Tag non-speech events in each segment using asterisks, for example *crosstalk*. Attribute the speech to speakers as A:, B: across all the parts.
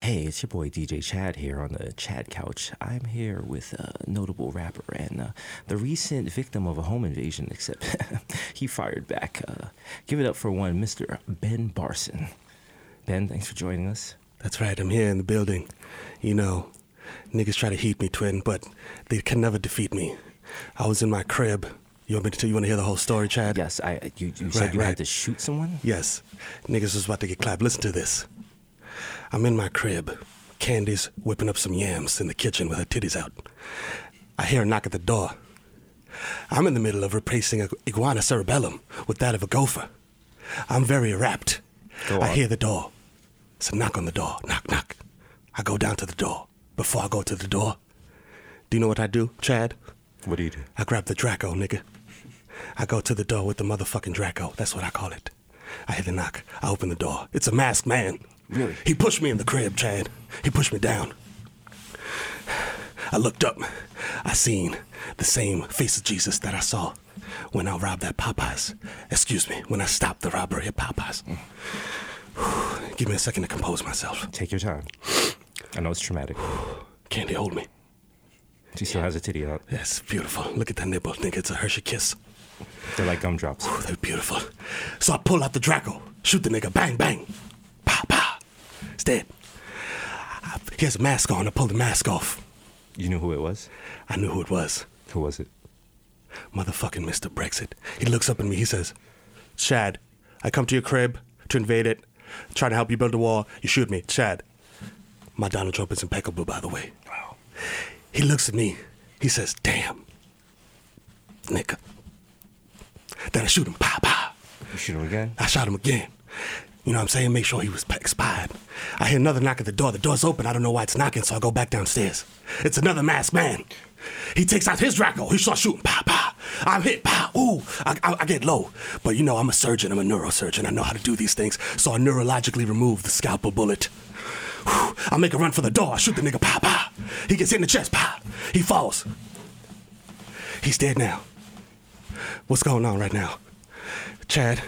A: Hey, it's your boy DJ Chad here on the Chad Couch. I'm here with a notable rapper and uh, the recent victim of a home invasion, except *laughs* he fired back. Uh, give it up for one, Mr. Ben Barson. Ben, thanks for joining us.
B: That's right, I'm here in the building. You know, niggas try to heat me, twin, but they can never defeat me. I was in my crib. You want me to tell you want to hear the whole story, Chad?
A: Yes, I. You, you said
B: Right,
A: you had
B: right.
A: to shoot someone.
B: Yes. Niggas was about to get clapped. Listen to this. I'm in my crib. Candy's whipping up some yams in the kitchen with her titties out. I hear a knock at the door. I'm in the middle of replacing a iguana cerebellum with that of a gopher. I'm very rapt.
A: Go
B: I
A: on.
B: hear the door. It's a knock on the door. Knock, knock. I go down to the door. Before I go to the door, do you know what I do, Chad?
A: What do you do?
B: I grab the Draco, nigga. I go to the door with the motherfucking Draco. That's what I call it. I hear the knock. I open the door. It's a masked man.
A: Really?
B: He pushed me in the crib, Chad. He pushed me down. I looked up. I seen the same face of Jesus that I saw when I robbed that Popeyes. Excuse me, when I stopped the robbery at Popeyes. Give me a second to compose myself.
A: Take your time. I know it's traumatic.
B: Candy, hold me.
A: She still has a titty out.
B: That's beautiful. Look at that nipple, nigga. It's a Hershey kiss.
A: They're like gumdrops.
B: Ooh, they're beautiful. So I pull out the Draco, shoot the nigga, bang, bang. Pow, pow. It's dead. I, he has a mask on. I pull the mask off.
A: You knew who it was.
B: I knew who it was.
A: Who was it?
B: Motherfucking Mr. Brexit. He looks up at me. He says, Chad, I come to your crib to invade it, trying to help you build a wall. You shoot me. Chad. My Donald Trump is impeccable, by the way.
A: Wow.
B: He looks at me. He says, Damn. Nigga. Then I shoot him. Pow, pow.
A: You shoot him again.
B: I shot him again. You know what I'm saying? Make sure he was expired. I hear another knock at the door. The door's open. I don't know why it's knocking, so I go back downstairs. It's another masked man. He takes out his Draco. He starts shooting. Pow, pow. I'm hit. Pow. Ooh. I, I, I get low. But you know, I'm a surgeon. I'm a neurosurgeon. I know how to do these things. So I neurologically remove the scalpel bullet. Whew. I make a run for the door. I shoot the nigga. Pow, pow. He gets hit in the chest. Pow. He falls. He's dead now. What's going on right now? Chad,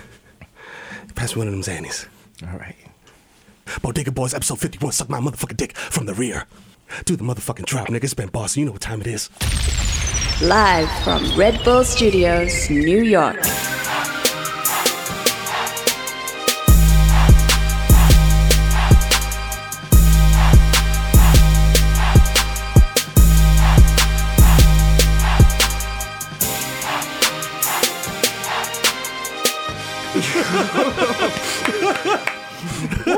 B: pass me one of them Xannies.
A: All right.
B: Bodega Boys, episode 51, suck my motherfucking dick from the rear. Do the motherfucking drop, nigga. It's been bossy. You know what time it is.
C: Live from Red Bull Studios, New York.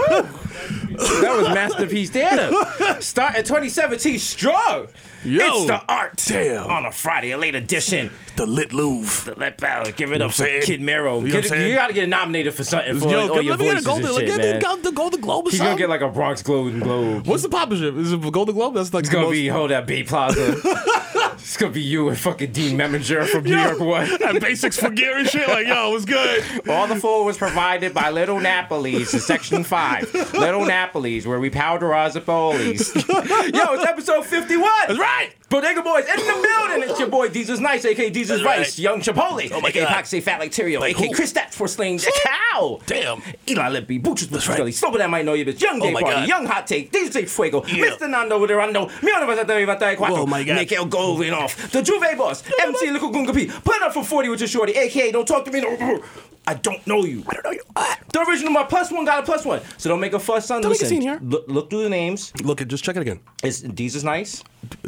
A: That was masterpiece
B: *laughs*
A: theater. Start in 2017 strong.
B: Yo.
A: It's the art
B: Damn.
A: on a Friday, a late edition.
B: The Lit Louvre.
A: The let bow, give it up for
B: saying?
A: Kid Mero.
B: You know
A: Get-
B: what I'm saying?
A: you gotta get nominated for something for
B: oh,
A: all your voices and shit, man.
B: the Golden Globe or
A: He's gonna get like a Bronx Golden Globe.
B: What's the partnership? Is it Golden Globe? That's like
A: It's gonna be hold at B Plaza. it's gonna be you and fucking Dean Meminger from New York One.
B: *laughs* that basics for gear and shit. Like, yo, it's good.
A: All the food was provided by Little Napoli's in Section 5. Little Napoli's, where we powderize the
B: *laughs*
A: police. Yo, it's episode 51. That's
B: right.
A: Bodega Boys in the building. It's your boy, Jesus Nice, a.k.a. Jesus
B: That's right.
A: Rice, Young Chipotle,
B: Oh my
A: a.k.a.
B: God.
A: Poxy Fat Lacterio, a.k.a.
B: who?
A: Chris Stats for slaying the cow.
B: Damn.
A: Eli Lippy, Butchers with
B: right. Oh
A: Philly, Sober That Might Know You Bitch, Young Gay
B: my
A: Party,
B: God.
A: Young Hot Take, DJ Fuego, Mr. Nando with Rando, Miona Vasatari Vatai
B: Oh my God.
A: Miguel Golden Off, The Juve Boss, MC Little Gunga P, Put It Up for 40 with your shorty, a.k.a. Don't Talk to Me, no, I don't know you. I don't know you.
B: Ah.
A: The original my plus one got a plus one, so don't make a fuss, son.
B: Don't make a
A: Listen,
B: scene here.
A: Look, look through the names.
B: Look, at just check it again.
A: It's these is nice.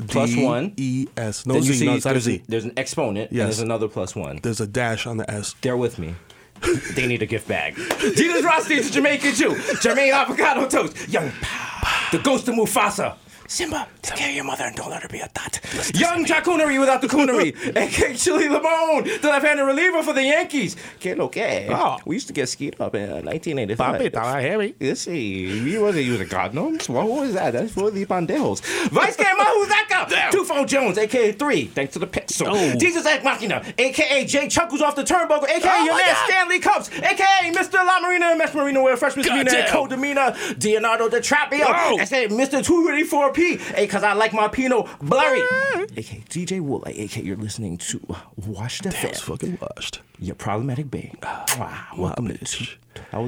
A: Plus one.
B: E S. No
A: Then you
B: Z.
A: see
B: No, it's not a
A: there's,
B: Z.
A: there's an exponent
B: Yes.
A: and there's another plus one.
B: There's a dash on the S.
A: They're with me. they need a gift bag. Jesus Rossi is a Jamaican Jew. Jermaine Avocado Toast. Young Pa. The Ghost of Mufasa. Simba, take care of your mother and don't let her be a thot. Young Jacoonery without the coonery. *laughs* A.K. Chili Lamone, the left-handed reliever for the Yankees. Kid, okay.
B: Oh.
A: We used to get skied up in uh, 1985.
B: heavy.
A: Let's see. We wasn't using condoms. What was that? That's for the pandejos. Vice Cam
B: *laughs*
A: Mahuzaka. Two Phone Jones, aka Three. Thanks to the pencil.
B: Oh.
A: Jesus X Machina, aka Jay Chuckles off the turnbuckle, aka
B: Oh
A: your
B: my
A: man
B: God.
A: Stanley Cups, aka Mr. La Marina and Mesh Marina, where freshman Mina and
B: Goddamn.
A: Code Demina, Leonardo DiCaprio.
B: Whoa.
A: I said Mr. 284 P, because I like my Pinot blurry. aka DJ Wool, aka you're listening to Wash the
B: Damn, it's
A: Fat,
B: fucking washed.
A: your problematic babe. Wow, welcome to
B: bitch.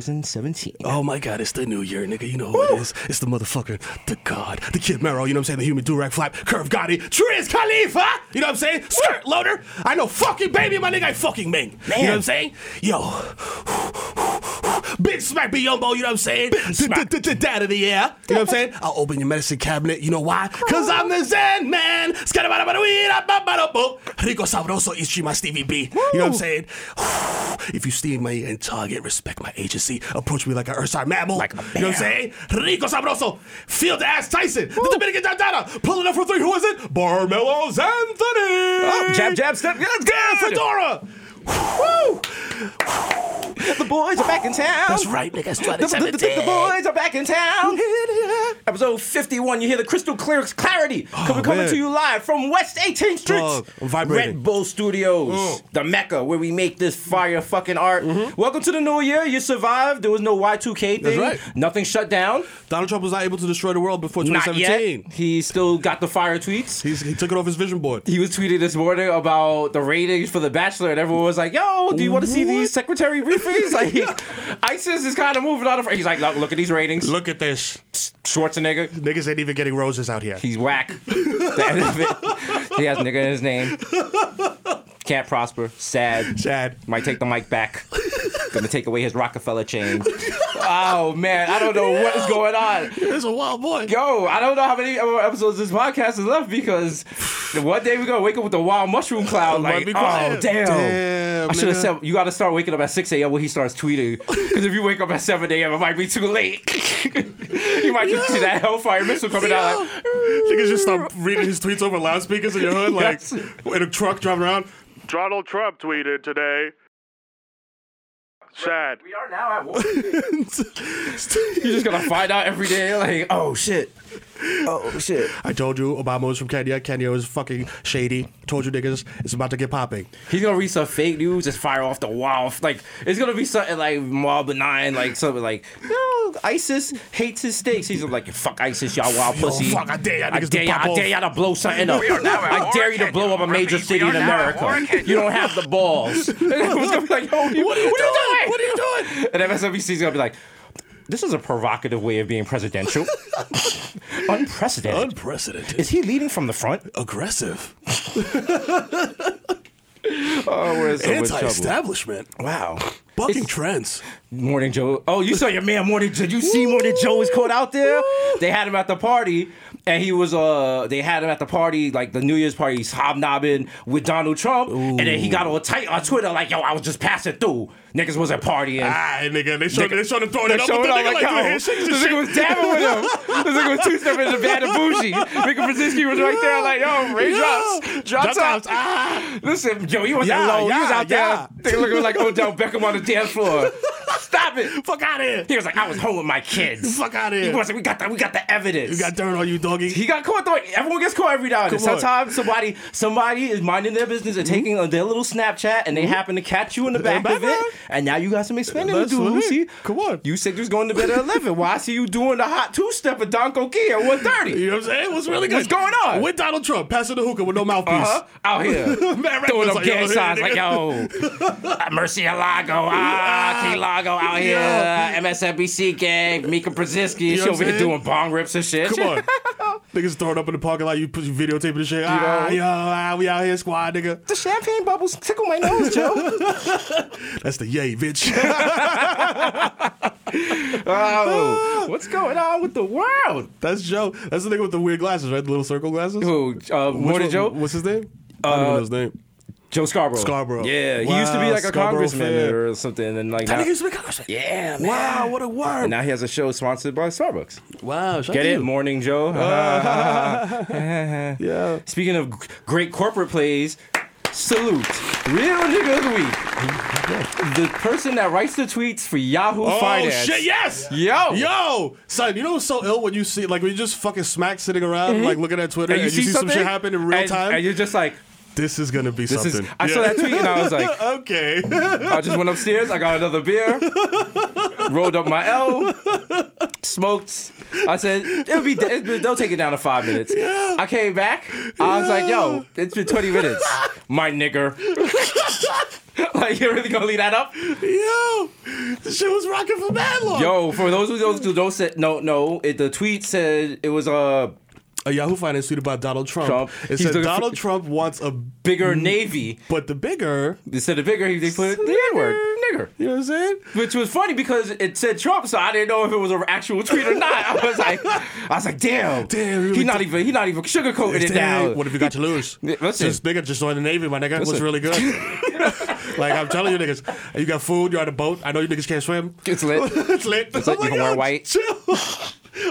A: 2017.
B: Oh my God, it's the new year, nigga. You know who it is. It's the motherfucker, the God, the Kid Mero. You know what I'm saying? The human durag flap, Curve Gotti, Triz Khalifa. You know what I'm saying? Skirt loader. I know fucking baby, my nigga. I fucking Ming. You know
A: Man.
B: what I'm saying? Yo. Big smack me yumbo, you know what I'm saying?
A: smack.
B: Dad of the air. You know what
A: *laughs*
B: I'm saying? I'll open your medicine cabinet. You know why? Cause I'm the Zen man. Scatabada-bada-wee-da-ba-ba-da-bo. Rico Sabroso Ichima Stevie B. You know what I'm saying? If you see me in target, respect my agency. Approach me like an Ursine mammal.
A: Like a
B: You know what I'm saying? Rico Sabroso. Field ass Tyson. The Dominican Dandana. Pulling up for three. Who is it? Barmelos Anthony.
A: Oh, jab, jab, step. That's
B: Yeah,
A: good.
B: Fedora. Woo!
A: The boys are back in town.
B: *gasps* That's right, nigga. That's
A: The, the- the- the- the
B: 2017.
A: boys are back in town. Episode 51, you hear the crystal clear clarity. 'cause we're coming
B: Oh, man.
A: to you live from West 18th Street.
B: Dog, I'm vibrating. Mm.
A: Red Bull Studios, the mecca where we make this fire fucking art. Welcome to the new year. You survived. There was no Y2K thing.
B: Mm-hmm. That's right.
A: Nothing shut down.
B: Donald Trump was not able to destroy the world before
A: Not yet. He still got the fire tweets.
B: He's, he took it off his vision board.
A: He was tweeting this morning about the ratings for The Bachelor, and everyone was like, "Yo, do you want to see these
B: *laughs*
A: secretary briefings?" Like, *laughs* ISIS is kind of moving out of. He's like, "Look, look at these ratings."
B: Look at this.
A: Schwarzenegger,
B: Niggas ain't even getting roses out here.
A: He's *laughs* whack. The end of it. He has nigga in his name. Can't prosper. Sad.
B: Sad.
A: Might take the mic back. Gonna take away his Rockefeller chain. Oh man, I don't know what is going on.
B: It's a wild boy.
A: Yo, I don't know how many more episodes this podcast is left because the one day we're gonna wake up with a wild mushroom cloud.
B: Might
A: Like,
B: be
A: oh
B: quiet.
A: damn.
B: Damn,
A: I should have
B: nigga.
A: said you gotta start waking up at 6 a.m. when he starts tweeting. Because if you wake up at 7 a.m., it might be too late. *laughs* you might just see that hellfire missile coming out. Like,
B: Niggas just stop reading his tweets over loudspeakers in your hood, like
A: Yes.
B: in a truck driving around. Donald Trump tweeted today.
A: *laughs*
B: Sad.
A: We are now at war. You're just gonna find out every day, like, oh shit. Oh shit.
B: I told you Obama was from Kenya. Kenya was fucking shady. Told you niggas, it's about to get popping.
A: He's gonna read some fake news, just fire off the wall. Like, it's gonna be something like more benign, like something like, no, ISIS hates his steaks. He's like, fuck ISIS, y'all wild
B: Yo,
A: pussy.
B: Oh, fuck, I dare y'all
A: I
B: niggas to
A: dare y'all,
B: pop
A: I
B: off.
A: dare y'all to blow something up. I dare you to blow up a major city in America. You don't have the
B: *laughs*
A: balls. *laughs* And everyone's gonna be like, yo, you- what are you doing?
B: What are you doing?
A: *laughs* And MSNBC's gonna be like, this is a provocative way of being presidential. *laughs* Unprecedented.
B: Unprecedented.
A: Is he leading from the front?
B: aggressive.
A: *laughs* Oh, we're in so much trouble.
B: Anti-establishment.
A: Wow.
B: Bucking
A: It's-
B: trends.
A: Morning Joe. Oh, you saw your man Morning Joe. You see Morning Joe was caught out there? They had him at the party, and he was uh they had him at the party, like the New Year's party, he's hobnobbing with Donald Trump. And then he got all tight on Twitter, like, yo, I was just passing through. Niggas wasn't partying.
B: Ah, nigga, they showed,
A: Nigga-
B: they showed him throwing
A: They
B: it up.
A: showed
B: with the
A: up
B: nigga,
A: like,
B: like,
A: yo,
B: doing handshakes and
A: this nigga
B: shit.
A: was dabbing with him. This nigga was two stepping in the bad and bougie. Mika Brzezinski was right there, like, yo, raindrops, drop tops.
B: Ah.
A: Listen, yo, you was
B: Yeah,
A: yeah, alone. you was
B: yeah,
A: out
B: yeah.
A: there they looking like Odell Beckham on the dance floor. Stop it.
B: Fuck out
A: *laughs*
B: of here.
A: He was like, I was home with my kids.
B: Fuck out of
A: He
B: here.
A: was like, we got the, we got the evidence.
B: You got dirt on you, doggy.
A: he got caught though. Everyone gets caught every now and then.
B: Come on. Mm-hmm.
A: Sometimes somebody somebody is minding their business and taking uh, their little Snapchat and they happen to catch you in the back of
B: background.
A: it. And now you got some explaining to
B: That's what
A: do,
B: it-
A: see?
B: come on.
A: You said you was going to bed at eleven. Why I see you doing the hot two step at Don Coquille at one
B: You *laughs*
A: thirty?
B: know what I'm saying? What's really good?
A: What's going on?
B: With Donald Trump passing the hookah with no mouthpiece.
A: Uh-huh.
B: *laughs*
A: Out here
B: Man, right,
A: throwing
B: it's
A: up
B: like,
A: gang
B: yo,
A: signs
B: nigga.
A: like
B: *laughs*
A: yo, uh, Murcielago, ah, Key Lago out here, uh,
B: Yeah.
A: MSNBC gang, Mika Brzezinski,
B: know
A: she
B: what
A: over
B: I'm
A: here
B: saying?
A: doing bong rips and shit.
B: Come
A: *laughs*
B: on. Niggas throwing up in the parking lot, you put you videotaping the shit. ah,
A: know?
B: yo, ah, we out here, squad, nigga.
A: The champagne bubbles tickle my nose, Joe.
B: That's the yay,
A: *laughs*
B: bitch. *laughs* Ah,
A: oh, what's going on with the world?
B: That's Joe. That's the nigga with the weird glasses, right? The little circle glasses.
A: Who, uh,
B: Which
A: more than
B: one-
A: Joe? Uh,
B: What's his name? I don't even know his name.
A: Joe Scarborough.
B: Scarborough.
A: Yeah, he
B: Wow,
A: used to be like a
B: Scarborough
A: congressman
B: fan.
A: or something, and like
B: That
A: now-
B: nigga used to be congressman.
A: yeah, man.
B: Wow, what a
A: And
B: word.
A: now he has a show sponsored by Starbucks.
B: wow, shout
A: Get
B: to
A: it,
B: you. Uh-huh.
A: Morning Joe. Uh-huh.
B: Yeah.
A: Speaking of g- great corporate plays, salute. Real nigga of the week.
B: *laughs*
A: The person that writes the tweets for Yahoo
B: Oh
A: Finance.
B: shit! Yes.
A: Yo.
B: Yo, son. You know what's so ill when you
A: Mm-hmm.
B: see like when you just fucking smack sitting around like looking at Twitter and, you see, some
A: something,
B: shit happen in real
A: and-
B: time.
A: And you're just like,
B: This is gonna be
A: This
B: something.
A: is. I saw that tweet and I was like,
B: *laughs* okay.
A: I just went upstairs. I got another beer, rolled up my L, smoked. I said, "It'll be. it they'll take it down to five minutes." I came back. I was like, "Yo, it's been twenty minutes, my nigger." *laughs* like you really gonna leave that up?
B: Yo, this shit was rocking for mad long.
A: Yo, for those who don't who don't say no, no. It, the tweet said it was a
B: a Yahoo Finance tweet about Donald Trump.
A: Trump.
B: It
A: He's
B: said
A: looking for-
B: Donald Trump wants a,
A: bigger navy
B: but the bigger.
A: instead of bigger. They put the N word, nigger.
B: You know what I'm saying?
A: Which was funny because it said Trump, so I didn't know if it was an actual tweet or not. I was like, I was like, damn,
B: Damn,
A: he
B: really
A: not
B: th-
A: even he not even sugarcoating it
B: Dang,
A: now.
B: What have you got to lose?
A: *laughs* Yeah, listen.
B: This nigga just joined the Navy, my nigga. It was
A: Listen.
B: really
A: *laughs*
B: good. *laughs* like, I'm telling you niggas, you got food, you're on a boat. I know you niggas can't swim.
A: It's lit.
B: *laughs* it's lit.
A: It's lit,
B: I'm
A: you can wear
B: yo,
A: white.
B: Chill. *laughs*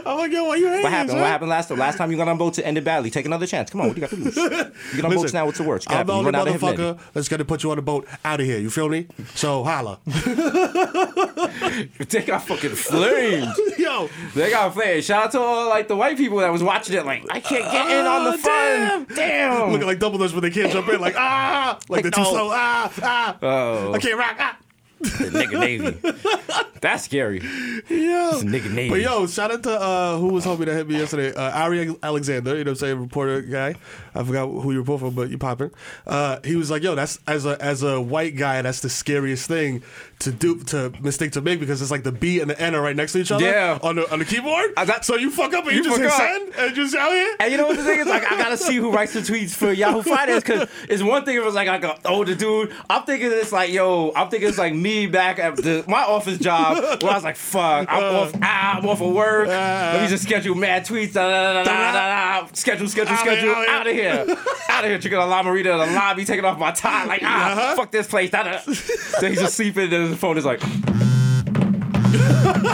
B: I'm like, yo, why you hating?
A: What happened?
B: son?
A: What happened last last time you got on boats it ended badly? Take another chance. Come on, what do you got to lose? You get on boats
B: *laughs* Listen,
A: now. What's the worst?
B: I'm the only
A: run out of Hitman.
B: motherfucker that's gonna put you on a boat out of here. You feel me?
A: *laughs*
B: So holla, *laughs*
A: They got fucking flames.
B: yo.
A: they got flames. Shout out to all like the white people that was watching it. Like I can't get in on the
B: Oh,
A: fun. Damn.
B: Looking like double dutch when they can't jump in, like ah, like, they're too
A: no.
B: slow, ah, ah,
A: Oh.
B: I can't rock, ah.
A: the nigga navy. That's scary.
B: Yeah.
A: a nigga name.
B: But yo, shout out to uh, who was homie that hit me yesterday? Uh, Ari Alexander, you know what I'm saying, reporter guy. I forgot who you report for, but you popping. Uh, he was like, yo, that's as a as a white guy, that's the scariest thing to do to mistake to make because it's like the B and the N are right next to each other
A: Yeah.
B: on the on the keyboard.
A: I got-
B: so you fuck up and you,
A: You
B: just
A: forgot.
B: hit send and just out here.
A: And you know what the thing is? Like, I gotta see who writes the tweets for Yahoo Finance because it's one thing if it's like, like an older dude. I'm thinking it's like, yo, I'm thinking it's like me back at the, my office job where I was like, fuck, I'm
B: Uh.
A: off, ah, I'm off of work. Let me just schedule mad tweets. Da, da, da, da, da, da, da. Schedule, schedule,
B: Outta here,
A: schedule. Out
B: outta
A: of here. Out of here. Drinking a La Marita in the lobby, taking off my tie. Like, ah,
B: Uh-huh.
A: fuck this place. Da, da. Then he's just sleeping, and the phone is like, *laughs*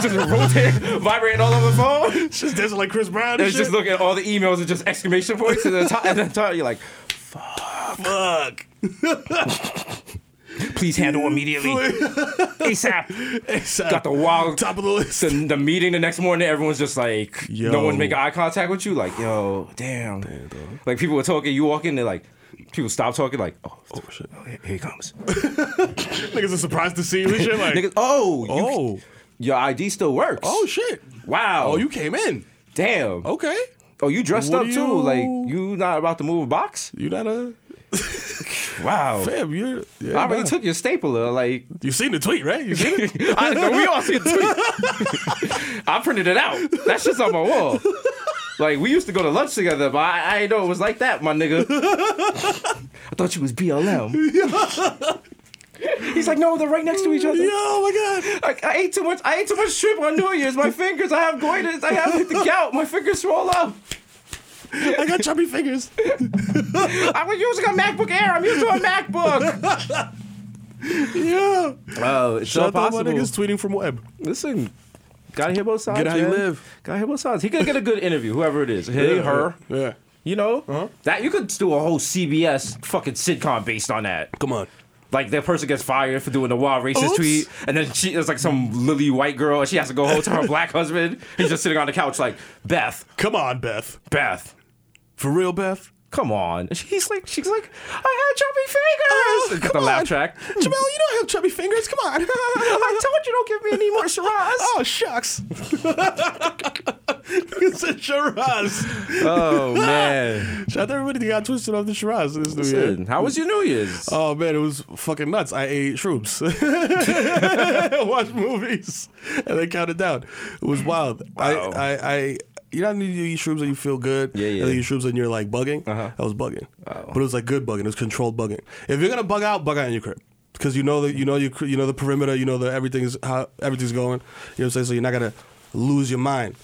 A: just rotating, vibrating all over the phone.
B: Just dancing like Chris Brown. And
A: It's
B: shit.
A: just look at all the emails and just exclamation points and the top, and the top you're like,
B: fuck.
A: please handle immediately. ASAP. Got the wild
B: uh, top of the list.
A: the, the meeting the next morning, everyone's just like
B: Yo.
A: no one's making eye contact with you, like, yo, damn. like people were talking, you walk in, they're like people stop talking, like, oh,
B: Oh shit.
A: here, here he
B: *laughs*
A: comes.
B: Niggas are surprised to see you and shit.
A: *laughs*
B: Like,
A: Niggas, oh, you-
B: oh,
A: your ID still works.
B: oh shit.
A: wow.
B: Oh, you came in.
A: damn. Oh,
B: Okay.
A: you dressed
B: What
A: up
B: do
A: too.
B: you-
A: Like you not about to move a box?
B: You not a
A: Wow.
B: fam. You're. Yeah,
A: I already
B: nah.
A: took your stapler. Like
B: You seen the tweet, right?
A: *laughs*
B: You seen it?
A: I know we all see it too. *laughs* I printed it out. That shit's on my wall. Like we used to go to lunch together, but I, I didn't know it was like that, my nigga. *laughs* I thought you was BLM. He's like, no, they're right next to each other.
B: Yo, oh my god.
A: Like I ate too much. I ate too much shrimp on New Year's. My fingers, I have goiters. I have the gout. My fingers swell up.
B: I got chubby fingers.
A: I was using a MacBook Air. I'm used to a MacBook.
B: Yeah.
A: Oh, it's
B: Shout out to all my niggas tweeting from web.
A: Listen, gotta hear both sides.
B: Get how you
A: man.
B: live.
A: Gotta hear both sides. He could get a good interview, whoever it is. Hey, her.
B: Yeah.
A: You know that you could do a whole CBS fucking sitcom based on that.
B: Come on.
A: Like that person gets fired for doing the wild racist
B: Oops.
A: tweet, and then she is like some lily white girl, and she has to go home to
B: *laughs*
A: her black husband. He's just sitting on the couch like Beth,
B: Come on, Beth.
A: Beth.
B: For real, Beth.
A: Come on. And she's like, she's like,
B: Oh,
A: *laughs* I had chubby fingers. Got the laugh track.
B: Jamel, you don't have chubby fingers. Come on.
A: *laughs*
B: *laughs*
A: I told you don't give me any more Shiraz.
B: Oh shucks! *laughs* it's a Shiraz.
A: oh man.
B: *laughs* Shout out to everybody that got twisted off the Shiraz this new year.
A: Listen, how was your New Year's?
B: Oh man, it was fucking nuts. I ate shrooms, *laughs* watched movies, and then counted down. It was wild.
A: Wow.
B: I, I, I, you know, how you eat shrooms and you feel good.
A: Yeah, yeah.
B: And then you eat shrooms and you're like bugging.
A: Uh-huh.
B: I was bugging, but it was like good bugging. It was controlled bugging. If you're gonna bug out, bug out in your crib. Because you know that you know you you know the perimeter, you know that everything's how everything's going. You know what I'm saying? So you're not gonna lose your mind.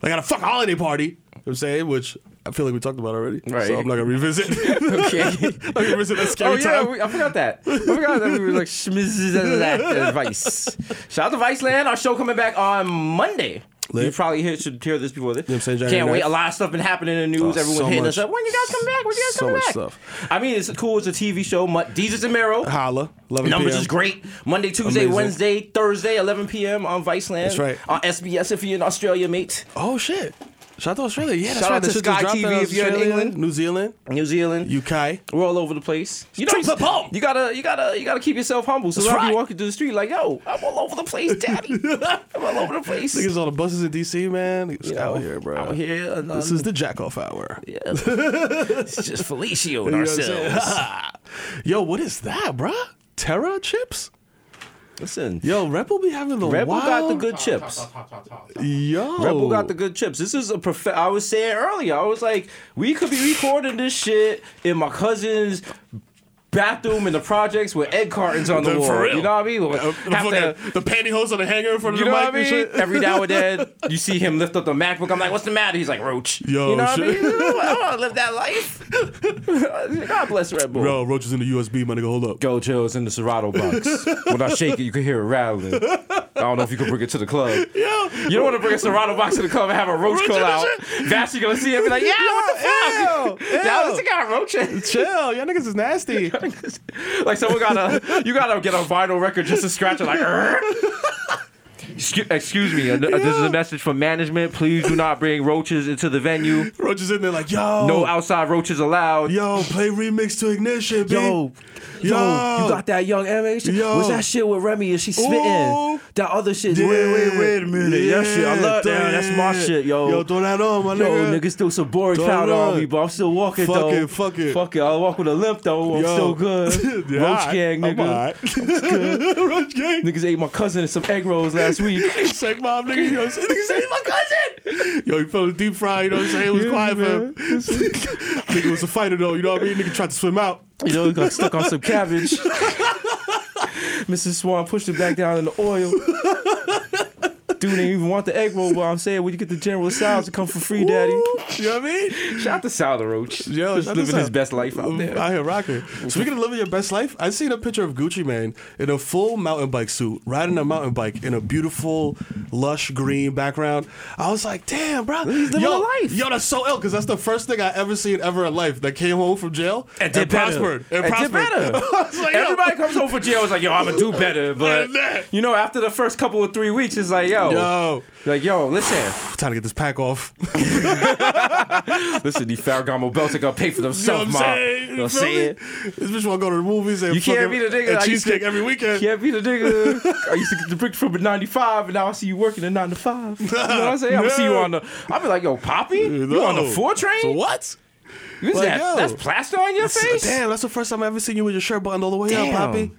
B: Like at a fuck holiday party, you know what I'm saying, which I feel like we talked about already.
A: Right.
B: So I'm not gonna revisit.
A: *laughs*
B: *laughs*
A: Okay.
B: I'm not gonna revisit that scary
A: Oh yeah,
B: time.
A: we, I forgot that. I forgot that we were like schmizzes and that and Vice. Shout out to Vice Land. Our show coming back on Monday.
B: Lit.
A: You probably hear, should hear this before this.
B: know what I'm saying, January
A: Can't wait.
B: 9th.
A: A lot of stuff been happening in the news.
B: Oh,
A: Everyone
B: so
A: hitting
B: much.
A: us up. When you guys come back? When you guys
B: So
A: come
B: much
A: back?
B: stuff.
A: I mean, it's cool. It's a TV show. Mu- Jesus and Mero.
B: Holla. 11
A: Numbers
B: PM.
A: is great. Monday, Tuesday,
B: Amazing.
A: Wednesday, Thursday, 11 p.m. on Vice Land.
B: That's right.
A: On SBS if you're in Australia, mate.
B: Oh shit. Shout out to Australia. Yeah, that's
A: Shout
B: right.
A: out
B: That
A: to
B: shit just
A: Sky
B: dropped in
A: TV if you're in
B: Australia,
A: England.
B: New Zealand,
A: New Zealand,
B: UK.
A: we're all over the place. You know,
B: Truth
A: you,
B: be told.
A: you gotta, you gotta, you gotta keep yourself humble. So
B: That's
A: I'll be
B: right.
A: walking through the street like, yo, I'm all over the place,
B: *laughs*
A: daddy. I'm all over the place.
B: Niggas on the buses in DC, man. It's
A: You know,
B: out here, bro.
A: Out here, and,
B: This
A: um,
B: is the jack off hour. *laughs*
A: yeah. it's just Felicio and
B: You know what I'm saying? *laughs*
A: ourselves.
B: Yo, what is that, bruh? Terra chips?
A: Listen,
B: Yo, Rebel be having the
A: Rebel
B: wild.
A: got the good chips.
B: Yo,
A: Rebel got the good chips. This is a prof. I was saying earlier, I was like, we could be recording this shit in my cousin's bathroom in the projects with egg cartons on the
B: *laughs* For
A: wall.
B: real.
A: You know what I mean? Like,
B: Uh, the,
A: *laughs* have to-
B: fucking- the pantyhose on the hanger in front of
A: you
B: the
A: know
B: mic
A: what I mean?
B: and shit. *laughs*
A: Every now and then, you see him lift up the MacBook. I'm like, what's the matter? He's like, Roach.
B: Yo,
A: you know what I
B: shit.
A: mean? *laughs* I want to live that life. *laughs* God bless Red Bull.
B: Bro, Roach is in the USB, my nigga. Hold up.
A: Go Joe's in the Serato box. when I shake it, you can hear it rattling. I don't know if you can bring it to the club.
B: *laughs* Yo,
A: You don't want to bring a Serato box to the club and have a roach
B: Roach
A: call
B: in the
A: out. Vash, you gonna see it and be
B: *laughs*
A: like, yeah, what the fuck? *laughs*
B: Ew,
A: Now
B: ew.
A: this got roaches.
B: chill. Y'all niggas
A: *laughs*
B: is nasty.
A: like someone gotta, you gotta get a vinyl record just to scratch it. Like, *laughs* "Arr." Excu- excuse me, uh, this is a message from management. Please do not bring roaches into the venue.
B: Roach is in there like, yo,
A: No outside roaches allowed.
B: yo, play remix to ignition, B.
A: Yo, yo,
B: Yo.
A: you got that young MH?
B: Yo.
A: What's that shit with Remy? Is she spitting?
B: Ooh.
A: That other shit.
B: Yeah,
A: wait, wait, wait
B: Yeah,
A: that shit. I love that. That's my
B: yeah.
A: shit, yo.
B: Yo, throw that on, my
A: Yo,
B: nigga.
A: niggas threw some boring
B: Don't
A: powder
B: run.
A: on me, but I'm still walking
B: Fuck
A: though.
B: it, fuck it.
A: Fuck it. I walk with a limp though. I'm
B: Yo.
A: still good.
B: *laughs* Yeah,
A: Roach
B: alright.
A: gang,
B: I'm
A: nigga.
B: *laughs* alright. Roach gang.
A: Niggas ate my cousin and some egg rolls last *laughs* week.
B: Shake mom, nigga. You know what I'm saying?
A: Niggas ate my cousin.
B: Yo, he fell in the deep fry, you know what I'm saying? It was
A: Yeah,
B: quiet for
A: man.
B: him. *laughs* Nigga was a fighter though, you know what I mean? Nigga tried to swim out.
A: You know, he got stuck on some *laughs* cabbage. Mrs. Swan pushed it back down in the oil. Dude didn't even want the egg roll, but I'm saying when you get the General Sounds, it come for free, daddy.
B: Ooh, you know what I mean?
A: Shout out to Sal the Roach.
B: Yo,
A: Just
B: shout out
A: living
B: to
A: his
B: Sal.
A: best life out there.
B: Out here rocking. Speaking of living your best life, I seen a picture of Gucci Man in a full mountain bike suit, riding a mountain bike in a beautiful, lush green background. I was like, damn, bro. He's
A: living
B: yo,
A: a life.
B: Yo, that's so ill, because that's the first thing I ever seen ever in life that came home from jail
A: and did better.
B: prospered. And,
A: And did *laughs*
B: prospered.
A: better.
B: *laughs* I was like, yo.
A: Everybody comes home for jail. It's like, yo, I'm gonna do *laughs* better, but
B: Look at that.
A: you know, after the first couple of three weeks, it's like, yo,
B: Yo.
A: like, yo, listen,
B: Time to get this pack off. *laughs*
A: listen, these Ferragamo belts are gonna pay for
B: You know what
A: themselves,
B: I'm
A: ma.
B: saying?
A: You know what I'm
B: Feel me?
A: saying?
B: This bitch wanna go to the movies and
A: You can't be
B: fucking-
A: the nigga.
B: and
A: I used to-
B: cheesecake every weekend.
A: Can't be the nigga. I used to get the brick from a 95, and now I see you working a 9 to 5. You know what I'm saying? I'm gonna see you on the. I'll be like, yo, Poppy, you on the
B: No.
A: 4 train?
B: So what?
A: You is
B: Like,
A: that-
B: yo.
A: that's plaster on your face?
B: Damn, that's the first time I ever seen you with your shirt buttoned all the way
A: Damn.
B: up, Poppy.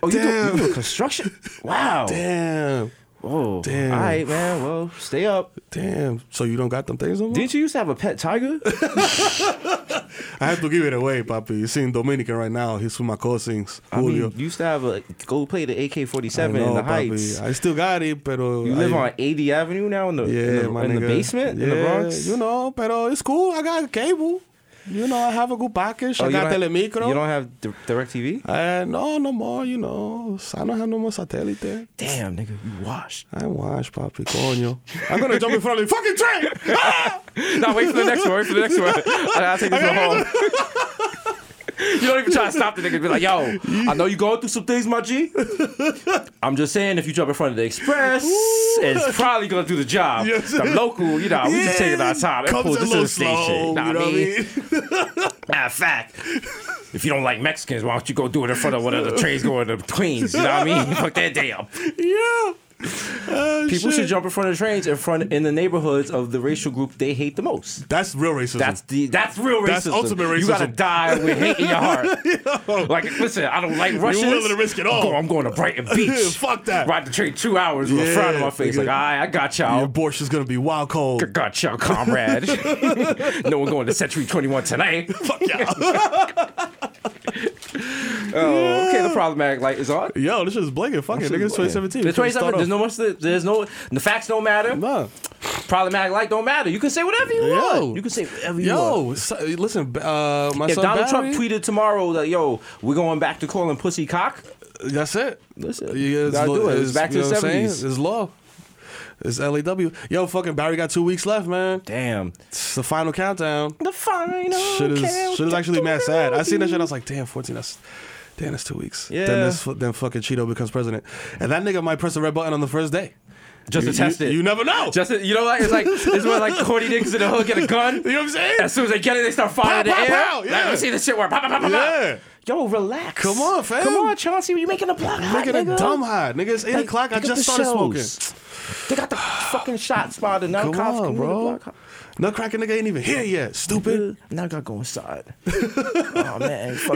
A: Oh, you
B: Damn.
A: do, you do construction? Wow.
B: Damn,
A: Whoa.
B: Damn.
A: All right, man. Well, stay up.
B: damn. So you don't got them things on?
A: Didn't you used to have a pet tiger?
B: I have to give it away, Poppy. You seen Dominican right now? He's with my co-sings,
A: I mean,
B: Julio.
A: you used to have a go play the AK forty
B: I
A: seven in
B: know,
A: the
B: Papi.
A: Heights.
B: I still got it, but
A: You live on 80 Avenue now in the
B: yeah,
A: in, the,
B: my
A: in the
B: nigga.
A: basement in the
B: Yeah,
A: Bronx.
B: You know, pero it's cool. I got cable. You know, I have a good package.
A: Oh,
B: I
A: you
B: got
A: don't have-
B: telemicro.
A: You don't have di- direct TV?
B: Uh, no, no more, you know. I don't have no more satellite there.
A: Damn, nigga, you washed.
B: I watch, papi, coño. I'm gonna jump in front of the fucking train! Ah!
A: *laughs* no, wait for the next one. Wait for the next one. I, I'll take this one home. *laughs* You don't even try to stop the nigga. and Be like, yo, I know you going through some things, my G. I'm just saying, if you jump in front of the express, it's probably gonna do the job.
B: Yes.
A: The local, you know, we just taking our time. It
B: Comes
A: pulls
B: a
A: this to
B: little
A: the station.
B: slow,
A: Nah,
B: you know what I mean?
A: Matter of fact, if you don't like Mexicans, why don't you go do it in front of one of the trains going to Queens? You know what I mean? *laughs* Fuck that day up.
B: *laughs* yeah. Uh,
A: People
B: shit.
A: should jump in front of trains in front in the neighborhoods of the racial group they hate the most.
B: That's real racism.
A: That's the that's real racism.
B: That's ultimate
A: You gotta
B: racism.
A: die with hate in your
B: *laughs*
A: heart. Like, listen, I don't like Russians.
B: willing to risk it
A: I'm
B: all.
A: going, I'm going to
B: *laughs*
A: Brighton Beach.
B: Fuck that.
A: Ride the train two hours with a
B: Yeah,
A: frown on my face.
B: nigga.
A: Like, all right, I got y'all.
B: Your abortion's gonna be wild cold.
A: I got y'all, comrade. *laughs* no one going to Century 21
B: *laughs*
A: tonight.
B: *laughs* Fuck yeah.
A: Oh, okay, the problematic light is on.
B: Yo, this shit is blinking. Fuck it, nigga. It's 2017.
A: There's
B: Let's start
A: 27. There's
B: off.
A: no much. There's no. The facts don't matter.
B: Nah.
A: Problematic light don't matter. You can say whatever you
B: Yo.
A: want. You can say whatever you want.
B: Yo, so, listen, uh, my
A: If
B: son
A: Donald
B: Barry-
A: Trump tweeted tomorrow that yo, we're going back to calling pussy cock,
B: That's it.
A: Listen,
B: Yeah, it's
A: gotta
B: lo-
A: do it. It's back to
B: you know
A: the
B: what I'm saying?
A: 70s.
B: It's law. It's LAW. Yo, fucking Barry got two weeks left, man.
A: damn.
B: It's the final countdown.
A: The final
B: Shit is shit is actually mad sad. I seen that shit. I was like, damn, fourteen. That's damn, that's two weeks.
A: Yeah.
B: Then this, then fucking Cheeto becomes president, and that nigga might press the red button on the first day.
A: just
D: You-
A: to test
D: you-
A: it.
D: you never know.
B: *laughs*
A: Just to, you know, like it's like it's when like Cordy Dicks in the hood get a gun.
D: You know what I'm saying?
A: As soon as they get it, they start
D: Pow,
A: firing in the
D: pow,
A: air.
D: pow,
A: Like,
D: yeah.
A: let's see the shit work. Pow, pow, pow, pow, pow.
D: Yeah.
A: Yo, relax.
B: Come on, fam.
A: Come on, Chauncey. You making a block? hot,
B: Making a
A: nigga.
B: dumb high, nigga. It's eight
A: Like,
B: o'clock. I
A: pick up
B: just
A: the
B: started
A: shows. They got the fucking shot spotted. Now
B: smoking. Come
A: cops
B: on,
A: can
B: bro.
A: Block. hot.
B: Nutcracker nigga ain't even here yet. Stupid.
A: Now I gotta go
B: *laughs*
A: inside. oh man,
D: You
A: fuck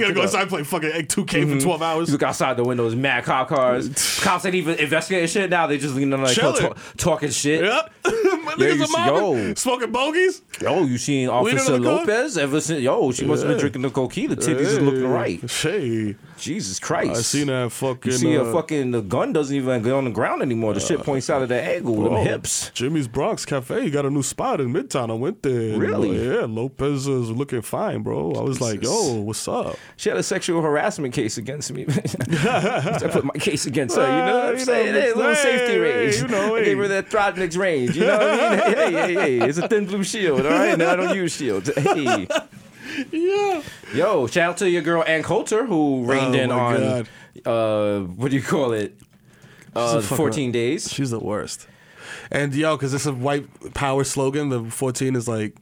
D: gotta
A: it
D: go
A: up.
D: inside and play fucking egg 2K for 12
A: Mm-hmm. You
D: hours.
A: look outside the windows, mad cop
B: *laughs*
A: cars. cops ain't even investigating shit now. They just leaning on like
D: Chilling.
A: talk, talking
B: *laughs*
A: shit.
D: Yep. My
A: Yeah,
D: niggas
A: you
D: are
A: see-
D: mobbing.
A: yo.
D: Smoking bogeys.
A: Yo, you seen
D: in
A: Officer
D: the car?
A: Lopez ever since? Yo, she must have been drinking the cocaine. The titties is looking right.
B: Hey.
A: Jesus Christ!
B: I seen that fucking.
A: You see
B: uh,
A: a fucking the gun doesn't even go on the ground anymore. The shit points out of the angle, with
B: Oh,
A: them hips.
B: Jimmy's Bronx Cafe got a new spot in Midtown. I went there. and,
A: Really?
B: uh, yeah, Lopez is looking fine, bro. I was like,
A: Jesus.
B: yo, what's up?
A: She had a sexual harassment case against me. *laughs* I put my case against her. You know what
B: Ah,
A: I'm
B: you know,
A: saying? Hey, a little
B: hey,
A: safety
B: hey,
A: range.
B: you know,
A: I gave
B: hey.
A: her that Throtnick's range. You know what I mean? Hey, hey, hey, hey. It's a thin blue shield. All right, now I don't use shields. Hey.
B: Yeah.
A: Yo, shout out to your girl Ann Coulter who reigned
B: Oh,
A: in
B: my
A: on uh, what do you call it? Uh,
B: She's a fucker.
A: 14 days.
B: She's the worst. And yo, because it's a white power slogan. The 14 is like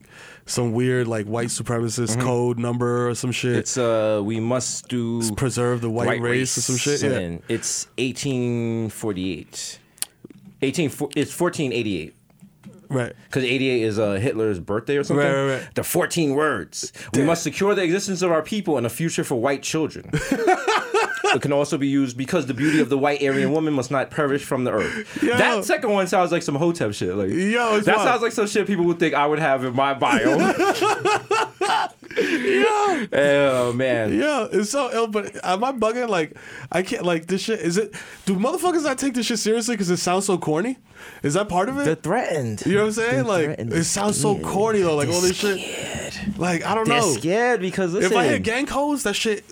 B: some weird like white supremacist code number or some shit.
A: It's uh, we must do
B: preserve the white race or some shit, yeah.
A: and it's 1848. 18, fo- it's 1488.
B: right.
A: Because 88 is uh, Hitler's birthday or something.
B: Right, right, right.
A: The 14 words. We must secure the existence of our people and a future for white
B: *laughs*
A: children. it can also be used because the beauty of the white Aryan woman must not perish from the earth.
B: Yo.
A: That second one sounds like some Hotep shit. Like,
B: Yo, it's
A: that
B: wild.
A: sounds like some shit people would think I would have in my
B: *laughs*
A: bio. *laughs* Oh, man.
B: Yeah, it's so ill. But am I bugging? Like, I can't. Like this shit. Is it? Do motherfuckers not take this shit seriously because it sounds so corny? Is that part of it?
A: They're threatened.
B: you know what I'm saying? Like, it sounds so corny though. Like all this shit.
A: shit.
B: Like I don't
A: They're
B: know.
A: scared because listen.
B: If I hear gang hoes, that shit.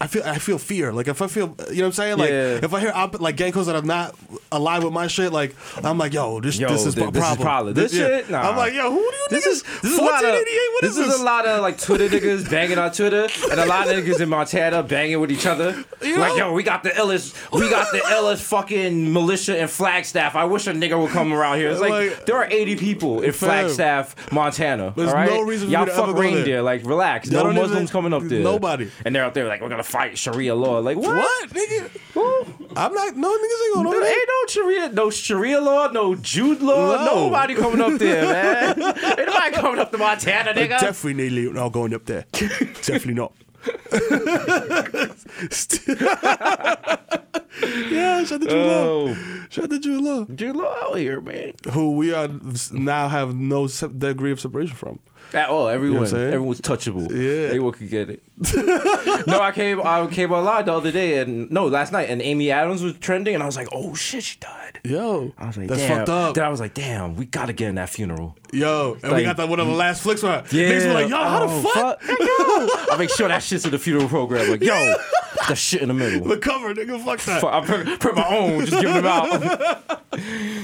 B: I feel I feel fear. Like if I feel, you know what I'm saying. Like
A: Yeah.
B: if I hear op- like gang hoes that I'm not aligned with my shit, like I'm like, yo, this
A: Yo,
B: this is
A: th-
B: a
A: this is
B: problem.
A: problem. This shit? Nah.
B: I'm like, yo, who do you
A: This
B: niggas-
A: is this is a lot of
B: 1488? What is
A: this is a lot of like Twitter niggas banging on Twitter, and a lot of niggas in Montana banging with each other.
B: You
A: like,
B: know?
A: yo, we got the illest, we got the illest fucking militia in Flagstaff. I wish a nigga would come around here. It's like,
B: Like-
A: there are eighty people in
B: Fam.
A: Flagstaff, Montana.
B: There's
A: all right?
B: no reason for
A: y'all
B: me to
A: fuck
B: ever go
A: reindeer.
B: there.
A: Like, relax.
B: Y'all
A: no
B: don't even-
A: Muslims coming up there.
B: nobody.
A: And they're out there like, we're gonna fight Sharia law. Like, what?
B: What nigga? I'm not. No niggas ain't going over
A: There
B: there.
A: ain't no Sharia, no Sharia law, no Jude law,
B: No.
A: nobody coming up there,
B: *laughs*
A: man. ain't nobody coming up to Montana, nigga.
B: Definitely not going up there. Definitely not. *laughs* yeah, shout out to Drew Law.
A: Oh.
B: Shout out to Drew Law,
A: Jude Law out here, man.
B: who we are now have no se- degree of separation from.
A: At all, everyone,
B: I'm saying?
A: everyone's touchable.
B: Yeah.
A: everyone could get it. *laughs* no, I came, I came online the other day, and no, last night, and Amy Adams was trending, and I was like, oh shit, she died.
B: Yo,
A: I was like,
B: that's
A: damn.
B: fucked up.
A: Then I was like, damn, we gotta get in that funeral.
B: Yo, and we
A: Like-
B: got that one of the last flicks where niggas were like, yo, how
A: Oh,
B: the fuck?
A: *laughs* I make sure that shit's in the funeral program. Like, yo, that shit in the middle.
B: The cover, nigga, fuck that.
A: Fuck, I put, put my own, just give them out.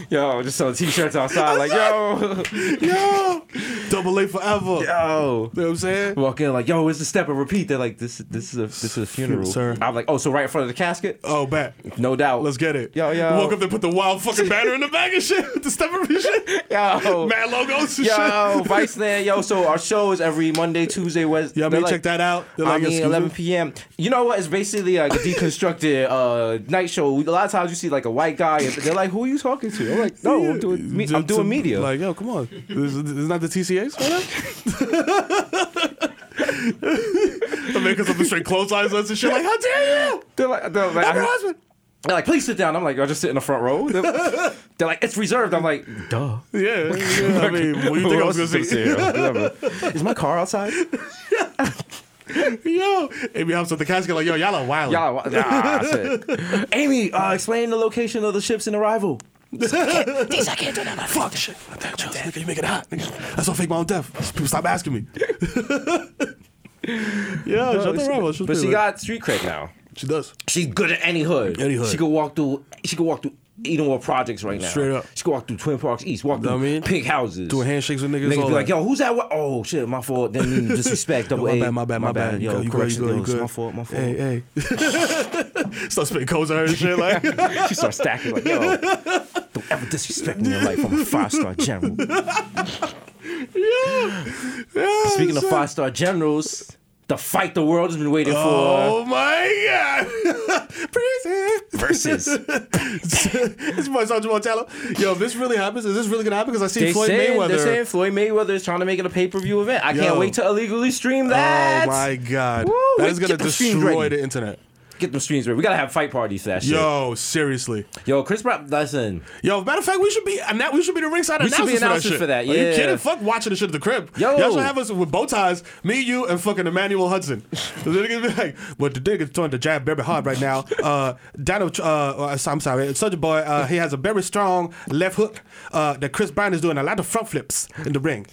A: *laughs* yo, just selling t-shirts outside, like yo,
B: Yo, double A forever.
A: *laughs* yo.
B: You know what I'm saying?
A: Walk in like, yo, it's the step and repeat. They're like, this, this is a, this is a funeral.
B: Sir.
A: I'm like, oh, so right in front of the casket,
B: Oh, bet.
A: no doubt.
B: Let's get it.
A: Yo, yo.
B: Woke up, they put the wild fucking banner in the back and shit *laughs* with the stepper and shit. *laughs*
A: Yo.
B: Mad logos and
A: Oh. Yo,
B: shit.
A: Vice Land, yo. So our show is every Monday, Tuesday, Wednesday.
B: Yeah, I
A: They're
B: mean, check that out. They're
A: I
B: like,
A: mean,
B: excuse
A: 11
B: me?
A: p.m. You know what? It's basically like a deconstructed uh, night show. A lot of times you see like a white guy, and they're like, "Who are you talking to?" I'm like, "No, I'm doing, me- I'm
B: Just
A: doing
B: to-
A: media."
B: Like, yo, come on. This is, this is not the
A: *laughs*
B: TCAs right now? the man comes up with straight clotheslines us and shit. Like, how dare you?
A: They're like, they're like,
B: I'm your
A: I-
B: husband.
A: they're like, please sit down. I'm like, I'll just sit in the front row. They're,
B: *laughs*
A: they're like, it's reserved. I'm like, duh.
B: Yeah, yeah, I mean, what do
A: *laughs*
B: you
A: Who
B: think I
A: else is
B: was gonna say?
A: gonna sit here? Whatever. Is my car outside?
B: *laughs* Yo, Amy hops up the casket like, yo, y'all are wild.
A: Y'all, nah, I said. Amy, uh, explain the location of the ships in Arrival.
D: These I can't do that. Fuck shit. Damn, Charles, nigga, you make it hot. Nigga. That's why I fake my own death. People stop asking
B: *laughs*
D: me. yeah, shut the rubber.
A: But she got street cred now.
B: She does.
A: She's good at any hood.
B: Any hood.
A: She could walk through. She could walk through. Edenwood projects right now.
B: Straight up.
A: She could walk through Twin Parks East. Walk through
B: I mean?
A: pink houses.
B: Doing handshakes with niggas,
A: Niggas
B: all
A: be like,
B: that.
A: "Yo, who's that? wa- Oh shit, my fault. Didn't
B: *laughs*
A: mean to disrespect. Double
B: my
A: A.
B: bad, my bad, my, bad.
A: Yo,
B: you good, you
A: correction.
B: good,
A: Yo,
B: you
A: it's
B: good.
A: my fault. My fault.
B: Hey, *laughs*
A: *laughs*
B: hey. Start spitting codes at her and shit like.
A: she starts stacking like, yo, the Don't ever disrespect me in your life. I'm a five star general. Speaking of five star generals, the fight the world has been waiting
B: Oh my god! *laughs* Prison
A: for
B: *laughs*
A: versus.
B: it's my Sergeant Martello. Yo, if this really happens, is this really gonna happen? Because I see
A: They
B: Floyd
A: saying,
B: Mayweather.
A: They're saying Floyd Mayweather is trying to make it a pay per view event. I can't
B: Yo.
A: wait to illegally stream that.
B: Oh my god!
A: Woo,
B: that is
A: get
B: gonna
A: the streams
B: destroy
A: ready.
B: the internet.
A: Get them streams ready. We gotta have fight parties for that shit. Yo,
B: Yo, seriously.
A: Chris Brown, listen.
B: Yo, matter of fact, we should be and that we should be the ringside
A: We should be announcers
B: announcers for that shit.
A: for that,
B: Are
A: yeah.
B: you kidding? Fuck watching the shit at the crib.
A: Yo.
B: y'all should have us with bow ties. Me, you, and fucking Emmanuel Hudson.
A: *laughs*
B: The niggas be like, "Well, the nigga's trying to jab very hard
A: *laughs*
B: right now." Uh, Donald, uh, I'm sorry, such a boy. Uh, he has a very strong left hook. Uh, that Chris Brown is doing a lot of front flips in the ring.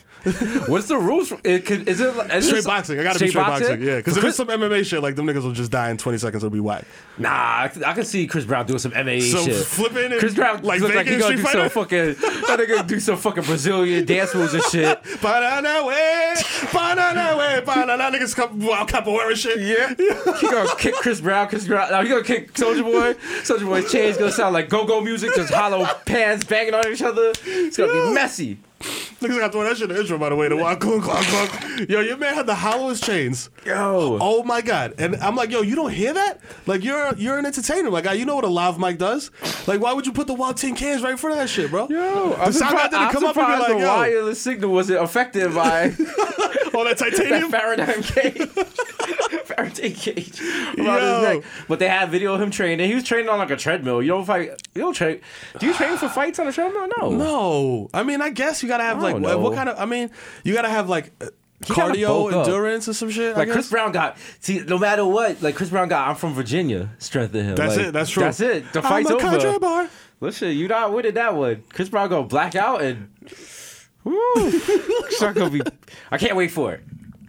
A: What's the rules? For, it could, is it is
B: Straight
A: this-
B: boxing. I gotta be straight boxing. Yeah, because if
A: Chris-
B: it's some MMA shit, like them niggas will just die in 20 seconds. It'll
A: *laughs*
B: be whack.
A: Nah, I, c- I can see Chris Brown doing some MMA
B: Some
A: shit.
B: flipping and
A: Chris Brown
B: like
A: like, look like he
B: Vegas
A: gonna do
B: Street
A: some fucking, that nigga do some fucking Brazilian dance moves and
B: *laughs*
A: shit.
B: Banana way, banana way, banana niggas come wild capoeira shit.
A: Yeah, he gonna kick Chris Brown. Chris Brown. Now he gonna kick Soldier Boy. Soldier Boy's chain's gonna sound like go-go music, just hollow pans banging on each other. It's gonna be messy.
B: Niggas got throw that shit in the intro, by the way. The wild clunk, clunk, clunk. Yo, your man had the hollowest chains.
A: Yo.
B: Oh my god. And I'm like, yo, you don't hear that? Like you're you're an entertainer. Like you know what a live mic does? Like why would you put the wild tin cans right in front of that shit, bro?
A: Yo, I'm
B: the sound guy
A: surprised,
B: didn't
A: I'm
B: come up
A: surprised
B: and be
A: the
B: like, yo,
A: wireless signal wasn't affected
B: *laughs*
A: by
B: all
A: *laughs*
B: that
A: that
B: titanium. *laughs*
A: Faraday cage. *laughs* Faraday cage around
B: Yo.
A: his neck. But they had video of him training. He was training on like a treadmill. You don't fight. You don't train. Do you train for fights on a treadmill? No.
B: No, I mean, I guess you gotta have
A: I
B: like
A: don't
B: what, what
A: know.
B: kind of? I mean, you gotta have like uh,
A: gotta bulk
B: cardio,
A: up.
B: endurance, or some shit.
A: Like
B: I
A: Chris
B: guess.
A: Brown got see, no matter what, like Chris Brown got. I'm from Virginia. Strength in him.
B: That's
A: Like,
B: it. That's true.
A: That's it. The fight's
B: I'm a country
A: over.
B: boy.
A: Listen, you not with it that one. Chris Brown gonna black out and
B: *laughs*
A: woo. Chris Brown gonna be. I can't wait for it.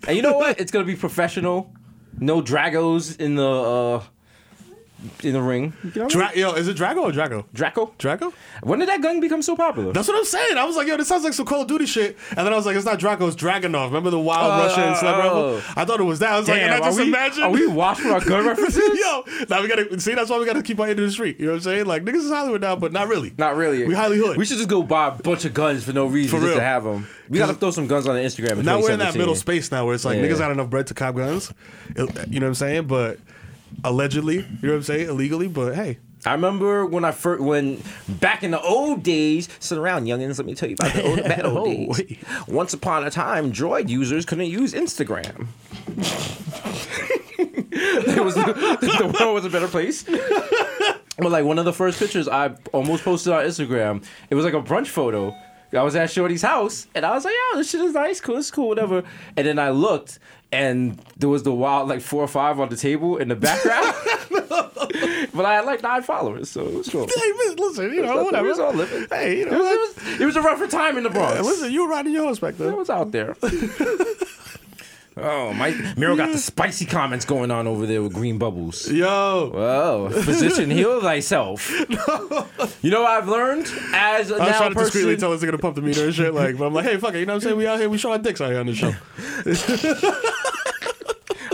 A: And you know what? It's gonna be professional. No dragos in the uh in the ring. You know what I mean?
B: Dra- yo, is it Drago or Drago?
A: Draco.
B: Drago?
A: When did that gun become so popular?
B: That's what I'm saying. I was like, yo, this sounds like some Call of Duty shit. And then I was like, it's not Drago, it's Dragonov. Remember the wild
A: Oh,
B: Russian celeb
A: oh.
B: rebel? I thought it was that. I was like, and I
A: are
B: just
A: we,
B: imagine.
A: Are
B: *laughs*
A: we washed for our gun references?
B: Yo, now we gotta see. That's why we gotta keep our ear to the street. You know what I'm saying? Like niggas is Hollywood now, but not really.
A: Not really.
B: We Hollywood.
A: We should just go buy a bunch of guns for no reason
B: For
A: just to
B: real.
A: have them. We gotta throw some guns on the Instagram. in
B: Now we're in that
A: 2017.
B: middle space now where it's like
A: Yeah.
B: niggas got enough bread to cop guns. It- You know what I'm saying? But allegedly, you know what I'm saying? Illegally, but hey. *laughs*
A: I remember when I first, when back in the old days, sit around, youngins. Let me tell you about the old,
B: *laughs*
A: bad old
B: Oh,
A: days.
B: wait.
A: Once upon a time, droid users couldn't use Instagram. it was *laughs* the world was a better place. But like one of the first pictures I almost posted on Instagram, it was like a brunch photo. I was at Shorty's house and I was like, "Yo, this shit is nice, cool, it's cool, whatever." And then I looked, and there was the wild like four or five on the table in the background. but I had like nine followers, so it was cool.
B: Hey, miss, listen, you know,
A: nothing.
B: Oh, whatever.
A: We was all living.
B: Hey, you
A: It
B: know
A: was,
B: what?
A: it was- it was a rougher time in the Bronx.
B: Listen, you were riding your horse back
A: It
B: then.
A: was out there. oh, my Miro got the spicy comments going on over there with green bubbles.
B: Yo. *laughs*
A: Oh, physician, heal thyself. You know what I've learned as a
B: I was
A: now
B: trying to discreetly
A: person.
B: tell this nigga to pump the meter and shit, like, but I'm like, hey, fuck it, you know what I'm saying? We out here, we show our dicks out here on
A: *laughs*
B: the show.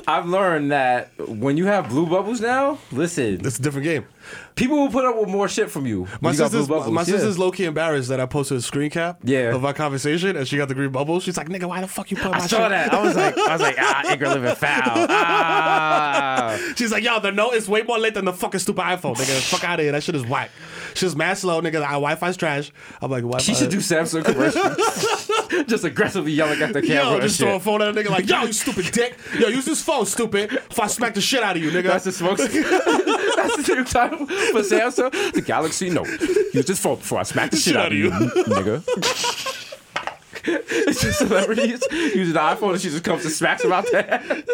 A: I've learned that when you have blue bubbles now, listen,
B: It's a different game.
A: people will put up with more shit from you. when
B: My
A: you got blue
B: sister's, my,
A: bubbles, yeah.
B: sister's low key embarrassed that I posted a screen cap
A: Yeah.
B: of our conversation, and she got the green bubble. She's like, nigga, why the fuck you put my
A: I saw
B: shit?
A: that. I was like, I was like, ah, Ingrid living foul.
B: *laughs*
A: Ah.
B: *laughs* She's like, yo, the note is way more lit than the fucking stupid iPhone, nigga. fuck out of here. That shit is whack. She's mad slow, nigga. Our Wi-Fi's trash. I'm like, Wi-Fi.
A: She should do Samsung commercials. *laughs* just aggressively yelling at the camera.
B: *laughs* Yo,
A: and
B: just
A: shit.
B: throw a phone at a nigga like, yo,
A: *laughs*
B: you stupid dick. Yo, use this phone, stupid. If I smack the shit out of you, nigga.
A: That's the
B: *laughs*
A: smoke. That's the new title for Samsung. The Galaxy Note. Use this phone before I smack the shit, out of you, nigga. *laughs* it's just celebrities using the iPhone and she just comes and smacks about that.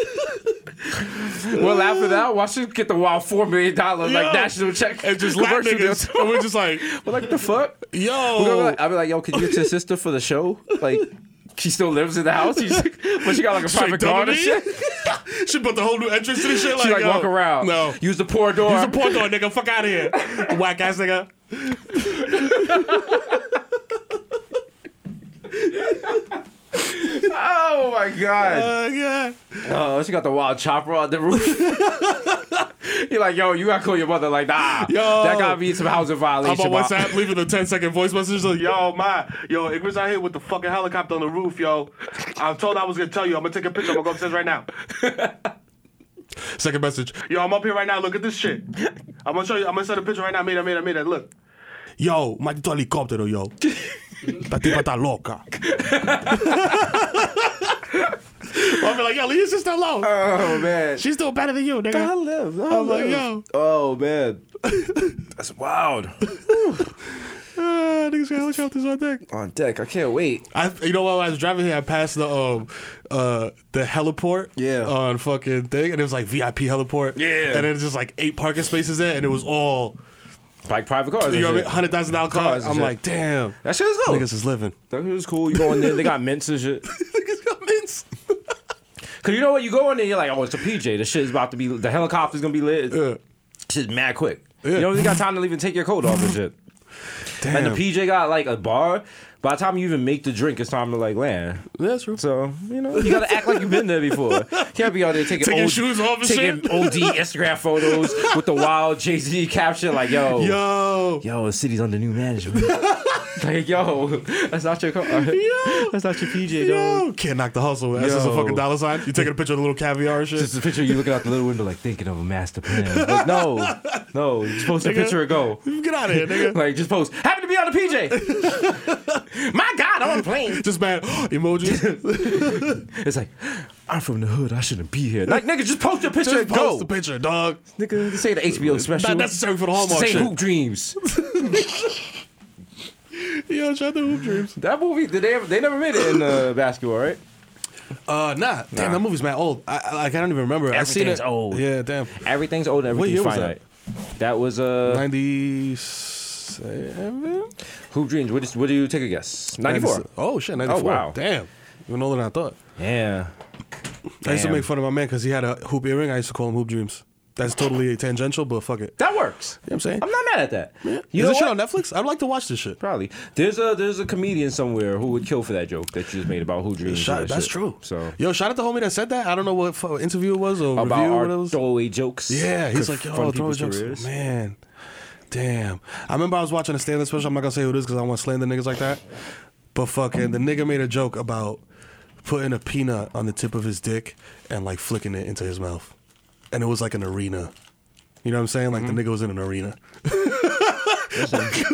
A: well, after that, why should get the wild four million dollar
B: Yo.
A: like national check
B: and just lap
A: *laughs* commercial deal?
B: niggas. And we're
A: *laughs*
B: just like,
A: We're like, the fuck? We're gonna be
B: yo.
A: like- I'll be like, yo, can you
B: *laughs*
A: get your sister for the show? Like, she still lives in the house, She's like- but she got like a private garden and shit.
B: shit. *laughs* she put the whole new entrance to the shit.
A: She like
B: yo,
A: walk around.
B: No.
A: use the poor door.
B: Use the port door, nigga. Fuck out
A: *laughs*
B: of here. Whack ass nigga.
A: Oh my my god.
B: Uh, yeah.
A: Oh, she got the wild chopper on the *laughs* roof. You're like, yo, you gotta call your mother. Like, nah,
B: Yo.
A: that gotta be some housing
B: I'm
A: violation.
B: on
A: bro.
B: WhatsApp leaving a 10 second voice message like, yo, my, yo, Ignor's out here with the fucking helicopter on the roof, yo. I'm told I was gonna tell you. I'm gonna take a picture. I'm gonna go upstairs right now. *laughs* Second message. Yo, I'm up here right now. Look at this shit. I'm gonna show you. I'm gonna send a picture right now. I made it, I made it, I made it. Look. Yo, maldito helicóptero, *laughs* yo. La tipa está *laughs* loca. I'll be like, yo, leave your sister alone.
A: Oh man.
B: She's doing better than you, nigga.
A: I live. I
B: I'm like,
A: live.
B: yo.
A: Oh man, that's wild.
B: Uh, niggas got helicopters on deck.
A: On deck, I can't wait.
B: I, you know, while I was driving here, I passed the um, uh, the heliport.
A: Yeah.
B: On fucking thing, and it was like VIP heliport.
A: Yeah.
B: And it was just like eight parking spaces there, and it was all
A: Like private cars. and
B: you know what I
A: shit.
B: mean, hundred thousand dollar
A: Cars
B: cars.
A: and
B: I'm
A: shit.
B: like, damn,
A: That shit is dope.
B: niggas is living.
A: That shit is cool. You go in there, they got mints and shit.
B: niggas got mints.
A: *laughs* Cause you know what, you go in there, you're like, oh, it's a PJ. The shit's about to be, the helicopter's gonna be lit. Shit's mad quick. You don't even got time to even take your coat off and shit.
B: Damn.
A: And the PJ got like a bar. By the time you even make the drink, it's time to like land.
B: That's true.
A: So you know you gotta act like you've been there before. Can't be out there taking,
B: Take your
A: old,
B: shoes off and
A: taking
B: shit.
A: OD Instagram photos with the wild Jay Z caption like, yo,
B: Yo.
A: yo, the city's under new management. *laughs* like, yo, that's not your car. That's not your PJ, dog.
B: Yo, can't knock the hustle. That's just a
A: Yo.
B: fucking dollar sign. You taking a picture of the little caviar and shit.
A: Just a picture of you looking out the little window, like thinking of a master plan.
B: *laughs*
A: Like, no, no, just post a
B: Nigga.
A: picture ago.
B: Get out of here,
A: *laughs*
B: nigga.
A: Like, just post. Happy to be on the PJ. *laughs* My God, I'm on a plane.
B: Just mad *gasps* emojis.
A: It's like, I'm from the hood. I shouldn't be here. Like, nigga, just post your picture
B: Just
A: and go.
B: post the picture, dog.
A: nigga, say the HBO special.
B: Not necessary for the Hallmark
A: Say
B: shit.
A: Hoop Dreams.
B: Yo, shout out to Hoop Dreams.
A: *laughs* That movie, did they, ever, they never made it in uh, basketball, right?
B: Uh, nah. Damn, that movie's mad old. I, I, like, I don't even remember. I seen
A: Everything's
B: it.
A: old.
B: Yeah, damn.
A: Everything's old and
B: What
A: everything's
B: year was
A: finite. That? was uh,
B: 97?
A: Hoop Dreams. What, is, what do you take a guess? 94.
B: Oh, shit, 94.
A: wow.
B: Damn. Even older than I thought.
A: Yeah.
B: I used to
A: Damn.
B: make fun of my man because he had a hoop earring. I used to call him Hoop Dreams. That's totally tangential, but fuck it.
A: That works.
B: You know what I'm saying?
A: I'm not mad at that. You
B: Is
A: know
B: this shit
A: what?
B: on Netflix? I'd like to watch this shit.
A: Probably. There's a there's a comedian somewhere who would kill for that joke that you just made about who dreams.
B: Shout-
A: and that
B: that's
A: shit.
B: true.
A: So
B: Yo, shout out to homie that said that. I don't know what fu- interview it was or
A: about
B: review or
A: our
B: what it was.
A: throwaway jokes.
B: Yeah, he's like, yo,
A: from
B: throw
A: people's
B: jokes.
A: careers.
B: Man, damn. I remember I was watching a stand-up special. I'm not gonna say who it is because I don't want to slander niggas like that. But fucking, the nigga made a joke about putting a peanut on the tip of his dick and like flicking it into his mouth, and it was like an arena. You know what I'm saying? Like
A: Mm-hmm.
B: the nigga was in an arena. *laughs*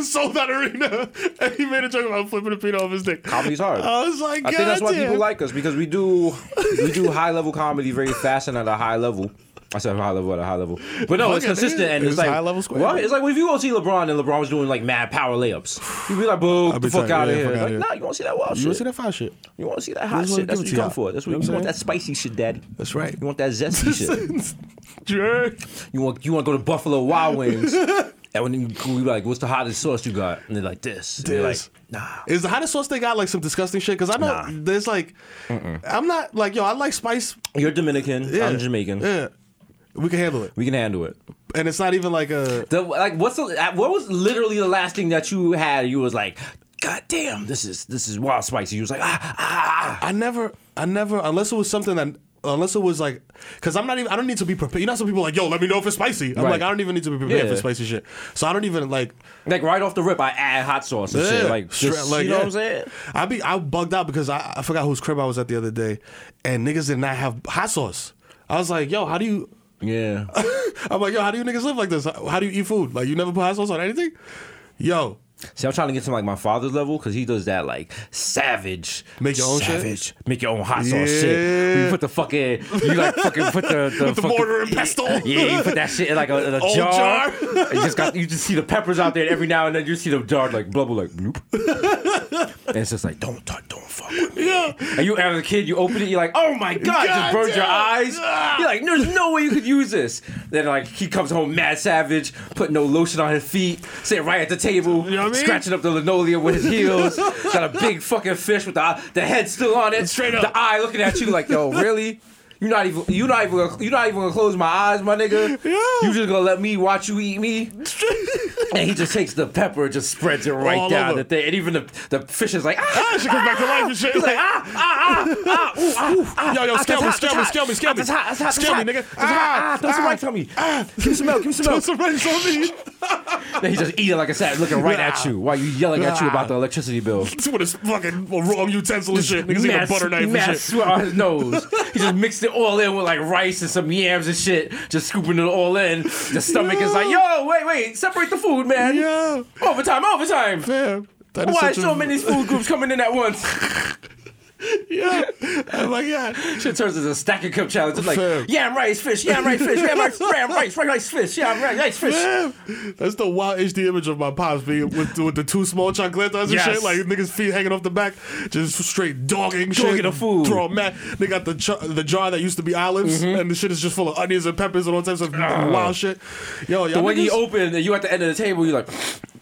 B: Sold that arena, and he made a joke about flipping a peanut off his dick.
A: Comedy's hard.
B: *laughs* I was like,
A: I think that's why
B: "Goddamn."
A: people like us because we do we
B: *laughs*
A: do high level comedy very fast and at a high level. I said high level at a high level, but no,
B: Fuck
A: it's
B: it,
A: consistent
B: nigga.
A: and it's,
B: It's
A: like
B: high level square.
A: Well, it's like when if you go see LeBron and LeBron was doing like mad power layups, you'd be like, "Boo, get
B: be
A: the fuck
B: tight.
A: out of
B: Yeah,
A: here!"
B: fuck outta
A: Like,
B: here.
A: nah, you want to see that wild
B: You
A: shit?
B: want to see that fine shit?
A: You want to see that hot
B: That's what
A: shit? That's
B: we
A: what
B: give
A: you
B: it to
A: come
B: y'all.
A: for. That's what
B: You know
A: you,
B: what
A: want.
B: I'm saying?
A: That spicy shit, daddy.
B: *laughs* That's right.
A: You want that zesty shit.
B: *laughs* Jerk.
A: You want you want to go to Buffalo
B: *laughs*
A: Wild Wings. and when you we like, what's the hottest sauce you got? And they're like this. And they're like,
B: This.
A: nah.
B: Is the hot sauce they got like some disgusting shit? Because I know
A: Nah.
B: there's like, I'm not like yo, I like spice.
A: You're Dominican.
B: Yeah.
A: I'm Jamaican.
B: Yeah, we can handle it,
A: We can handle it.
B: and it's not even like a.
A: The, like, what's the, uh, what was literally the last thing that you had? You was like, God damn, this is this is wild spicy. You was like, ah ah.
B: I never, I never, unless it was something that. Unless it was like, because I'm not even, I don't need to be prepared. You know, how some people are like, yo, let me know if it's spicy. I'm
A: Right.
B: like, I don't even need to be prepared
A: Yeah.
B: for spicy shit. So I don't even like,
A: ah." Like right off the rip, I add hot sauce and shit. Like,
B: Stra-
A: just, you know
B: yeah.
A: what I'm saying?
B: I be I bugged out because I, I forgot whose crib I was at the other day, and niggas did not have hot sauce. I was like, yo, how do you?
A: Yeah.
B: I'm like, yo, how do you niggas live like this? How do you eat food? Like, you never put hot sauce on anything? Yo,
A: See, I'm trying to get to like my father's level because he does that like savage,
B: Make your own shit?
A: savage, make your own hot sauce
B: Yeah.
A: shit. Where you put the fucking, you like fucking put
B: *laughs*
A: the the,
B: With the
A: fucking-
B: mortar and pestle? *laughs*
A: *laughs* Yeah, you put that shit in like a, in a
B: Old
A: jar.
B: jar?
A: you just got you just see the peppers out there, and every now and then you see the jar like blubber like
B: *laughs*
A: bloop. and it's just like don't touch, don't fuck with me.
B: Yeah. Ah,
A: And you as a kid, you open it, you're like, oh my god, it just
B: God
A: burned your
B: damn.
A: eyes.
B: Ah.
A: You're like, there's no way you could use this. Then like he comes home mad savage, put no lotion on his feet, sitting right at the table,
B: You know what I mean?
A: scratching up the linoleum with his
B: *laughs*
A: heels. Got a big fucking fish with the eye, the head still on it,
B: Straight up.
A: The eye looking at you like,
B: *laughs*
A: yo, really? You not even you not even gonna, you not even gonna close my eyes, my nigga.
B: Yeah.
A: You just gonna let me watch you eat me? and he just takes the pepper, and just spreads it right
B: All
A: down
B: over.
A: the thing, and even the the fish is like, ah,
B: *laughs* Ah, she comes back to life and shit.
A: He's like, ah, ah, ah, ooh, ah, ah,
B: Yo, yo,
A: ah,
B: scare me,
A: that's hot,
B: scare me,
A: that's
B: scare
A: hot. Ah,
B: me, scare me.
A: That's hot, that's hot,
B: Scare
A: that's hot.
B: me, nigga.
A: That's hot.
B: Ah,
A: Ah, throw some
B: ah,
A: rice on me. Give me some milk, give me some *laughs* milk.
B: Some rice on *laughs* me.
A: Then he's just eating like a sad, looking right at you while you yelling at you about the electricity bill.
B: It's with his fucking wrong utensil and shit. *laughs* Niggas eating a
A: Mess-
B: butter knife and
A: mess
B: shit.
A: on his nose. he just mixed it all in with like rice and some yams and shit. Just scooping it all in. The stomach is like, yo, wait, wait, separate the food, man.
B: Yeah.
A: Overtime, overtime.
B: Damn. That is
A: Why
B: such
A: so
B: a-
A: many food groups coming in at once?
B: *laughs* Yeah. Oh my god.
A: Shit turns into a stack and cup challenge. It's like,
B: Fam.
A: yam rice, fish, yam rice, fish, yam rice, yam rice, yam rice, fish, yam rice, rice, fish.
B: Damn. That's the wild HD image of my pops being with, with the two small chocolatas and
A: Yes.
B: shit, like niggas feet hanging off the back, just straight dogging shit.
A: Dogging the food. Mm-hmm.
B: Throw mat. They got the ch- the jar that used to be olives, and the shit is just full of onions and peppers and all types of wild shit. Yo, y'all
A: Ah. The when you
B: niggas-
A: open and you at the end of the table, you're like,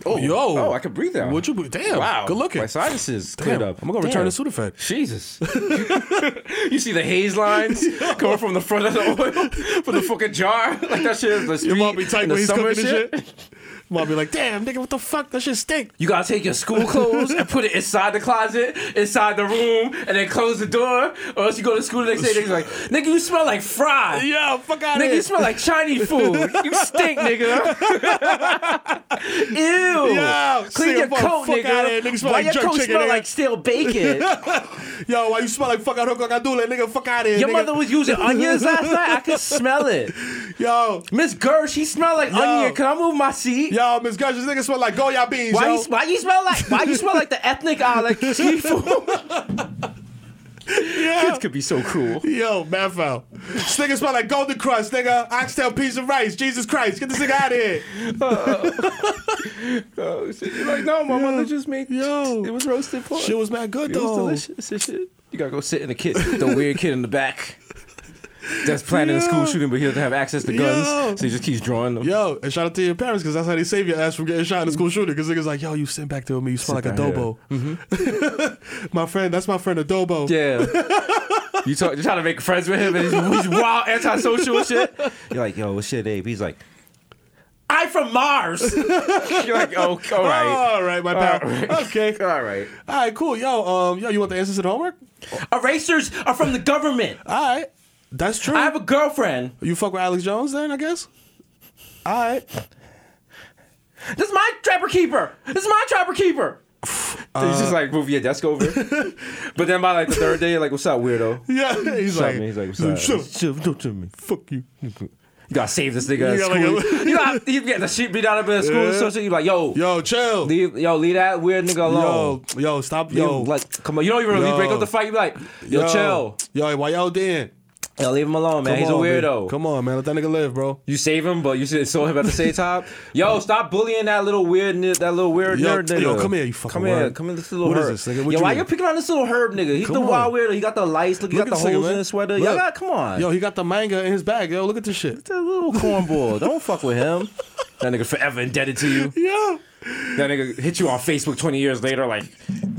A: oh,
B: Yo.
A: oh, I can breathe out.
B: What you bre- damn,
A: Wow,
B: good looking.
A: My sinuses cleared
B: Damn,
A: up.
B: I'm gonna return
A: Damn.
B: to
A: Jesus,
B: Sudafed. *laughs*
A: *laughs* you see the haze lines coming from the front of the oil from the fucking jar, *laughs* like that shit. Is the
B: Your
A: street
B: mom be tight
A: in the
B: when he's
A: summer
B: cooking and shit. Mom be like, damn, nigga, what the fuck? That
A: *laughs*
B: shit stink.
A: You gotta take your school clothes and put it inside the closet, inside the room, and then close the door, or else you go to school the next day. Niggas like, nigga, you smell like fry.
B: Yo, fuck out
A: Nigga, you smell like Chinese food. You stink, nigga.
B: *laughs*
A: Ew.
B: Yo,
A: Clean your
B: Singapore,
A: coat,
B: fuck outta here.
A: nigga.
B: Nigga smell
A: Why
B: like
A: your
B: jerk
A: coat
B: chicken,
A: smell
B: nigga.
A: like stale
B: *laughs*
A: bacon?
B: Yo, why you smell like fuck out hook I do that nigga? Fuck out of here.
A: Your
B: nigga.
A: mother was
B: *laughs*
A: using onions last night. I could smell it.
B: Yo,
A: Miss Gersh, she smelled like onion. Can I move my seat?
B: yo, Miss Gush, this nigga smell like Goya beans.
A: Why
B: yo.
A: you, why you smell like why you smell like the ethnic uh,
B: *laughs*
A: like seafood? *laughs* Kids could be so cruel.
B: Yo, man foul. This nigga smell like Golden Crust, nigga. Oxtail piece of rice. Jesus Christ, get this nigga out of here. *laughs*
A: Oh, shit. You're like, no, my mother just made
B: yo.
A: It was roasted pork.
B: Shit was not good
A: It was
B: though.
A: delicious and shit. You gotta go sit in the kid, the weird kid in the back. That's planning a school
B: Yo.
A: shooting, but he doesn't have access to guns,
B: Yo.
A: so he just keeps drawing them.
B: Yo, and shout out to your parents because that's how they save your ass from getting shot in a school shooting. Because niggas like, yo, you sit back there with me. You smell
A: Mm-hmm. Sit down
B: like adobo. *laughs* my friend, that's my friend adobo.
A: Yeah. You talk, you're trying to make friends with him, and he's, he's wild, antisocial and shit. You're like, yo, what's your name? He's like, I'm from Mars. *laughs* You're like, oh, all right,
B: All right, my pal. Okay.
A: *laughs*
B: All
A: all right.
B: right, cool. Yo, um, yo, you want the answers to the homework?
A: Erasers are from the government.
B: All right. That's true.
A: I have a girlfriend.
B: you fuck with Alex Jones then, I guess? All right.
A: This is my trapper keeper. This is my trapper keeper. So
B: Uh,
A: you just like move your desk
B: *laughs*
A: over. but then by like the third day, you're like, what's up, weirdo? You
B: Yeah, he's
A: Shut
B: like,
A: me, he's like,
B: "Shut up,
A: sorry.
B: shut up, don't tell me, fuck you.
A: gotta save this nigga.
B: You
A: You,
B: got like *laughs*
A: school. you got you get the shit beat out of him at school.
B: Yeah.
A: So, so you're like, yo,
B: Yo, chill.
A: leave, yo, leave that weird nigga alone.
B: Yo, yo, stop,
A: Leave-
B: yo,
A: like, come on, you don't even really
B: Yo.
A: break up the fight. You be like, yo, chill,
B: Yo, why y'all doing?
A: yo, leave him alone, man. He's a weirdo.
B: Come on, man, let that nigga live, bro.
A: You save him, but you should have saw him at the same time.
B: *laughs*
A: Yo, stop bullying that little weird, ni- that little weird
B: Yo,
A: nerd nigga.
B: yo, come here, you fucking
A: Come here,
B: word.
A: come here, this little
B: What is
A: herb.
B: this, nigga? What
A: yo,
B: you
A: why
B: mean?
A: you picking on this little herb nigga? He's
B: Come
A: the
B: on.
A: wild weirdo. He got the lights. Look, he
B: Look
A: got the
B: at this nigga,
A: holes
B: man.
A: in his sweater. Yo,
B: Look.
A: God, come on.
B: Yo, he got the manga in his bag. Yo, look at this shit.
A: that
B: *laughs*
A: little cornball. Don't fuck with him. That nigga forever indebted to you.
B: Yeah.
A: That nigga hit you on Facebook 20 years later, like,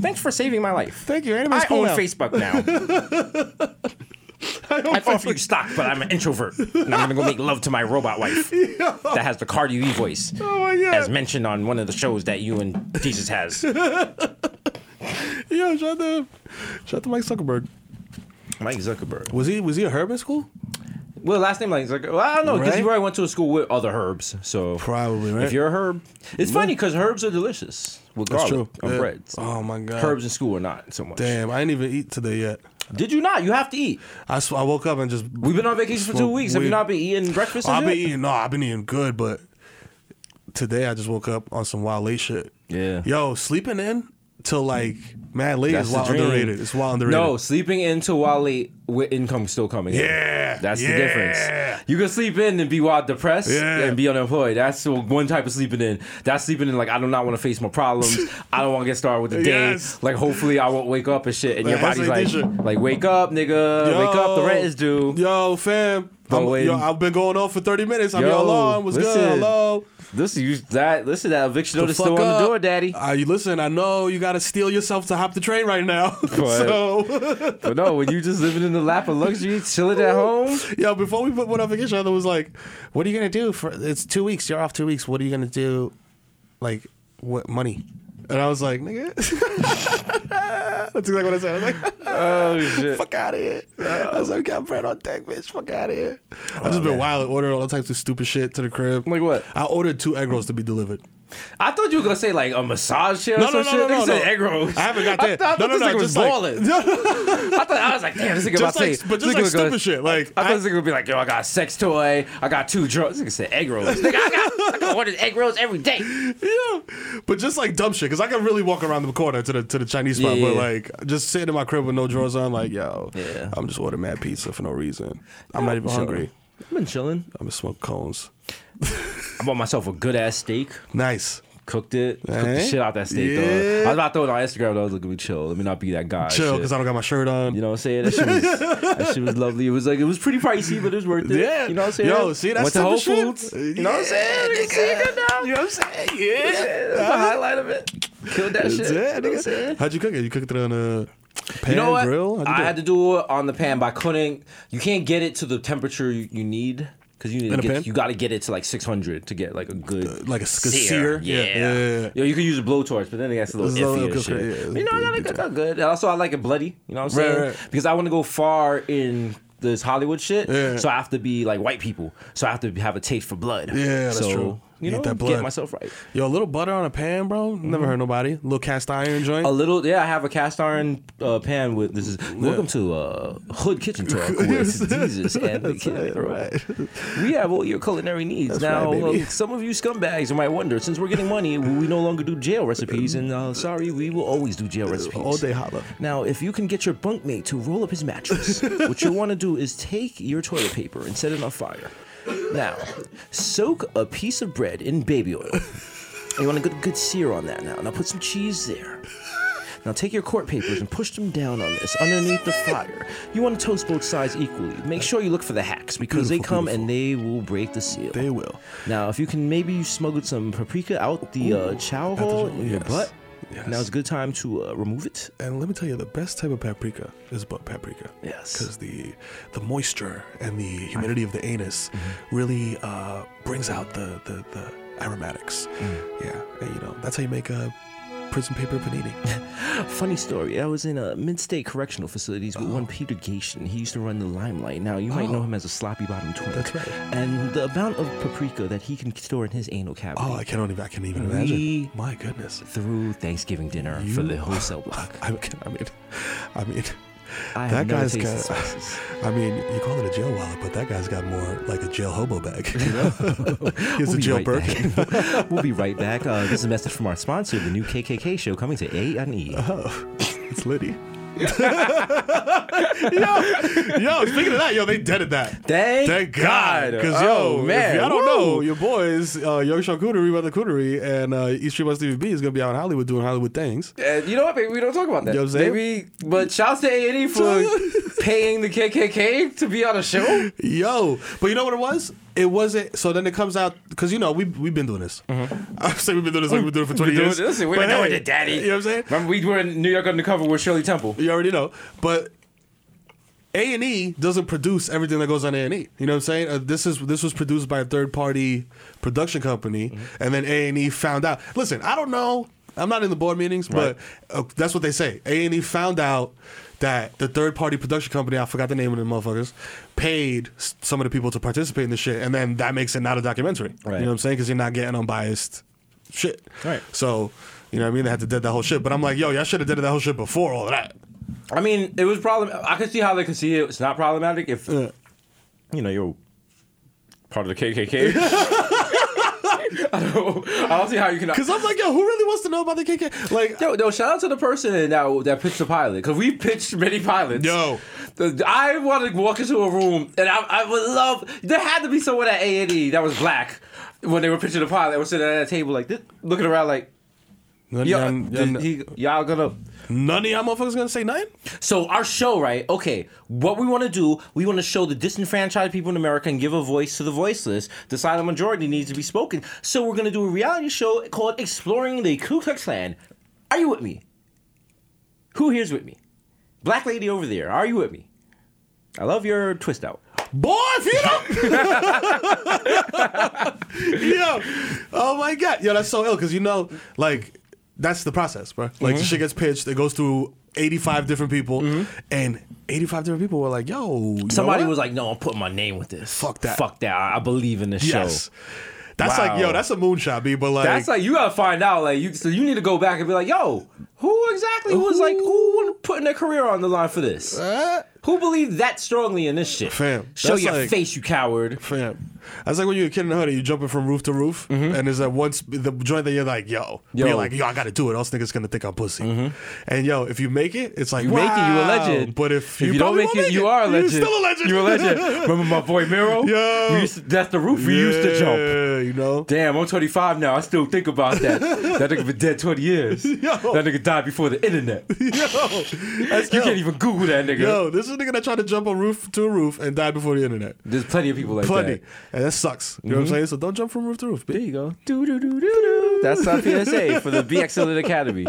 A: thanks for saving my life.
B: Thank you. Ain't in my
A: I
B: school
A: own
B: now.
A: Facebook now.
B: *laughs* I don't
A: I
B: fuck
A: offer you stock, but I'm an introvert. And I'm gonna go make love to my robot wife
B: with- *laughs* Yo.
A: that has the Cardi B voice.
B: Oh my god.
A: as mentioned on one of the shows that you and Jesus
B: *laughs*
A: has.
B: Yo, shout out to, shout out to Mike Zuckerberg.
A: Mike Zuckerberg.
B: Was he was he a herb in school?
A: Well, last name like Zuckerberg. Well, I don't know because he
B: Right?
A: probably went to a school with other herbs. So
B: Probably, right?
A: If you're a herb, it's funny because herbs are delicious with
B: That's
A: garlic
B: true.
A: on
B: Yeah.
A: breads.
B: Oh my god.
A: Herbs in school are not so much.
B: Damn, I ain't even eat today yet.
A: Did you not? You have to eat.
B: I, sw- I woke up and just
A: We've been on vacation for two
B: Well,
A: weeks. Have you
B: we-
A: not been eating breakfast? and
B: I've been
A: shit?
B: eating. No, I've been eating good, but today I just woke up on some wild late shit.
A: Yeah.
B: Yo, sleeping in till like mad late
A: That's
B: is
A: the
B: wild
A: dream.
B: underrated. It's wild underrated.
A: No, sleeping in till while late with income still coming. in.
B: Yeah,
A: That's the
B: yeah.
A: difference. You can sleep in and be wild depressed
B: Yeah.
A: and be unemployed. That's the one type of sleeping in. That's sleeping in like I do not want to face my
B: *laughs*
A: problems. I don't want to get started with the day.
B: Yes.
A: Like hopefully I won't wake up and shit. And your
B: Like, that's
A: body's
B: like
A: like,
B: this shit.
A: like wake up, nigga. wake up. The rent is due.
B: Yo, fam.
A: Don't
B: I'm-
A: wait.
B: yo, I've been going on for 30 minutes. I'm
A: Yo,
B: yo, your alarm. What's
A: listen.
B: good? Hello.
A: This is that. Listen, that eviction notice
B: The
A: still
B: fuck
A: on the
B: up.
A: door, daddy.
B: Uh, you listen, I know you got to steal yourself to hop the train right now. *laughs* so,
A: But no, when you just living in the lap of luxury, chilling at home.
B: *laughs* yo, before we put one up against each other, was like, what are you going to do? for? It's two weeks. You're off two weeks. What are you going to do? Like, what money? And I was like, nigga. *laughs* That's exactly what I said. I was like, *laughs*
E: Oh shit.
B: fuck out of here. I was like, we got bread on deck, bitch. Fuck out of here.
A: Oh,
B: I've just been wild and ordering all types of stupid shit to the crib.
E: Like what?
B: I ordered two egg rolls to be delivered.
A: I thought you were gonna say like a massage chair or
B: No,
A: some
B: no,
A: shit.
B: no, no,
A: You
B: no,
A: said
B: no.
A: egg rolls.
B: I haven't got
E: I
B: there.
E: thought- I
B: no,
E: thought
B: no,
E: this
B: no,
E: nigga was
B: just like- *laughs*
E: balling.
B: No, no,
A: I thought I was like, damn, this nigga about
B: Just
A: to
B: like-
A: say,
B: but just
A: this
B: like
A: nigga gonna-
B: stupid shit, like,
A: I thought
B: I-
A: this nigga gonna be like, yo, I got a sex toy, I got two drugs. This nigga said egg rolls. nigga, I got, I got ordered egg rolls every day.
B: Yeah, but just like dumb shit, cause I can really walk around the corner to the to the Chinese spot,
E: Yeah,
B: but
E: yeah.
B: like just sitting in my crib with no drawers on, like yo,
E: Yeah.
B: I'm just ordering mad pizza for no reason. I'm not even
E: Chilling.
B: hungry.
E: I've been chilling.
B: I'm gonna smoke cones.
A: I bought myself a good ass steak.
B: Nice.
A: Cooked it, cooked the
B: Eh?
A: shit out that steak.
B: Yeah.
A: Though. I was about to throw it on Instagram. Though. I was like, let me chill. Let me not be that guy.
B: Chill,
A: Shit.
B: cause I don't got my shirt on.
A: You know what I'm saying? That shit, was,
B: *laughs*
A: that shit was lovely. It was like it was pretty pricey, but it was worth it.
B: Yeah.
A: You know what I'm saying?
B: Yo, see,
A: Went
B: that's
A: to
B: type
A: Whole
B: of shit.
A: Foods. You know what I'm saying?
B: Yeah,
A: See, good now. You know what I'm saying? Yeah. That's the highlight of it. Killed that shit. You know what I'm saying?
B: How'd you cook it? You cooked it on a pan
A: You know what?
B: grill? How'd you
A: I
B: do
A: had
B: it?
A: to do it on the pan, but I couldn't. You can't get it to the temperature you, you need because you need to
B: In a
A: get,
B: pan? Uh,
A: you got to get it to like 600 to get like a good
B: like a s- good sear?
A: Yeah.
B: Yeah, yeah, yeah.
A: Yo, you can use a blowtorch, but then it gets a little
B: It's a little
A: iffy and
B: cook-
A: shit.
B: yeah, it's
A: you know, I
B: a
A: gotta
B: bit
A: cook out good. And also, I like it bloody. You know what I'm
B: Right,
A: saying?
B: right.
A: Because I want to go far in. This Hollywood shit,
B: Yeah.
A: so I have to be like white people. So I have to have a taste for blood.
B: Yeah, that's
A: so,
B: true.
A: You
B: Eat
A: know,
B: that
A: get
B: blood.
A: myself right.
B: Yo, a little butter on a pan, bro.
A: Mm-hmm.
B: Never heard nobody. little cast iron joint.
A: A little, yeah. I have a cast iron uh, pan with this. Is welcome to uh, Hood Kitchen
B: *laughs*
A: Talk
B: Yes.
A: with Jesus and the Kid. We have all your culinary needs. now,
B: right, baby.
A: uh, some of you scumbags might wonder, since we're getting money, we no longer do jail recipes, and uh, sorry, we will always do jail recipes.
B: All day holla.
A: Now, if you can get your bunkmate to roll up his
B: *laughs*
A: mattress, what you'll want to do is take your toilet paper and set it on fire. Now, soak a piece of bread in baby oil. You want a good, good sear on that now. Now put some cheese there. Now take your court papers and push them down on this underneath the fire. You want to toast both sides equally. Make sure you look for the hacks because they
B: *laughs* Beautiful,
A: come and they will break the seal.
B: *laughs* They will.
A: Now, if you can, maybe you smuggled some paprika out the uh, chow hole in your
B: yes.
A: butt.
B: Yes.
A: Now it's a good time to uh, remove it.
B: And let me tell you, the best type of paprika is butt paprika.
A: Yes.
B: Because the the moisture and the humidity of the anus really uh, brings out the the, the aromatics. Yeah, and you know that's how you make a prison paper panini.
A: uh, Funny story. I was in a mid-state correctional facilities with
B: Oh.
A: one Peter Gation. He used to run the limelight. Now you might know him as a sloppy bottom twink.
B: That's right.
A: And the amount of paprika that he can store in his anal cavity.
B: oh, I can't even I can't even imagine.
A: We-
B: My goodness. *laughs*
A: through Thanksgiving dinner for the wholesale block.
B: I, I mean, *laughs* I mean,
A: I have
B: that
A: never
B: guy's
A: tasted
B: got.
A: spices.
B: I mean, you call it a jail wallet, but that guy's got more like a jail hobo bag. *laughs* You know, he's a
A: be
B: jail
A: right
B: Birkin.
A: back.
B: *laughs*
A: we'll be right back. Uh, this is a message from our sponsor, the new KKK show, coming to A and E.
B: Uh-huh. It's *laughs* Liddy. yo, yo, speaking of that, yo, they deaded that.
A: Thank
B: God.
A: God.
B: Because, yo,
A: Oh, man.
B: if y'all don't know,
A: Woo.
B: your boys, uh, Yoshon Coonery, Brother Coonery, and uh, East Street West DVB is going to be out in Hollywood doing Hollywood things.
A: Uh, you know what, baby? We don't talk about that.
B: You know what I'm saying?
A: Baby, but shouts to A&E for paying the KKK to be on a show.
B: Yo, but you know what it was? It wasn't. So then it comes out because you know we we've been doing this. *laughs* I'm saying we've been doing this like we've been doing it for 20 years.
A: Listen, we're
B: But
A: Mm-hmm. doing
B: hey,
A: it, Daddy.
B: You know what I'm saying?
A: Remember, we were in New York Undercover with Shirley Temple.
B: You already know, but A and E doesn't produce everything that goes on A and E. You know what I'm saying? Uh, this is this was produced by a third party production company,
A: Mm-hmm.
B: and then A and E found out. Listen, I don't know. I'm not in the board meetings, but uh, that's what they say. A and E found out that the third party production company, I forgot the name of the motherfuckers, paid s- some of the people to participate in this shit, and then that makes it not a documentary.
A: Right.
B: You know what I'm saying? Because you're not getting unbiased shit.
A: Right.
B: So. You know what I mean? They had to did that whole shit, but I'm like, yo, y'all should have did that whole shit before all of that.
A: I mean, it was problem. I could see how they could see it. It's not problematic if you know you're part of the KKK. *laughs* I don't. I don't see how you can.
B: Cause I'm like, yo, who really wants to know about the KK? Like,
A: Yo, no, shout out to the person that that pitched the pilot because we pitched many pilots.
B: Yo.
A: The- I want to walk into a room and I, I would love. There had to be someone at A and E that was black when they were pitching the pilot. and was sitting at that table like this, looking around like,
B: none,
A: yo,
B: of y'all,
A: did he- y'all gonna
B: none of y'all motherfuckers gonna say nothing.
A: So our show, right? Okay, what we want to do, we want to show the disenfranchised people in America and give a voice to the voiceless. The silent majority needs to be spoken. So we're gonna do a reality show called "Exploring the Ku Klux Klan." Are you with me? Who here's with me? Black lady over there, are you with me? I love your twist out.
B: Boy, if you *laughs* don't, yo, oh my god, yo, that's so ill. Cause you know, like, that's the process, bro. Like the shit gets pitched, it goes through 85 different people, and 85 different people were like, "Yo, you know
E: Somebody
B: what?
E: was like, "No, I'm putting my name with this.
B: Fuck that.
E: Fuck that. I, I believe in this
B: yes."
E: show."
B: That's
E: Wow.
B: like, yo, that's a moonshot, b. But like,
E: That's like you gotta find out. Like you, so you need to go back and be like, "Yo, who exactly was like who putting their career on the line for this?
B: Uh,
E: who believed that strongly in this shit?
B: Fam,
E: Show
B: that's
E: your
B: like-
E: face, you coward."
B: Fam. That's like when you're a kid in the hood and you're jumping from roof to roof, and there's that one sp- the joint that you're like, yo,
E: Mm-hmm. Yo. Mm-hmm.
B: you're like, yo, I gotta do it, else niggas gonna think I'm pussy. And yo, if you make it, it's like
E: You make it, you a
B: wow.
E: legend.
B: But if,
E: you don't
B: probably
E: make
B: won't
E: it, you are a legend.
B: You're still a legend.
E: You're a legend.
B: *laughs*
E: Remember my boy Miro?
B: Yo.
E: We used to- that's the roof we used to jump.
B: Yeah, You know,
E: *laughs* Damn, I'm 25 now. I still think about that. that nigga been dead 20
B: *laughs*
E: years. That nigga died before the internet. You
B: *laughs* yo, that's
E: can't even Google that nigga.
B: Yo, this is a nigga that tried to jump a roof to a roof and died before the internet.
E: There's plenty of people like
B: Plenty,
E: that. Mm-hmm.
B: and that sucks. You know what I'm saying? So don't jump from roof to roof.
E: There you go. Do do do do do. That's our PSA for the Be Excellent
B: *laughs*
E: Academy.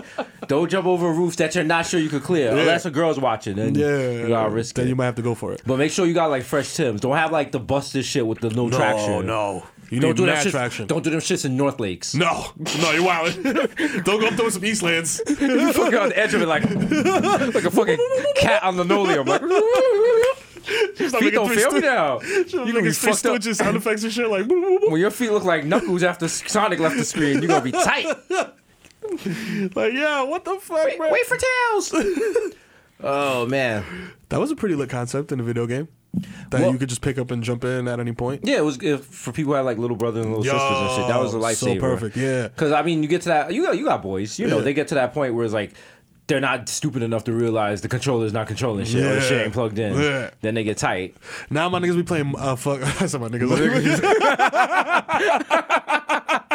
E: Don't jump over a roof that you're not sure you could clear. Unless a girl's watching, then
B: Yeah,
E: you gotta risk
B: Then
E: it.
B: you might have to go for it.
E: but make sure you got like fresh Tim's. Don't have like the busted shit with the no, traction.
B: no, you
E: Don't
B: need
E: do,
B: do
E: them
B: mad
E: shits,
B: traction.
E: don't do them shits in North Lakes.
B: No, no, you're wild. *laughs* Don't go up there with some Eastlands.
E: *laughs* you fucking on the edge of
B: *laughs*
E: it like, like a fucking cat on linoleum. Like,
B: She's not making
E: feet don't
B: three
E: feel me
B: stu- *laughs*
E: now.
B: She's
E: You
B: not
E: gonna be
B: making three
E: fucked up.
B: stitches, sound effects and shit. Like, *laughs* boop, boop, boop.
E: When your feet look like knuckles after Sonic left the screen, you're gonna be tight.
B: *laughs* like, yeah, what the fuck,
E: Wait,
B: bro?
E: wait for tails. Oh man,
B: That was a pretty lit concept in a video game that
E: Well-
B: you could just pick up and jump in at any point.
E: yeah, it was good for people who had like little brothers and little
B: Yo,
E: sisters and shit. That was a
B: so
E: lifesaver.
B: perfect, yeah.
E: Because I mean, you get to that, you got you got boys. You know,
B: Yeah.
E: they get to that point where it's like. They're not stupid enough to realize the controller's not controlling shit or the shit
B: Yeah.
E: ain't plugged in.
B: Yeah.
E: Then they get tight.
B: Now my niggas be playing. Uh, fuck, *laughs* I said my niggas.